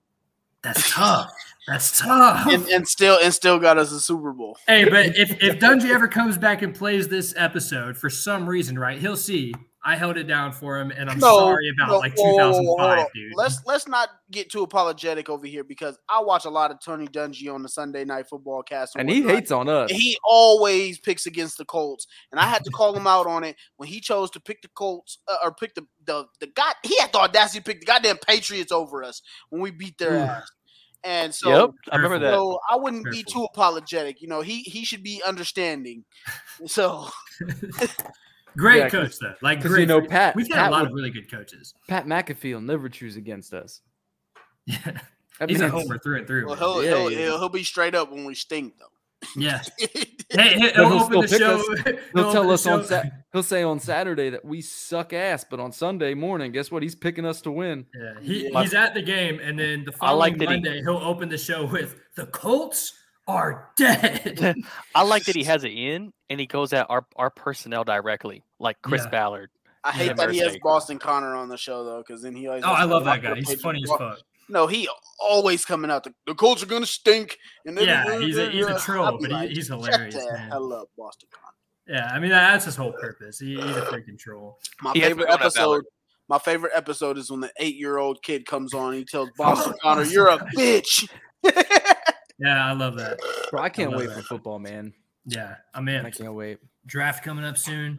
Speaker 3: that's tough. That's tough.
Speaker 2: and, and still and still got us a Super Bowl.
Speaker 3: Hey, but if, if Dungy ever comes back and plays this episode for some reason, right, he'll see I held it down for him and I'm sorry about
Speaker 2: no,
Speaker 3: like
Speaker 2: whoa, whoa, whoa,
Speaker 3: 2005,
Speaker 2: whoa, hold on.
Speaker 3: dude.
Speaker 2: Let's let's not get too apologetic over here because I watch a lot of Tony Dungy on the Sunday Night Football cast,
Speaker 1: And he
Speaker 2: whatnot.
Speaker 1: hates on us.
Speaker 2: And He always picks against the Colts, and I had to call him out on it when he chose to pick the Colts uh, or pick the, the the god. He had the audacity to pick the goddamn Patriots over us when we beat their
Speaker 3: Ooh.
Speaker 2: ass. And so,
Speaker 4: yep, I remember that.
Speaker 2: so I wouldn't be
Speaker 3: Careful.
Speaker 2: too apologetic. You know, he he should be understanding. So
Speaker 3: great
Speaker 1: Yeah, 'cause-
Speaker 3: coach though. Like
Speaker 1: 'cause,
Speaker 3: great
Speaker 1: you know, Pat-
Speaker 3: We've got
Speaker 1: Pat
Speaker 3: a lot
Speaker 1: would-
Speaker 3: of really good coaches.
Speaker 1: Pat McAfee will never choose against us.
Speaker 3: Yeah.
Speaker 1: That
Speaker 3: He's a
Speaker 1: man's-
Speaker 3: homer through and through.
Speaker 2: well,
Speaker 3: man.
Speaker 2: he'll,
Speaker 1: Yeah,
Speaker 2: he'll,
Speaker 1: yeah.
Speaker 2: he'll he'll be straight up when we stink though.
Speaker 3: yeah. Hey, hey,
Speaker 1: But
Speaker 3: he'll,
Speaker 1: he'll
Speaker 3: open the
Speaker 1: still pick
Speaker 3: show.
Speaker 1: us.
Speaker 3: he'll
Speaker 1: He'll
Speaker 3: open
Speaker 1: tell
Speaker 3: the
Speaker 1: us on
Speaker 3: show-
Speaker 1: Sat. He'll say on Saturday that we suck ass, but on Sunday morning, guess what? He's picking us to win.
Speaker 3: Yeah, he,
Speaker 2: Yeah.
Speaker 3: he's at the game, and then the
Speaker 4: I like
Speaker 3: following
Speaker 4: that he-
Speaker 3: Monday, he'll open the show with the Colts are dead.
Speaker 4: I like that he has it in and he goes at our, our personnel directly, like Chris
Speaker 3: Yeah.
Speaker 4: Ballard.
Speaker 2: I hate that he has
Speaker 4: Mercy.
Speaker 2: Boston Connor on the show though, because then he always.
Speaker 3: oh,
Speaker 2: has
Speaker 3: I
Speaker 2: to come
Speaker 3: love that
Speaker 2: up with
Speaker 3: guy.
Speaker 2: a
Speaker 3: He's
Speaker 2: picture
Speaker 3: funny as
Speaker 2: of-
Speaker 3: fuck.
Speaker 2: No, he always coming out. The, the Colts are gonna stink. And they're-
Speaker 3: Yeah, he's a- he's a
Speaker 2: I'd
Speaker 3: troll,
Speaker 2: be
Speaker 3: but he- he's
Speaker 2: "Shut
Speaker 3: hilarious,
Speaker 2: the
Speaker 3: man."
Speaker 2: hell up, Boston Connor.
Speaker 3: Yeah, I mean that's his whole purpose. He, he's a freaking troll.
Speaker 2: My
Speaker 4: He has been
Speaker 2: favorite
Speaker 4: going at
Speaker 2: episode.
Speaker 4: Ballard.
Speaker 2: My favorite episode is when the eight year old kid comes on. He tells Boston Connor, "You're a bitch."
Speaker 3: Yeah, I love that.
Speaker 1: Bro, I can't
Speaker 3: love
Speaker 1: wait
Speaker 3: that.
Speaker 1: for football, man.
Speaker 3: Yeah, I'm in.
Speaker 1: I can't wait.
Speaker 3: draft coming up soon.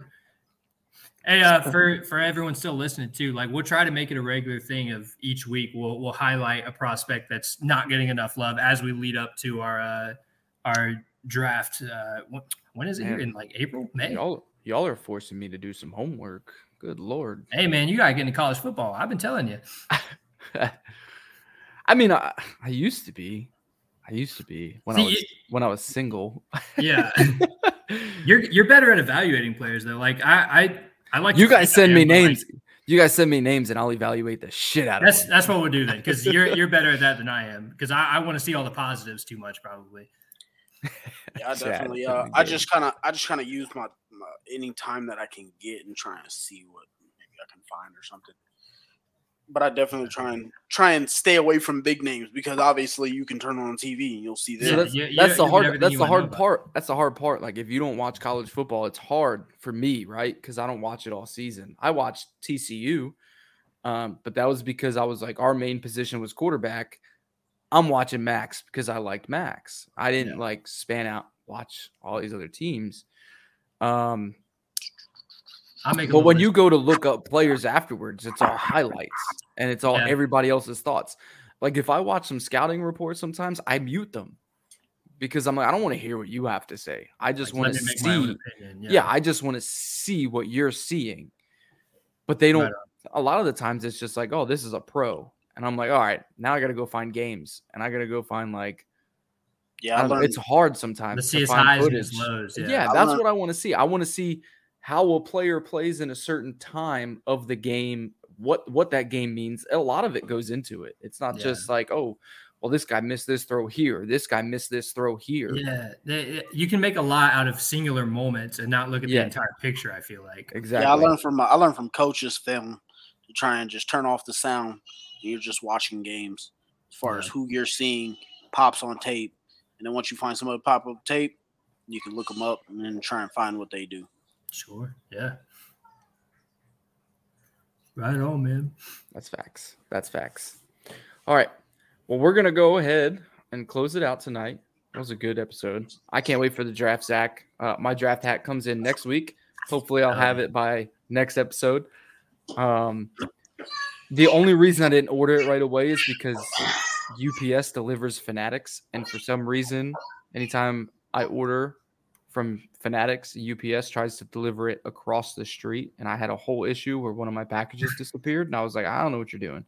Speaker 3: Hey, uh, for for everyone still listening too, like we'll try to make it a regular thing of each week. We'll we'll highlight a prospect that's not getting enough love as we lead up to our uh, our draft. Uh, when, when is it here?
Speaker 1: Man.
Speaker 3: In like April, May?
Speaker 1: Y'all, y'all are forcing me to do some homework. Good lord.
Speaker 3: Hey, man, you gotta get into college football. I've been telling you.
Speaker 1: I mean, I, I used to be. I used to be when I
Speaker 3: See,
Speaker 1: was when I was single.
Speaker 3: Yeah, you're you're better at evaluating players though. Like I I, I like
Speaker 1: you
Speaker 3: to think
Speaker 1: guys
Speaker 3: I
Speaker 1: send
Speaker 3: am,
Speaker 1: me
Speaker 3: but, like,
Speaker 1: names. You guys send me names, and I'll evaluate the shit out
Speaker 3: that's
Speaker 1: of them.
Speaker 3: that's what we'll do then, because you're you're better at that than I am. Because I, I want to see all the positives too much probably.
Speaker 2: Yeah, I
Speaker 1: Sad
Speaker 2: definitely.
Speaker 1: fucking
Speaker 2: Uh, I
Speaker 1: game.
Speaker 2: just kind of, I just kind of use my, my any time that I can get and try and see what maybe I can find or something. But I definitely try and try and stay away from big names because obviously you can turn on TV and you'll see
Speaker 1: So
Speaker 3: Yeah,
Speaker 2: this.
Speaker 1: that's,
Speaker 3: you- you
Speaker 1: that's
Speaker 3: don't-
Speaker 1: the
Speaker 3: you don't have
Speaker 1: hard. That's
Speaker 3: anything
Speaker 1: the
Speaker 3: you wanna know
Speaker 1: hard
Speaker 3: about.
Speaker 1: part. That's the hard part. Like if you don't watch college football, it's hard for me, right? Because I don't watch it all season. I watched TCU, um, but that was because I was like our main position was quarterback. I'm watching Max because I liked Max. I didn't like span out watch all these other teams. Um,
Speaker 3: I'll make a
Speaker 1: but
Speaker 3: little
Speaker 1: when
Speaker 3: list.
Speaker 1: you go to look up players afterwards, it's all highlights and it's all
Speaker 3: Yeah.
Speaker 1: everybody else's thoughts. Like if I watch some scouting reports, sometimes I mute them because I'm like, I don't want to hear what you have to say. I just
Speaker 3: Like,
Speaker 1: want
Speaker 3: let
Speaker 1: to
Speaker 3: me make my own
Speaker 1: see.
Speaker 3: opinion,
Speaker 1: Yeah. I just want to see what you're seeing. But they
Speaker 3: Right
Speaker 1: don't. a lot of the times, it's just like, oh, this is a pro, and I'm like, all right, now I got to go find games, and I got to go find like,
Speaker 2: Yeah,
Speaker 1: I
Speaker 2: I
Speaker 1: don't know,
Speaker 2: learned.
Speaker 1: it's hard sometimes.
Speaker 3: Let's
Speaker 1: to
Speaker 3: see his
Speaker 1: find
Speaker 3: highs and
Speaker 1: footage.
Speaker 3: his lows.
Speaker 1: Yeah,
Speaker 3: Yeah.
Speaker 2: I
Speaker 1: that's
Speaker 2: wanna-
Speaker 1: what I want to see. I want to see how a player plays in a certain time of the game, what what that game means. A lot of it goes into it. It's not
Speaker 3: Yeah.
Speaker 1: just like, oh, well, this guy missed this throw here, this guy missed this throw here.
Speaker 3: Yeah, they- you can make a lot out of singular moments and not look at
Speaker 1: Yeah.
Speaker 3: the entire picture. I feel like
Speaker 1: Exactly.
Speaker 2: Yeah, I learned from my, I learned from coaches' film to try and just turn off the sound. And you're just watching games as far as
Speaker 3: Yeah.
Speaker 2: who you're seeing pops on tape, and then once you find some other pop up tape, you can look them up and then try and find what they do.
Speaker 3: sure, yeah, right on, man.
Speaker 1: That's facts. That's facts. All right. Well, we're gonna go ahead and close it out tonight. That was a good episode. I can't wait for the draft, Zach. Uh, my draft hat comes in next week. Hopefully, I'll have it by next episode. Um, the only reason I didn't order it right away is because UPS delivers Fanatics, and for some reason, anytime I order from Fanatics, UPS tries to deliver it across the street, and I had a whole issue where one of my packages disappeared, and I was like, I don't know what you're doing.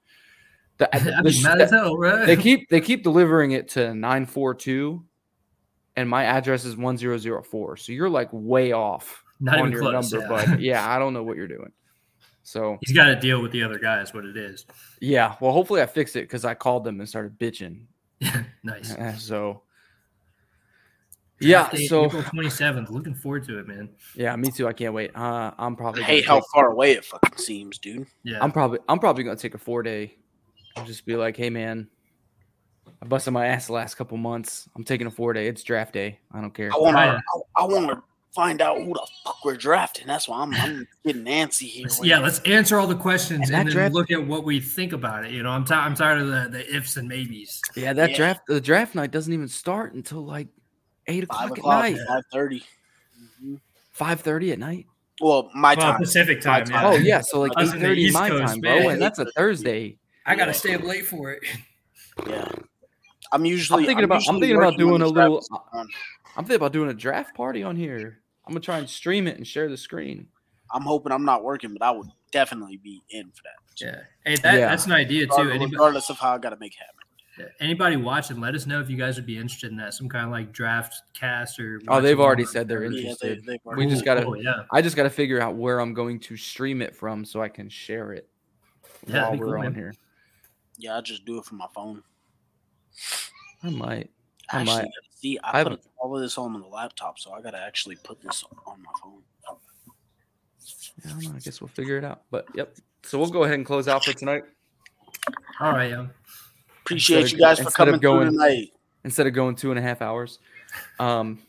Speaker 1: The-
Speaker 3: I'd
Speaker 1: the-
Speaker 3: be mad as hell, right?
Speaker 1: they keep they keep delivering it to 942 and my address is 1004 so you're like way off
Speaker 3: not
Speaker 1: on
Speaker 3: even
Speaker 1: your
Speaker 3: close.
Speaker 1: number
Speaker 3: yeah.
Speaker 1: but yeah i don't know what you're doing so
Speaker 3: He's got to deal with the other guy. Is what it is.
Speaker 1: yeah well hopefully i fixed it because i called them and started bitching
Speaker 3: nice.
Speaker 1: Eh, so yeah
Speaker 3: Draft day,
Speaker 1: so
Speaker 3: April twenty seventh. Looking forward to it, man.
Speaker 1: yeah me too i can't wait uh, i'm
Speaker 2: I
Speaker 1: probably gonna
Speaker 2: hate how
Speaker 1: take-
Speaker 2: far away it fucking seems, dude.
Speaker 3: Yeah,
Speaker 1: i'm probably i'm probably gonna take a four day and just be like hey man i busted my ass the last couple months i'm taking a four day it's draft day i don't care
Speaker 2: I want to,
Speaker 3: Right.
Speaker 2: I, I want to find out who the fuck we're drafting. That's why I'm, I'm getting antsy here.
Speaker 3: Let's- yeah, let's answer all the questions
Speaker 1: And
Speaker 3: and,
Speaker 1: that
Speaker 3: then
Speaker 1: draft-
Speaker 3: look at what we think about it. You know, I'm, ti- I'm tired of the, the ifs and maybes.
Speaker 1: Yeah, that
Speaker 2: Yeah.
Speaker 1: draft the draft night doesn't even start until like eight
Speaker 2: five
Speaker 1: o'clock,
Speaker 2: o'clock,
Speaker 1: at night,
Speaker 2: five thirty. Mm-hmm.
Speaker 1: five thirty at night.
Speaker 2: Well, my
Speaker 3: Well,
Speaker 2: time.
Speaker 3: Pacific time.
Speaker 2: time.
Speaker 1: Oh yeah, so like
Speaker 3: Us
Speaker 1: eight
Speaker 3: in the
Speaker 1: thirty
Speaker 3: East
Speaker 1: my
Speaker 3: Coast,
Speaker 1: time,
Speaker 3: man.
Speaker 1: bro, and that's a Thursday.
Speaker 3: I gotta stay up late for it.
Speaker 2: Yeah, I'm usually.
Speaker 1: I'm thinking about I'm
Speaker 2: usually
Speaker 1: thinking about
Speaker 2: working when
Speaker 1: doing a
Speaker 2: the draft
Speaker 1: little
Speaker 2: is on.
Speaker 1: I'm thinking about doing a draft party on here. I'm gonna try and stream it and share the screen.
Speaker 2: I'm hoping I'm not working, but I would definitely be in for that.
Speaker 3: Yeah, hey, that,
Speaker 1: Yeah.
Speaker 3: that's an idea too.
Speaker 2: Regardless,
Speaker 3: Anybody,
Speaker 2: regardless of how I got to make it happen.
Speaker 3: anybody watching, let us know if you guys would be interested in that. Some kind of like draft cast or.
Speaker 1: Oh, they've
Speaker 3: watch
Speaker 1: already
Speaker 3: along.
Speaker 1: said they're
Speaker 2: Yeah, they-
Speaker 1: interested.
Speaker 2: they've
Speaker 1: We
Speaker 2: already-
Speaker 1: just gotta
Speaker 3: Cool, yeah,
Speaker 1: I just gotta figure out where I'm going to stream it from so I can share it
Speaker 3: Yeah, that'd
Speaker 1: while
Speaker 3: be
Speaker 1: we're
Speaker 3: cool,
Speaker 1: on
Speaker 3: man.
Speaker 1: here.
Speaker 2: Yeah, I just do it from my phone.
Speaker 1: I might. I
Speaker 2: I actually
Speaker 1: might.
Speaker 2: gotta see,
Speaker 1: I
Speaker 2: I, put
Speaker 1: haven't-
Speaker 2: all of this on the laptop, so I got to actually put this on my phone.
Speaker 1: I don't know. I guess we'll figure it out. But yep. So we'll go ahead and close out for tonight.
Speaker 3: all right, yeah.
Speaker 2: Appreciate
Speaker 1: of-
Speaker 2: you guys for
Speaker 1: instead of
Speaker 2: coming through
Speaker 1: going-
Speaker 2: tonight.
Speaker 1: instead of going two and a half hours. Um,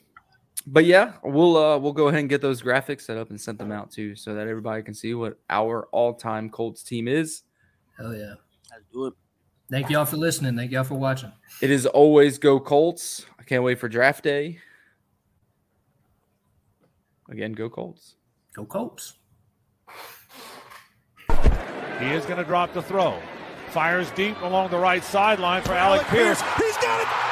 Speaker 1: but yeah, we'll uh, we'll go ahead and get those graphics set up and send them out too, so that everybody can see what our all-time Colts team is.
Speaker 3: Hell yeah.
Speaker 2: Let's do it.
Speaker 3: Thank y'all for listening. Thank y'all for watching.
Speaker 1: It is always go Colts. I can't wait for draft day. Again, go Colts.
Speaker 3: Go Colts.
Speaker 5: He is going to drop the throw. Fires deep along the right sideline for Alec, Pierce.
Speaker 6: He's got it.